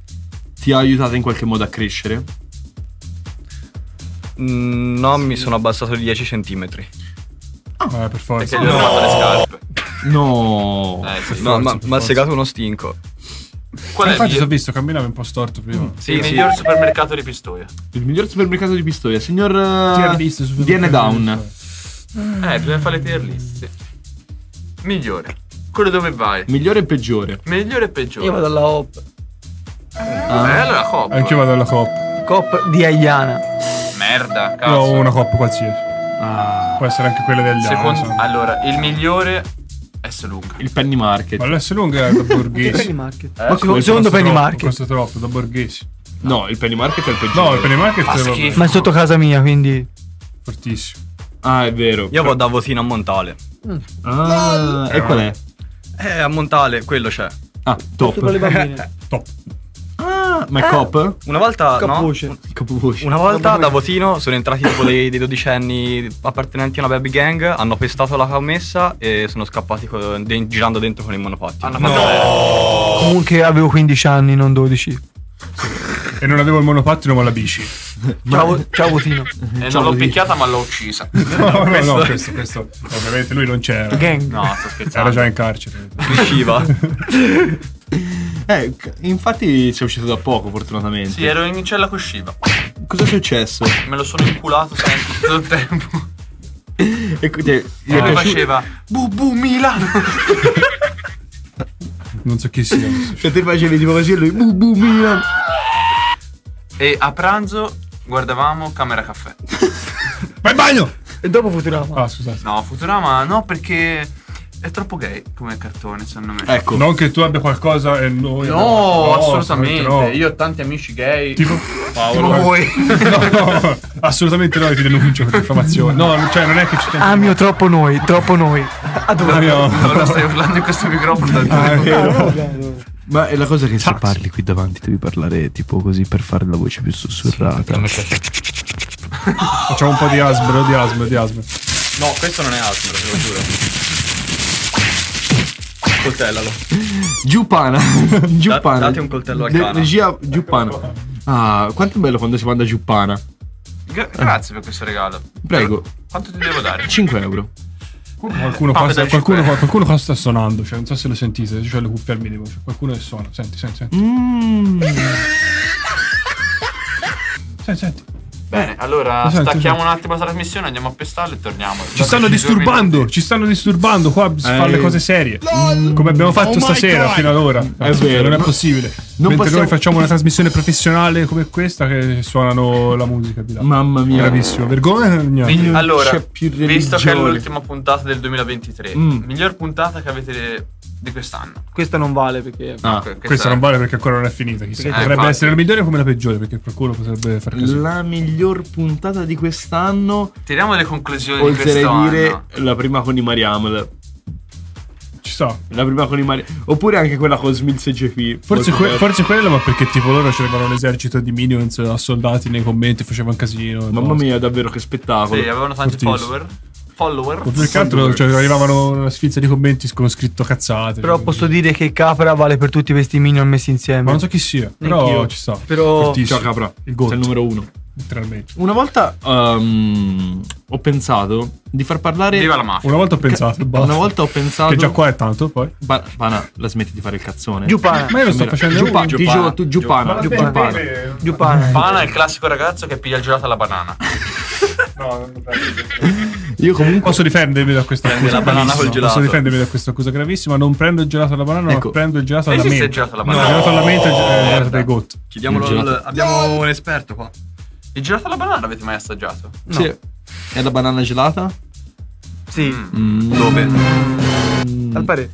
[SPEAKER 4] ti ha aiutato in qualche modo a crescere.
[SPEAKER 11] Mm, No, mi sono abbassato di 10 centimetri.
[SPEAKER 5] Eh, per forza.
[SPEAKER 11] Perché gli ho rubato le scarpe.
[SPEAKER 4] No.
[SPEAKER 11] No, Eh, ma
[SPEAKER 5] forza, per
[SPEAKER 11] mi ha
[SPEAKER 5] forza.
[SPEAKER 11] segato uno stinco.
[SPEAKER 7] Qual è
[SPEAKER 5] Infatti,
[SPEAKER 7] il-
[SPEAKER 5] ti ho visto, camminava un po' storto prima.
[SPEAKER 4] Ah,
[SPEAKER 11] Sì,
[SPEAKER 7] il
[SPEAKER 11] sì.
[SPEAKER 7] miglior supermercato di Pistoia.
[SPEAKER 4] Il miglior supermercato di Pistoia, signor eh,
[SPEAKER 7] Tier list,
[SPEAKER 4] Diane
[SPEAKER 7] supermercato
[SPEAKER 4] Down.
[SPEAKER 7] Eh, bisogna fare le tier list. Migliore. Quello dove vai?
[SPEAKER 4] Migliore e peggiore.
[SPEAKER 7] Migliore e peggiore.
[SPEAKER 8] Io vado alla hop.
[SPEAKER 7] Eh, allora Cop.
[SPEAKER 5] Anch'io vado alla coppa.
[SPEAKER 8] Cop di Ayana.
[SPEAKER 7] Merda,
[SPEAKER 5] Io
[SPEAKER 7] cazzo.
[SPEAKER 5] ho una coppa qualsiasi. Può essere anche quella del
[SPEAKER 7] Secondo- allora, il migliore è S lunga.
[SPEAKER 4] Il penny market.
[SPEAKER 5] Ma l'S lunga era da borghesi.
[SPEAKER 7] Penny
[SPEAKER 8] Market?
[SPEAKER 7] Ma
[SPEAKER 5] Secondo
[SPEAKER 7] come?
[SPEAKER 5] secondo
[SPEAKER 7] Costa
[SPEAKER 5] Penny
[SPEAKER 7] troppo,
[SPEAKER 5] Market. Costa troppo, da borghesi.
[SPEAKER 4] No, il penny market è il peggiore.
[SPEAKER 5] No, il penny market
[SPEAKER 11] Fa
[SPEAKER 5] è
[SPEAKER 11] schifo.
[SPEAKER 8] Ma è sotto casa mia, quindi.
[SPEAKER 5] fortissimo.
[SPEAKER 4] Ah, è vero.
[SPEAKER 11] Io vado da Votino a Montale.
[SPEAKER 4] Ah, e qual è?
[SPEAKER 11] Eh, a Montale, quello c'è.
[SPEAKER 4] Ah, top.
[SPEAKER 8] con le bambine.
[SPEAKER 4] top. Ah, ma è
[SPEAKER 20] Ah.
[SPEAKER 4] cop?
[SPEAKER 20] Una volta
[SPEAKER 4] Capvoce.
[SPEAKER 20] no,
[SPEAKER 4] Capvoce.
[SPEAKER 20] Una volta da Votino sono entrati tipo dei, dei dodicenni appartenenti a una baby gang, hanno pestato la commessa e sono scappati co- de- girando dentro con il monopattino.
[SPEAKER 8] Comunque avevo 15 anni, non 12.
[SPEAKER 5] E non avevo il monopattino ma la bici.
[SPEAKER 8] Ciao, ciao Votino.
[SPEAKER 7] E non l'ho picchiata, ma l'ho uccisa.
[SPEAKER 5] No, no,
[SPEAKER 7] Questo-
[SPEAKER 5] no, questo, questo- ovviamente lui non c'era.
[SPEAKER 7] Gang. No, sto scherzando.
[SPEAKER 5] Era già in carcere.
[SPEAKER 4] Usciva. eh, c- infatti sei uscito da poco, fortunatamente.
[SPEAKER 7] Sì, ero in cella con Shiva.
[SPEAKER 4] Cosa è successo?
[SPEAKER 7] Me lo sono inculato sempre tutto il tempo.
[SPEAKER 4] E quindi- cioè, gli è
[SPEAKER 7] E lui
[SPEAKER 4] piaciuto-
[SPEAKER 7] faceva Bu bu Milano.
[SPEAKER 5] Non so chi sia.
[SPEAKER 4] Cioè, te facevi tipo così e lui. Bu, bu, Milan.
[SPEAKER 7] E a pranzo guardavamo Camera Caffè.
[SPEAKER 5] Vai in bagno!
[SPEAKER 8] E dopo Futurama.
[SPEAKER 5] Ah, scusate.
[SPEAKER 7] No, Futurama no, perché è troppo gay come cartone, secondo me.
[SPEAKER 4] Ecco.
[SPEAKER 5] Non che tu abbia qualcosa e noi.
[SPEAKER 7] No,
[SPEAKER 5] abbiamo-
[SPEAKER 7] assolutamente.
[SPEAKER 5] no.
[SPEAKER 7] Io ho tanti amici gay.
[SPEAKER 5] Tipo,
[SPEAKER 7] Paolo.
[SPEAKER 5] Tipo voi. Assolutamente no, ti denuncio per diffamazione. No, cioè non è che ci
[SPEAKER 7] Ah,
[SPEAKER 5] tengo.
[SPEAKER 8] Amio troppo noi, troppo noi.
[SPEAKER 7] No, lo stai urlando in questo microfono da
[SPEAKER 5] eh.
[SPEAKER 4] Ah, è vero.
[SPEAKER 8] Ah,
[SPEAKER 4] Ma è la cosa che se parli qui davanti devi parlare tipo così per fare la voce più sussurrata.
[SPEAKER 5] Facciamo un po' di asbro, di asbro, di asbro.
[SPEAKER 20] No, questo non è altro, te lo giuro. Coltellalo.
[SPEAKER 4] Giupana. Giupana.
[SPEAKER 20] date un coltello a
[SPEAKER 4] De-
[SPEAKER 20] Cana.
[SPEAKER 4] Regia Giupana. Ah, quanto è bello quando si manda Giupana.
[SPEAKER 7] Gra- grazie per questo regalo.
[SPEAKER 4] Prego.
[SPEAKER 7] Quanto ti devo dare?
[SPEAKER 4] 5 euro.
[SPEAKER 5] Qualcuno,
[SPEAKER 7] Ah, Vabbè,
[SPEAKER 5] qua
[SPEAKER 7] dai,
[SPEAKER 5] sta,
[SPEAKER 7] ci
[SPEAKER 5] qualcuno,
[SPEAKER 7] spero.
[SPEAKER 5] qua, qualcuno qua sta suonando, cioè non so se lo sentite, cioè le cuffie al minimo, cioè qualcuno che suona. Senti, senti, senti.
[SPEAKER 7] Mm.
[SPEAKER 5] Senti, senti.
[SPEAKER 7] Bene, allora
[SPEAKER 5] Lo sento,
[SPEAKER 7] stacchiamo
[SPEAKER 5] lo
[SPEAKER 7] un attimo la trasmissione, andiamo a pestarlo e torniamo.
[SPEAKER 5] Ci stanno disturbando, ci stanno disturbando, qua si fanno
[SPEAKER 4] Eh.
[SPEAKER 5] le cose serie. Mm, Come abbiamo
[SPEAKER 7] Oh
[SPEAKER 5] fatto
[SPEAKER 7] my
[SPEAKER 5] stasera
[SPEAKER 7] God.
[SPEAKER 5] fino ad ora.
[SPEAKER 4] È
[SPEAKER 5] Cioè,
[SPEAKER 4] vero.
[SPEAKER 5] Non è possibile.
[SPEAKER 4] Non
[SPEAKER 5] Mentre
[SPEAKER 4] possiamo-
[SPEAKER 5] noi facciamo una trasmissione professionale come questa che suonano la musica di là.
[SPEAKER 4] Mamma mia.
[SPEAKER 5] Bravissimo, vergogna.
[SPEAKER 7] Quindi, allora,
[SPEAKER 5] Cioè, C'è più
[SPEAKER 7] visto che è
[SPEAKER 5] religione.
[SPEAKER 7] l'ultima puntata del 2023,
[SPEAKER 5] Mm.
[SPEAKER 7] miglior puntata che avete di quest'anno.
[SPEAKER 8] Questa non vale perché.
[SPEAKER 5] Ah,
[SPEAKER 7] que-
[SPEAKER 5] questa non vale perché ancora non è finita.
[SPEAKER 7] Eh,
[SPEAKER 5] Chissà. Potrebbe
[SPEAKER 7] infatti.
[SPEAKER 5] essere la migliore come la peggiore, perché qualcuno potrebbe far casino.
[SPEAKER 4] La miglior puntata di quest'anno.
[SPEAKER 7] Tiriamo le conclusioni di
[SPEAKER 4] Oltre
[SPEAKER 7] questo
[SPEAKER 4] a dire
[SPEAKER 7] anno.
[SPEAKER 4] la prima con i Mariam.
[SPEAKER 5] Ci sta.
[SPEAKER 4] La prima con i Mariam. Oppure anche quella con Smilz e JP.
[SPEAKER 5] Forse,
[SPEAKER 4] Molto
[SPEAKER 5] que-
[SPEAKER 4] bella.
[SPEAKER 5] forse quello, ma perché tipo loro c'erano un esercito di minions assoldati nei commenti, facevano casino.
[SPEAKER 4] Mamma mia, davvero che spettacolo.
[SPEAKER 7] Sì, avevano tanti
[SPEAKER 5] Fortissimo.
[SPEAKER 7] follower. Follower.
[SPEAKER 5] Ma più che altro cioè, arrivavano una sfilza di commenti con scritto cazzate. cioè,
[SPEAKER 8] Però posso dire che Capra vale per tutti questi minion messi insieme. Ma non
[SPEAKER 5] so chi sia, però ci sta.
[SPEAKER 8] Però
[SPEAKER 5] Fortissimo.
[SPEAKER 4] Ciao, Capra.
[SPEAKER 5] Il GOAT.
[SPEAKER 4] Sei il numero uno.
[SPEAKER 5] Letteralmente.
[SPEAKER 4] Una volta ehm, ho pensato di far parlare.
[SPEAKER 7] Viva la mafia.
[SPEAKER 5] Una volta ho pensato,
[SPEAKER 4] Ca-
[SPEAKER 5] basta.
[SPEAKER 4] Una volta ho pensato.
[SPEAKER 5] Che già qua è tanto, poi.
[SPEAKER 4] Ba- Pana, la smetti di fare il cazzone.
[SPEAKER 5] Giupana. Ma io lo sto
[SPEAKER 4] Mira,
[SPEAKER 5] facendo
[SPEAKER 4] Giupa-
[SPEAKER 5] io.
[SPEAKER 4] Di gio- tu- Giupana.
[SPEAKER 7] Giupana.
[SPEAKER 4] Giupana.
[SPEAKER 8] Giupana.
[SPEAKER 7] Pana è il classico ragazzo che piglia il gelato alla banana.
[SPEAKER 4] Io comunque
[SPEAKER 5] posso difendermi da questa
[SPEAKER 7] Prende
[SPEAKER 5] accusa.
[SPEAKER 7] la banana
[SPEAKER 5] gravissima.
[SPEAKER 7] col gelato.
[SPEAKER 5] Posso difendermi da questa accusa gravissima. Non prendo il gelato alla banana,
[SPEAKER 20] Ecco.
[SPEAKER 5] ma prendo il gelato alla
[SPEAKER 20] Esiste
[SPEAKER 5] mente.
[SPEAKER 20] il gelato alla banana?
[SPEAKER 5] No, il gelato alla mente è il ge- è il
[SPEAKER 20] Merda.
[SPEAKER 5] gelato dei GOAT.
[SPEAKER 20] Chiediamolo
[SPEAKER 5] Il gelato.
[SPEAKER 20] al- Abbiamo un esperto qua.
[SPEAKER 7] Il gelato alla banana l'avete mai assaggiato?
[SPEAKER 4] Sì. È la banana gelata?
[SPEAKER 8] Sì.
[SPEAKER 7] Mm.
[SPEAKER 4] Dove?
[SPEAKER 8] Al pare.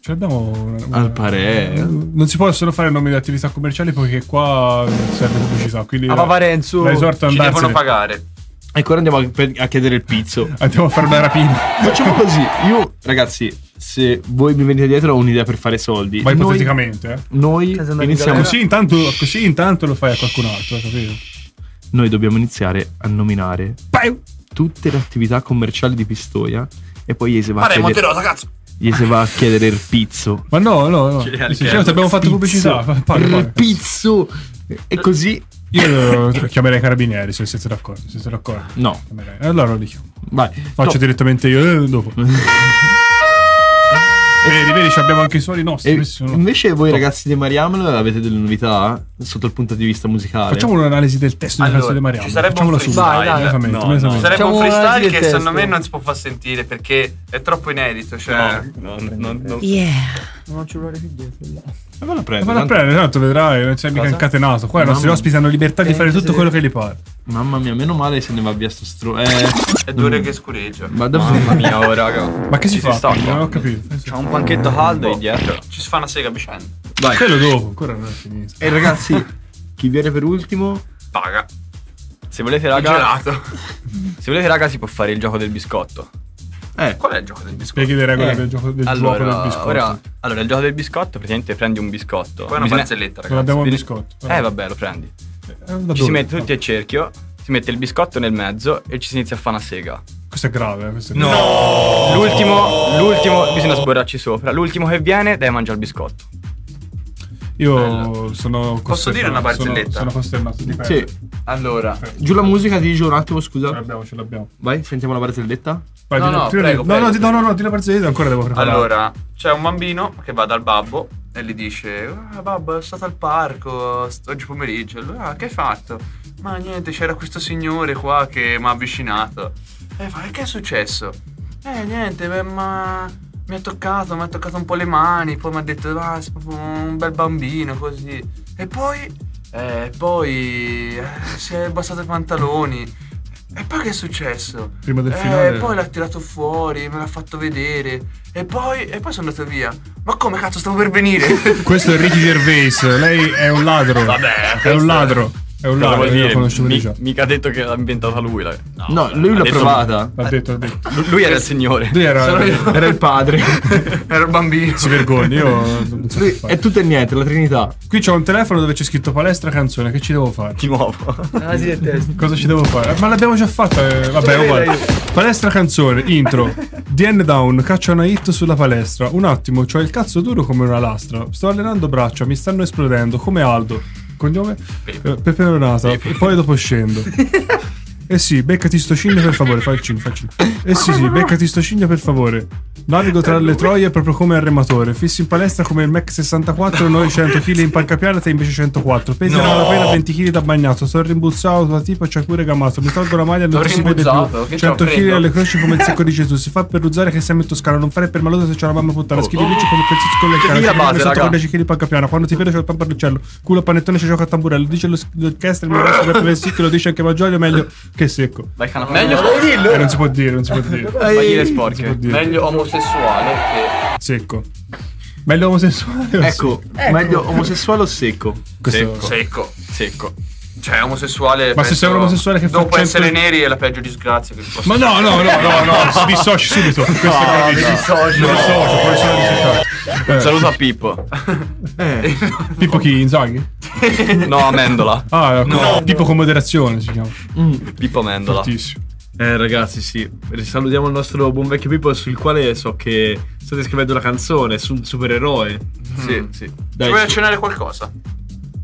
[SPEAKER 5] Ce l'abbiamo Cioè, una- una-
[SPEAKER 4] Al pare.
[SPEAKER 5] Non si possono fare nomi di attività commerciali perché qua serve pubblicità. Quindi
[SPEAKER 8] Ah, Papa Renzo.
[SPEAKER 5] la esorto ad
[SPEAKER 7] Ci devono
[SPEAKER 5] andarsene.
[SPEAKER 7] pagare.
[SPEAKER 4] Ecco, ora andiamo a, per- a chiedere il pizzo.
[SPEAKER 5] Andiamo a fare una rapina.
[SPEAKER 4] Facciamo così. Io, ragazzi, se voi mi venite dietro ho un'idea per fare soldi.
[SPEAKER 5] Ma
[SPEAKER 4] Noi-
[SPEAKER 5] ipoteticamente, eh.
[SPEAKER 4] Noi iniziamo.
[SPEAKER 5] Così intanto, così intanto lo fai a qualcun altro, capito?
[SPEAKER 4] Noi dobbiamo iniziare a nominare tutte le attività commerciali di Pistoia e poi gli si va a
[SPEAKER 7] Pare
[SPEAKER 4] chiedere,
[SPEAKER 7] Montero, ragazzo.
[SPEAKER 4] gli si va a chiedere il pizzo.
[SPEAKER 5] Ma no, no, no.
[SPEAKER 4] Cereali
[SPEAKER 5] Sì,
[SPEAKER 4] Kernels.
[SPEAKER 5] certo, abbiamo fatto
[SPEAKER 4] Pizzo.
[SPEAKER 5] pubblicità. Paga, paga.
[SPEAKER 4] Pizzo. E così.
[SPEAKER 5] Io eh, chiamerei i carabinieri se siete d'accordo. Se siete d'accordo.
[SPEAKER 4] No.
[SPEAKER 5] Chiamerei. Allora lo chiamo.
[SPEAKER 4] Vai.
[SPEAKER 5] Faccio
[SPEAKER 4] No.
[SPEAKER 5] direttamente io eh, dopo. vedi, vedi, ci abbiamo anche i suoni nostri.
[SPEAKER 4] E
[SPEAKER 5] questi sono-
[SPEAKER 4] Eh, invece voi
[SPEAKER 5] No.
[SPEAKER 4] ragazzi di Mariamolo avete delle novità eh, sotto il punto di vista musicale?
[SPEAKER 5] Facciamo un'analisi del testo di
[SPEAKER 4] Allora,
[SPEAKER 5] canzone di Mariano.
[SPEAKER 4] ci sarebbe un
[SPEAKER 5] Facciamola
[SPEAKER 4] freestyle.
[SPEAKER 5] subito.
[SPEAKER 4] Vai, dai.
[SPEAKER 5] Esattamente,
[SPEAKER 4] No, no.
[SPEAKER 5] esattamente.
[SPEAKER 7] Sarebbe
[SPEAKER 8] Facciamo
[SPEAKER 7] un
[SPEAKER 8] una
[SPEAKER 7] freestyle
[SPEAKER 8] del
[SPEAKER 7] che
[SPEAKER 8] testo.
[SPEAKER 7] secondo me non si può far sentire perché è troppo inedito. Cioè, no,
[SPEAKER 8] Yeah. Non ho il cellulare più dietro. là.
[SPEAKER 4] Ma vanno a
[SPEAKER 5] Ma non prendere, tanto vedrai, non sei mica
[SPEAKER 4] Cosa?
[SPEAKER 5] incatenato. Qua i nostri
[SPEAKER 4] Mamma.
[SPEAKER 5] ospiti hanno libertà di fare
[SPEAKER 4] Eh,
[SPEAKER 5] tutto
[SPEAKER 4] sì.
[SPEAKER 5] quello che gli pare.
[SPEAKER 4] Mamma mia, meno male se ne va via sto stro. Eh,
[SPEAKER 7] È due ore che scureggia.
[SPEAKER 4] Ma davvero?
[SPEAKER 20] Mamma mia, oh, raga.
[SPEAKER 5] Ma che si
[SPEAKER 20] Ci
[SPEAKER 5] fa?
[SPEAKER 20] si sta
[SPEAKER 5] Non ho capito.
[SPEAKER 20] C'ha un panchetto caldo lì dietro.
[SPEAKER 7] Ci si fa una sega a vicenda.
[SPEAKER 4] Vai.
[SPEAKER 5] Quello dopo, ancora non è finito.
[SPEAKER 4] E ragazzi, chi viene per ultimo?
[SPEAKER 7] Paga.
[SPEAKER 20] Se volete, raga. Se volete, raga, si può fare il gioco del biscotto.
[SPEAKER 7] Qual è il gioco del biscotto?
[SPEAKER 5] Spieghi le regole del gioco del
[SPEAKER 21] Eh, allora,
[SPEAKER 5] gioco del biscotto.
[SPEAKER 21] ora- allora, il gioco del biscotto, praticamente prendi un biscotto.
[SPEAKER 5] Poi una
[SPEAKER 21] Bisogna-
[SPEAKER 5] barzelletta, ragazzi. Non abbiamo un
[SPEAKER 21] Vieni-
[SPEAKER 5] biscotto.
[SPEAKER 21] Eh, vabbè, lo prendi.
[SPEAKER 5] Eh, da
[SPEAKER 21] Ci
[SPEAKER 5] dove?
[SPEAKER 21] si mette tutti a cerchio, si mette il biscotto nel mezzo e ci si inizia a fare una sega.
[SPEAKER 5] Questo è grave. eh, Questo è
[SPEAKER 21] No! L'ultimo, l'ultimo, bisogna sborrarci sopra. L'ultimo che viene, dai, mangia il biscotto.
[SPEAKER 5] Io sono
[SPEAKER 21] Posso dire una barzelletta?
[SPEAKER 5] Sono, sono costernato. Dipende.
[SPEAKER 22] Sì.
[SPEAKER 7] Allora,
[SPEAKER 5] Ecco.
[SPEAKER 22] Giù la musica, digio un attimo, scusa. Ce
[SPEAKER 5] l'abbiamo, ce l'abbiamo.
[SPEAKER 22] Vai, sentiamo la barzelletta.
[SPEAKER 5] Vai,
[SPEAKER 7] No,
[SPEAKER 5] dillo-
[SPEAKER 7] no,
[SPEAKER 5] dillo-
[SPEAKER 7] prego,
[SPEAKER 5] no,
[SPEAKER 7] prego.
[SPEAKER 5] no, di- no, no, no, di la barzelletta ancora devo preparare.
[SPEAKER 7] Allora, c'è un bambino che va dal babbo e gli dice: Ah, babbo, è stato al parco st- oggi pomeriggio. Allora, "Ah, che hai fatto? Ma niente, c'era questo signore qua che mi ha avvicinato. E fa, "E che è successo? Eh, niente, beh, ma mi ha toccato, mi ha toccato un po' le mani, poi mi ha detto, ah, sei proprio un bel bambino, così. E poi, eh, poi eh, si è abbassato i pantaloni. E poi che è successo?
[SPEAKER 5] Prima del
[SPEAKER 7] Eh,
[SPEAKER 5] finale.
[SPEAKER 7] poi l'ha tirato fuori, me l'ha fatto vedere. E poi, e poi sono andato via. Ma come cazzo stavo per venire?
[SPEAKER 5] Questo è Ricky Gervais. Lei è un ladro. Vabbè, è un ladro. È un
[SPEAKER 21] Cosa
[SPEAKER 5] ladro.
[SPEAKER 21] vuol
[SPEAKER 5] Io
[SPEAKER 21] dire?
[SPEAKER 5] lo conoscevo
[SPEAKER 21] Mi-
[SPEAKER 5] già.
[SPEAKER 21] mica ha detto che l'ha inventata lui. la-
[SPEAKER 22] No, lui
[SPEAKER 21] ha
[SPEAKER 22] l'ha
[SPEAKER 21] detto-
[SPEAKER 22] provata.
[SPEAKER 5] L'ha detto, l'ha detto.
[SPEAKER 21] Lu- Lui era il signore.
[SPEAKER 5] Lui era-
[SPEAKER 22] Era il padre.
[SPEAKER 7] Era un bambino.
[SPEAKER 5] Si vergogna, io non so che fare.
[SPEAKER 22] È tutto e niente, la Trinità.
[SPEAKER 5] Qui c'è un telefono dove c'è scritto palestra canzone, che ci devo fare? Di
[SPEAKER 21] nuovo.
[SPEAKER 8] Analisi del testo.
[SPEAKER 5] Cosa ci devo fare? Eh, Ma l'abbiamo già fatta, eh, vabbè,
[SPEAKER 8] Dai,
[SPEAKER 5] uguale.
[SPEAKER 8] dai.
[SPEAKER 5] Palestra canzone, intro. DN Down, caccia una hit sulla palestra. Un attimo, c'ho il cazzo duro come una lastra. Sto allenando braccia, mi stanno esplodendo, come Aldo. Cognome? Eh, Pepe Renata. E poi dopo scendo. Eh sì, beccati sto cigno per favore, fai il cigno, fai il cigno. Eh sì, sì, beccati sto cigno per favore. Navigo tra le troie proprio come al rematore. Fissi in palestra come il Mac 64, noi 100 kg in panca piana, te invece 104. Pesi
[SPEAKER 7] No.
[SPEAKER 5] alla pena 20 kg da bagnato. Sono rimbuzzato, la tipa c'ha pure gamato. Mi tolgo la maglia e non
[SPEAKER 7] Sono
[SPEAKER 5] si vede
[SPEAKER 7] rimbuzzato? Che
[SPEAKER 5] più. 100
[SPEAKER 7] c'ho,
[SPEAKER 5] kg
[SPEAKER 7] freddo?
[SPEAKER 5] alle croci come il secco di Gesù. Si fa per ruzzare che siamo in Toscana. Non fare per maloso se c'è la mamma puttana. Schivi dici come pezzi con le
[SPEAKER 7] Oh, Che
[SPEAKER 5] cane.
[SPEAKER 7] figa
[SPEAKER 5] Ci
[SPEAKER 7] base,
[SPEAKER 5] sono
[SPEAKER 7] raga.
[SPEAKER 5] con 10 kg in panca piana. Quando ti vedo c'è il pamparuccello. Culo panettone ci gioca a tamburello. Dice lo- l'orchestra, il mio resto per il che lo dice anche Maggioglio. Meglio che secco.
[SPEAKER 21] Vai, cana-
[SPEAKER 5] Eh, non si può dire, non si può dire.
[SPEAKER 21] Vai, le
[SPEAKER 5] Non si può
[SPEAKER 21] sporche.
[SPEAKER 5] dire.
[SPEAKER 7] Meglio omosessuale che.
[SPEAKER 5] Secco. Meglio omosessuale o
[SPEAKER 22] Ecco,
[SPEAKER 5] secco?
[SPEAKER 22] meglio omosessuale o secco?
[SPEAKER 5] Questo-
[SPEAKER 7] Secco.
[SPEAKER 21] Secco.
[SPEAKER 7] Cioè, omosessuale.
[SPEAKER 5] Ma se sei un omosessuale che fa
[SPEAKER 7] Dopo essere
[SPEAKER 5] 100
[SPEAKER 7] neri è la peggio disgrazia che ti possa
[SPEAKER 5] Ma no, no, no, no, no, si dissoci subito. Questo
[SPEAKER 7] No,
[SPEAKER 5] è
[SPEAKER 7] mi
[SPEAKER 5] gravissimo.
[SPEAKER 7] dissocio.
[SPEAKER 5] Mi dissocio, poi sono dissociato. Eh.
[SPEAKER 21] Saluto a Pippo.
[SPEAKER 5] Pippo chi? Inzaghi?
[SPEAKER 21] No, Amendola.
[SPEAKER 5] Ah, ecco. Pippo con moderazione si chiama.
[SPEAKER 21] Pippo Amendola.
[SPEAKER 22] Eh ragazzi sì, risalutiamo il nostro buon vecchio Pippo sul quale so che state scrivendo la canzone sul supereroe.
[SPEAKER 7] Sì, sì.
[SPEAKER 22] Mm. Dai,
[SPEAKER 7] Vuoi
[SPEAKER 22] su.
[SPEAKER 7] accennare qualcosa?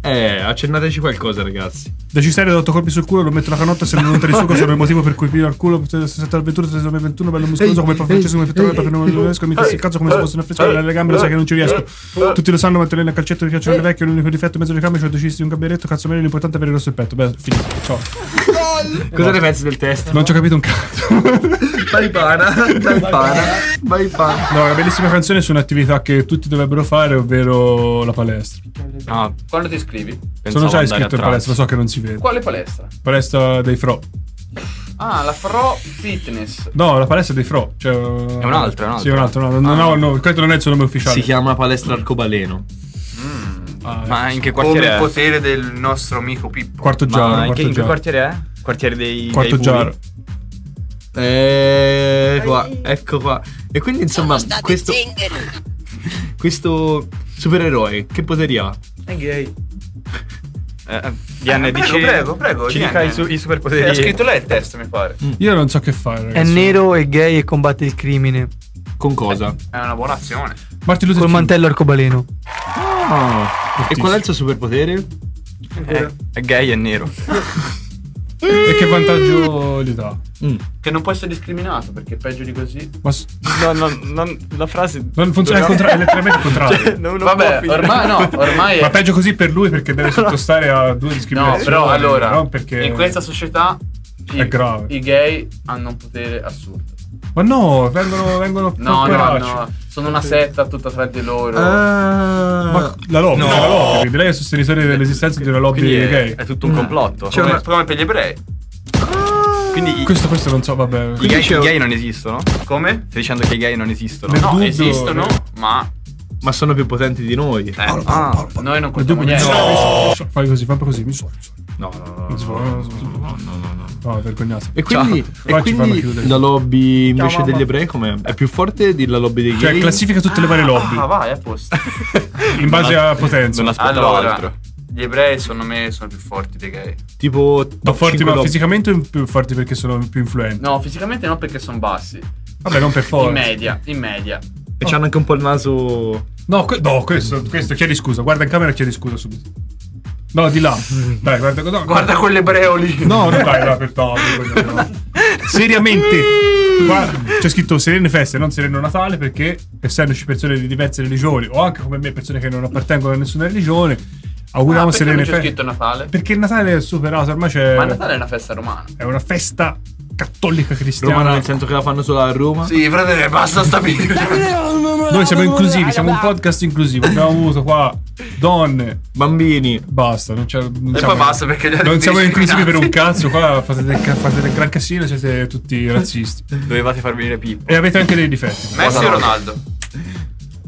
[SPEAKER 22] Eh, accennateci qualcosa ragazzi.
[SPEAKER 5] Decisario, ho 8 colpi sul culo, lo metto la canotta se non te li sugo, sono il motivo per cui pino al culo 60 al 21, 36 al 21, bello muscoloso come il francese, come il pittore, perché non lo riesco, mi fissi il cazzo come se fosse una freccia, le gambe lo sai che non ci riesco. Tutti lo sanno, ma te nel calcetto mi piacciono le vecchie, l'unico difetto in mezzo alle gambe, ci ho deciso di un cabaretto, cazzo meno, l'importante è avere il rosso il petto. Beh, finito, ciao.
[SPEAKER 22] Cosa ne pensi del testo?
[SPEAKER 5] Non ci ho capito un cazzo.
[SPEAKER 22] Vai pana, vai pana, vai pana.
[SPEAKER 5] No, una bellissima canzone su un'attività che tutti dovrebbero fare, ovvero la palestra.
[SPEAKER 21] Ah,
[SPEAKER 7] Quando ti iscrivi?
[SPEAKER 5] Sono già iscritto in palestra, so che non si vede.
[SPEAKER 7] Quale palestra?
[SPEAKER 5] Palestra dei Fro.
[SPEAKER 7] Ah, la Fro Fitness.
[SPEAKER 5] No, la palestra dei Fro. Cioè, è
[SPEAKER 7] un'altra, è un'altra.
[SPEAKER 5] Sì, è un'altra. No, no, no, no, questo non è il suo nome ufficiale. Ah,
[SPEAKER 22] Si chiama palestra arcobaleno.
[SPEAKER 21] Ma in che
[SPEAKER 7] Come
[SPEAKER 21] quartiere
[SPEAKER 7] il
[SPEAKER 21] è?
[SPEAKER 7] potere del nostro amico Pippo.
[SPEAKER 5] eh, Quarto
[SPEAKER 21] Ma
[SPEAKER 5] giaro,
[SPEAKER 21] in che-
[SPEAKER 5] quarto
[SPEAKER 21] in che
[SPEAKER 5] giaro.
[SPEAKER 21] quartiere è? Quartiere dei
[SPEAKER 5] Quarto
[SPEAKER 21] dei
[SPEAKER 5] giaro.
[SPEAKER 22] Eh, qua, ecco qua. E quindi insomma questo questo supereroe che poteri ha?
[SPEAKER 7] È gay.
[SPEAKER 21] Eh, DNDC.
[SPEAKER 7] Prego, prego, prego.
[SPEAKER 21] Ci
[SPEAKER 7] vieni.
[SPEAKER 21] dica i, su- i superpoteri.
[SPEAKER 7] Ha scritto lei il testo, mi pare.
[SPEAKER 5] Io non so che fare.
[SPEAKER 8] È
[SPEAKER 5] Ragazzi.
[SPEAKER 8] nero, è gay e combatte il crimine.
[SPEAKER 22] Con cosa?
[SPEAKER 7] È una buona azione.
[SPEAKER 5] Martin Luther King.
[SPEAKER 8] Col mantello arcobaleno.
[SPEAKER 5] Ah,
[SPEAKER 22] e qual è il suo superpotere?
[SPEAKER 21] Eh, è gay e nero.
[SPEAKER 5] E che vantaggio gli dà?
[SPEAKER 7] Che non può essere discriminato perché peggio di così.
[SPEAKER 5] Ma s-
[SPEAKER 21] No, no, non- la frase.
[SPEAKER 5] non funziona, è, il contrario, è letteralmente il contrario.
[SPEAKER 21] Cioè, non- non può
[SPEAKER 7] Vabbè,
[SPEAKER 21] finire.
[SPEAKER 7] ormai no, ormai è.
[SPEAKER 5] Ma peggio così per lui perché deve sottostare a due
[SPEAKER 7] No,
[SPEAKER 5] discriminazioni.
[SPEAKER 7] però allora,
[SPEAKER 5] no? perché
[SPEAKER 7] in questa società
[SPEAKER 5] è grave.
[SPEAKER 7] i gay hanno un potere assurdo.
[SPEAKER 5] Ma no, vengono, vengono
[SPEAKER 7] No, no,
[SPEAKER 5] poracci.
[SPEAKER 7] no, sono una setta tutta tra di loro.
[SPEAKER 4] Eh,
[SPEAKER 5] Ma la lobby,
[SPEAKER 7] No.
[SPEAKER 5] la lobby, quindi lei è sostenitore dell'esistenza di una lobby
[SPEAKER 21] Quindi è-
[SPEAKER 5] gay.
[SPEAKER 21] è tutto un complotto. C'è
[SPEAKER 7] come,
[SPEAKER 21] una-
[SPEAKER 7] come per gli ebrei.
[SPEAKER 5] Ah!
[SPEAKER 21] Quindi i-
[SPEAKER 5] Questo, questo non so, vabbè.
[SPEAKER 21] i, gay, i gay non esistono?
[SPEAKER 7] Come?
[SPEAKER 21] Stai dicendo che i gay non esistono?
[SPEAKER 5] Nel
[SPEAKER 7] No,
[SPEAKER 5] dubbio-
[SPEAKER 7] esistono, ma eh,
[SPEAKER 4] Ma sono più potenti di noi.
[SPEAKER 21] Eh,
[SPEAKER 7] Ah, noi non contiamo
[SPEAKER 5] Dunque,
[SPEAKER 7] niente.
[SPEAKER 5] no. Fai così, fai così, mi so.
[SPEAKER 4] No,
[SPEAKER 5] no, no, no,
[SPEAKER 4] no,
[SPEAKER 5] no, vergognato.
[SPEAKER 4] E quindi, e
[SPEAKER 5] Qua ci fanno
[SPEAKER 4] quindi
[SPEAKER 5] chiudere.
[SPEAKER 4] la lobby invece
[SPEAKER 5] mamma.
[SPEAKER 4] degli ebrei com'è? È più forte della lobby dei
[SPEAKER 5] Cioè,
[SPEAKER 4] gay?
[SPEAKER 5] classifica tutte le varie lobby.
[SPEAKER 7] Ah, vai, a posto.
[SPEAKER 5] In base a potenza.
[SPEAKER 7] allora, Gli ebrei, secondo me, sono più forti dei gay.
[SPEAKER 4] Tipo,
[SPEAKER 5] ma forti
[SPEAKER 4] cinque
[SPEAKER 5] ma
[SPEAKER 4] lobby.
[SPEAKER 5] fisicamente o in- più forti perché sono più influenti?
[SPEAKER 7] No, fisicamente no, perché sono bassi.
[SPEAKER 5] Vabbè, non per forza.
[SPEAKER 7] In media, in media.
[SPEAKER 4] E c'hanno anche un po' il naso.
[SPEAKER 5] No, que- no, questo, questo, chiedi scusa, guarda in camera e chiedi scusa subito. No, di là. Dai, guarda, no,
[SPEAKER 7] Guarda quell'ebreo lì.
[SPEAKER 5] No, no, dai, là per favore. no. Mm. Seriamente, guarda, c'è scritto serene feste, non sereno Natale, perché essendoci persone di diverse religioni, o anche come me, persone che non appartengono a nessuna religione, auguriamo
[SPEAKER 7] Ah, perché
[SPEAKER 5] serene
[SPEAKER 7] non c'è
[SPEAKER 5] feste.
[SPEAKER 7] scritto Natale?
[SPEAKER 5] Perché il Natale è superato, ormai c'è.
[SPEAKER 7] Ma Natale è una festa romana.
[SPEAKER 5] È una festa cattolica cristiana.
[SPEAKER 4] Romano nel senso che la fanno solo a Roma.
[SPEAKER 7] Sì, fratello, basta sta
[SPEAKER 5] Noi siamo inclusivi, siamo un podcast inclusivo. Abbiamo avuto qua donne,
[SPEAKER 4] bambini.
[SPEAKER 5] Basta, non c'è. Non
[SPEAKER 7] E
[SPEAKER 5] siamo-
[SPEAKER 7] poi basta, perché gli altri
[SPEAKER 5] Non siamo inclusivi per un
[SPEAKER 7] discriminati.
[SPEAKER 5] cazzo. Qua fate del, ca- fate del gran casino, siete tutti razzisti.
[SPEAKER 23] Dovevate far venire Pippo.
[SPEAKER 5] E avete anche dei difetti.
[SPEAKER 7] Messi o Ronaldo?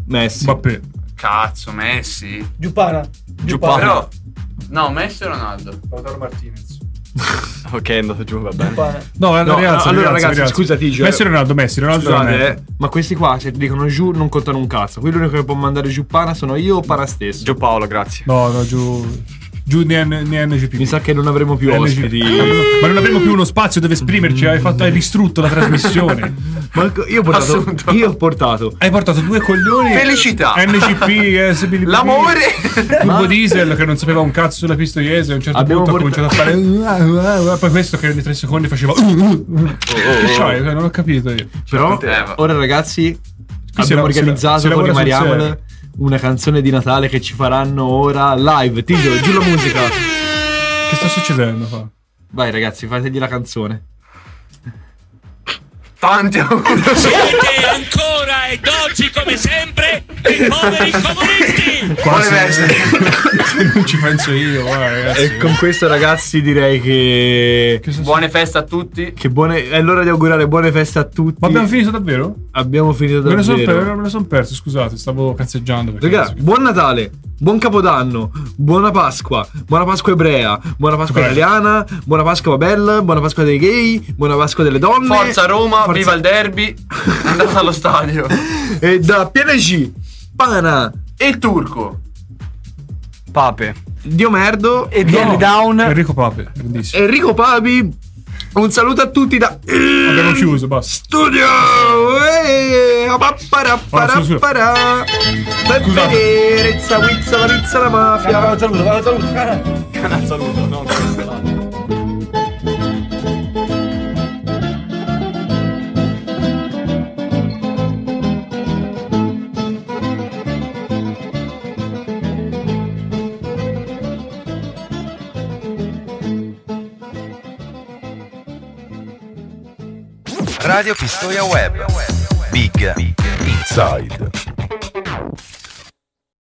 [SPEAKER 4] Messi.
[SPEAKER 5] Mbappé.
[SPEAKER 7] Cazzo, Messi.
[SPEAKER 8] Giupana.
[SPEAKER 7] Giuppano. Però, no, Messi o Ronaldo? Lautaro Martinez.
[SPEAKER 23] Ok, è andato giù, va bene.
[SPEAKER 5] No,
[SPEAKER 4] No,
[SPEAKER 5] ragazzi,
[SPEAKER 4] allora
[SPEAKER 5] ragazzi,
[SPEAKER 4] ragazzi,
[SPEAKER 5] ragazzi.
[SPEAKER 4] scusa Tigio.
[SPEAKER 5] Messi e Ronaldo, Messi, Ronaldo,
[SPEAKER 4] Scusate,
[SPEAKER 5] Ronaldo.
[SPEAKER 4] eh, ma questi qua se ti dicono giù non contano un cazzo. Quello l'unico che può mandare giù pana sono io o pana stesso.
[SPEAKER 23] Gio Paolo, grazie.
[SPEAKER 5] No, no, giù. Giù né, né NGP. Mi
[SPEAKER 4] sa che non avremo più ospiti.
[SPEAKER 5] Ma non avremo più uno spazio dove esprimerci. Hai, fatto, hai distrutto la trasmissione.
[SPEAKER 4] Manco- io ho portato. Io ho portato.
[SPEAKER 5] Hai portato due coglioni.
[SPEAKER 4] Felicità.
[SPEAKER 5] NCP, SBL.
[SPEAKER 4] L'amore.
[SPEAKER 5] Turbo Diesel che non sapeva un cazzo sulla pistoiese. A un certo
[SPEAKER 4] Abbiamo
[SPEAKER 5] punto
[SPEAKER 4] portato-
[SPEAKER 5] ha cominciato a fare. "Uh, uh, uh", Poi questo che ogni tre secondi faceva. "Uh, uh,
[SPEAKER 4] Oh,
[SPEAKER 5] uh". Che c'hai? Cioè, Non ho capito io.
[SPEAKER 4] Però
[SPEAKER 23] Eh,
[SPEAKER 4] ora ragazzi abbiamo
[SPEAKER 5] si la- si
[SPEAKER 4] organizzato con
[SPEAKER 5] lavora
[SPEAKER 4] i
[SPEAKER 5] sul
[SPEAKER 4] Mariamole
[SPEAKER 5] serio.
[SPEAKER 4] una canzone di Natale che ci faranno ora live. Tigio, giù la musica. Che
[SPEAKER 5] sta succedendo qua?
[SPEAKER 4] Vai ragazzi, fategli la canzone.
[SPEAKER 7] Tanti auguri.
[SPEAKER 24] Siete ancora e dolci come sempre i poveri comunisti!
[SPEAKER 5] non ci penso io, vai, ragazzi.
[SPEAKER 4] E con questo ragazzi direi che
[SPEAKER 7] Buone feste a tutti.
[SPEAKER 4] che buone è l'ora di augurare buone feste a tutti.
[SPEAKER 5] Ma abbiamo finito davvero?
[SPEAKER 4] Abbiamo finito
[SPEAKER 5] Me ne
[SPEAKER 4] davvero.
[SPEAKER 5] sono per- me ne son perso, scusate, stavo cazzeggiando. perché-
[SPEAKER 4] Raga, buon Natale, buon Capodanno, buona Pasqua, buona Pasqua ebrea, buona Pasqua
[SPEAKER 5] Bravo.
[SPEAKER 4] italiana, buona Pasqua bella, buona Pasqua dei gay, buona Pasqua delle donne.
[SPEAKER 7] Forza Roma,
[SPEAKER 4] Forza-
[SPEAKER 7] viva il derby. Andate allo stadio.
[SPEAKER 4] E da PNG, Pana
[SPEAKER 7] e Turco.
[SPEAKER 23] Pape.
[SPEAKER 4] Dio merdo e
[SPEAKER 5] No, Enrico Pape, grandissimo.
[SPEAKER 4] Enrico Papi. Un saluto a tutti da
[SPEAKER 5] Abbiamo chiuso, basta.
[SPEAKER 4] Studio. Eh,
[SPEAKER 5] Ora, scusa, scusa.
[SPEAKER 4] apapparapparapara. Per vedere, Rezza, Wizza, la pizza, la mafia. Un saluto, un saluto.
[SPEAKER 23] Un saluto, no,
[SPEAKER 25] Radio Pistoia Web. Big Inside.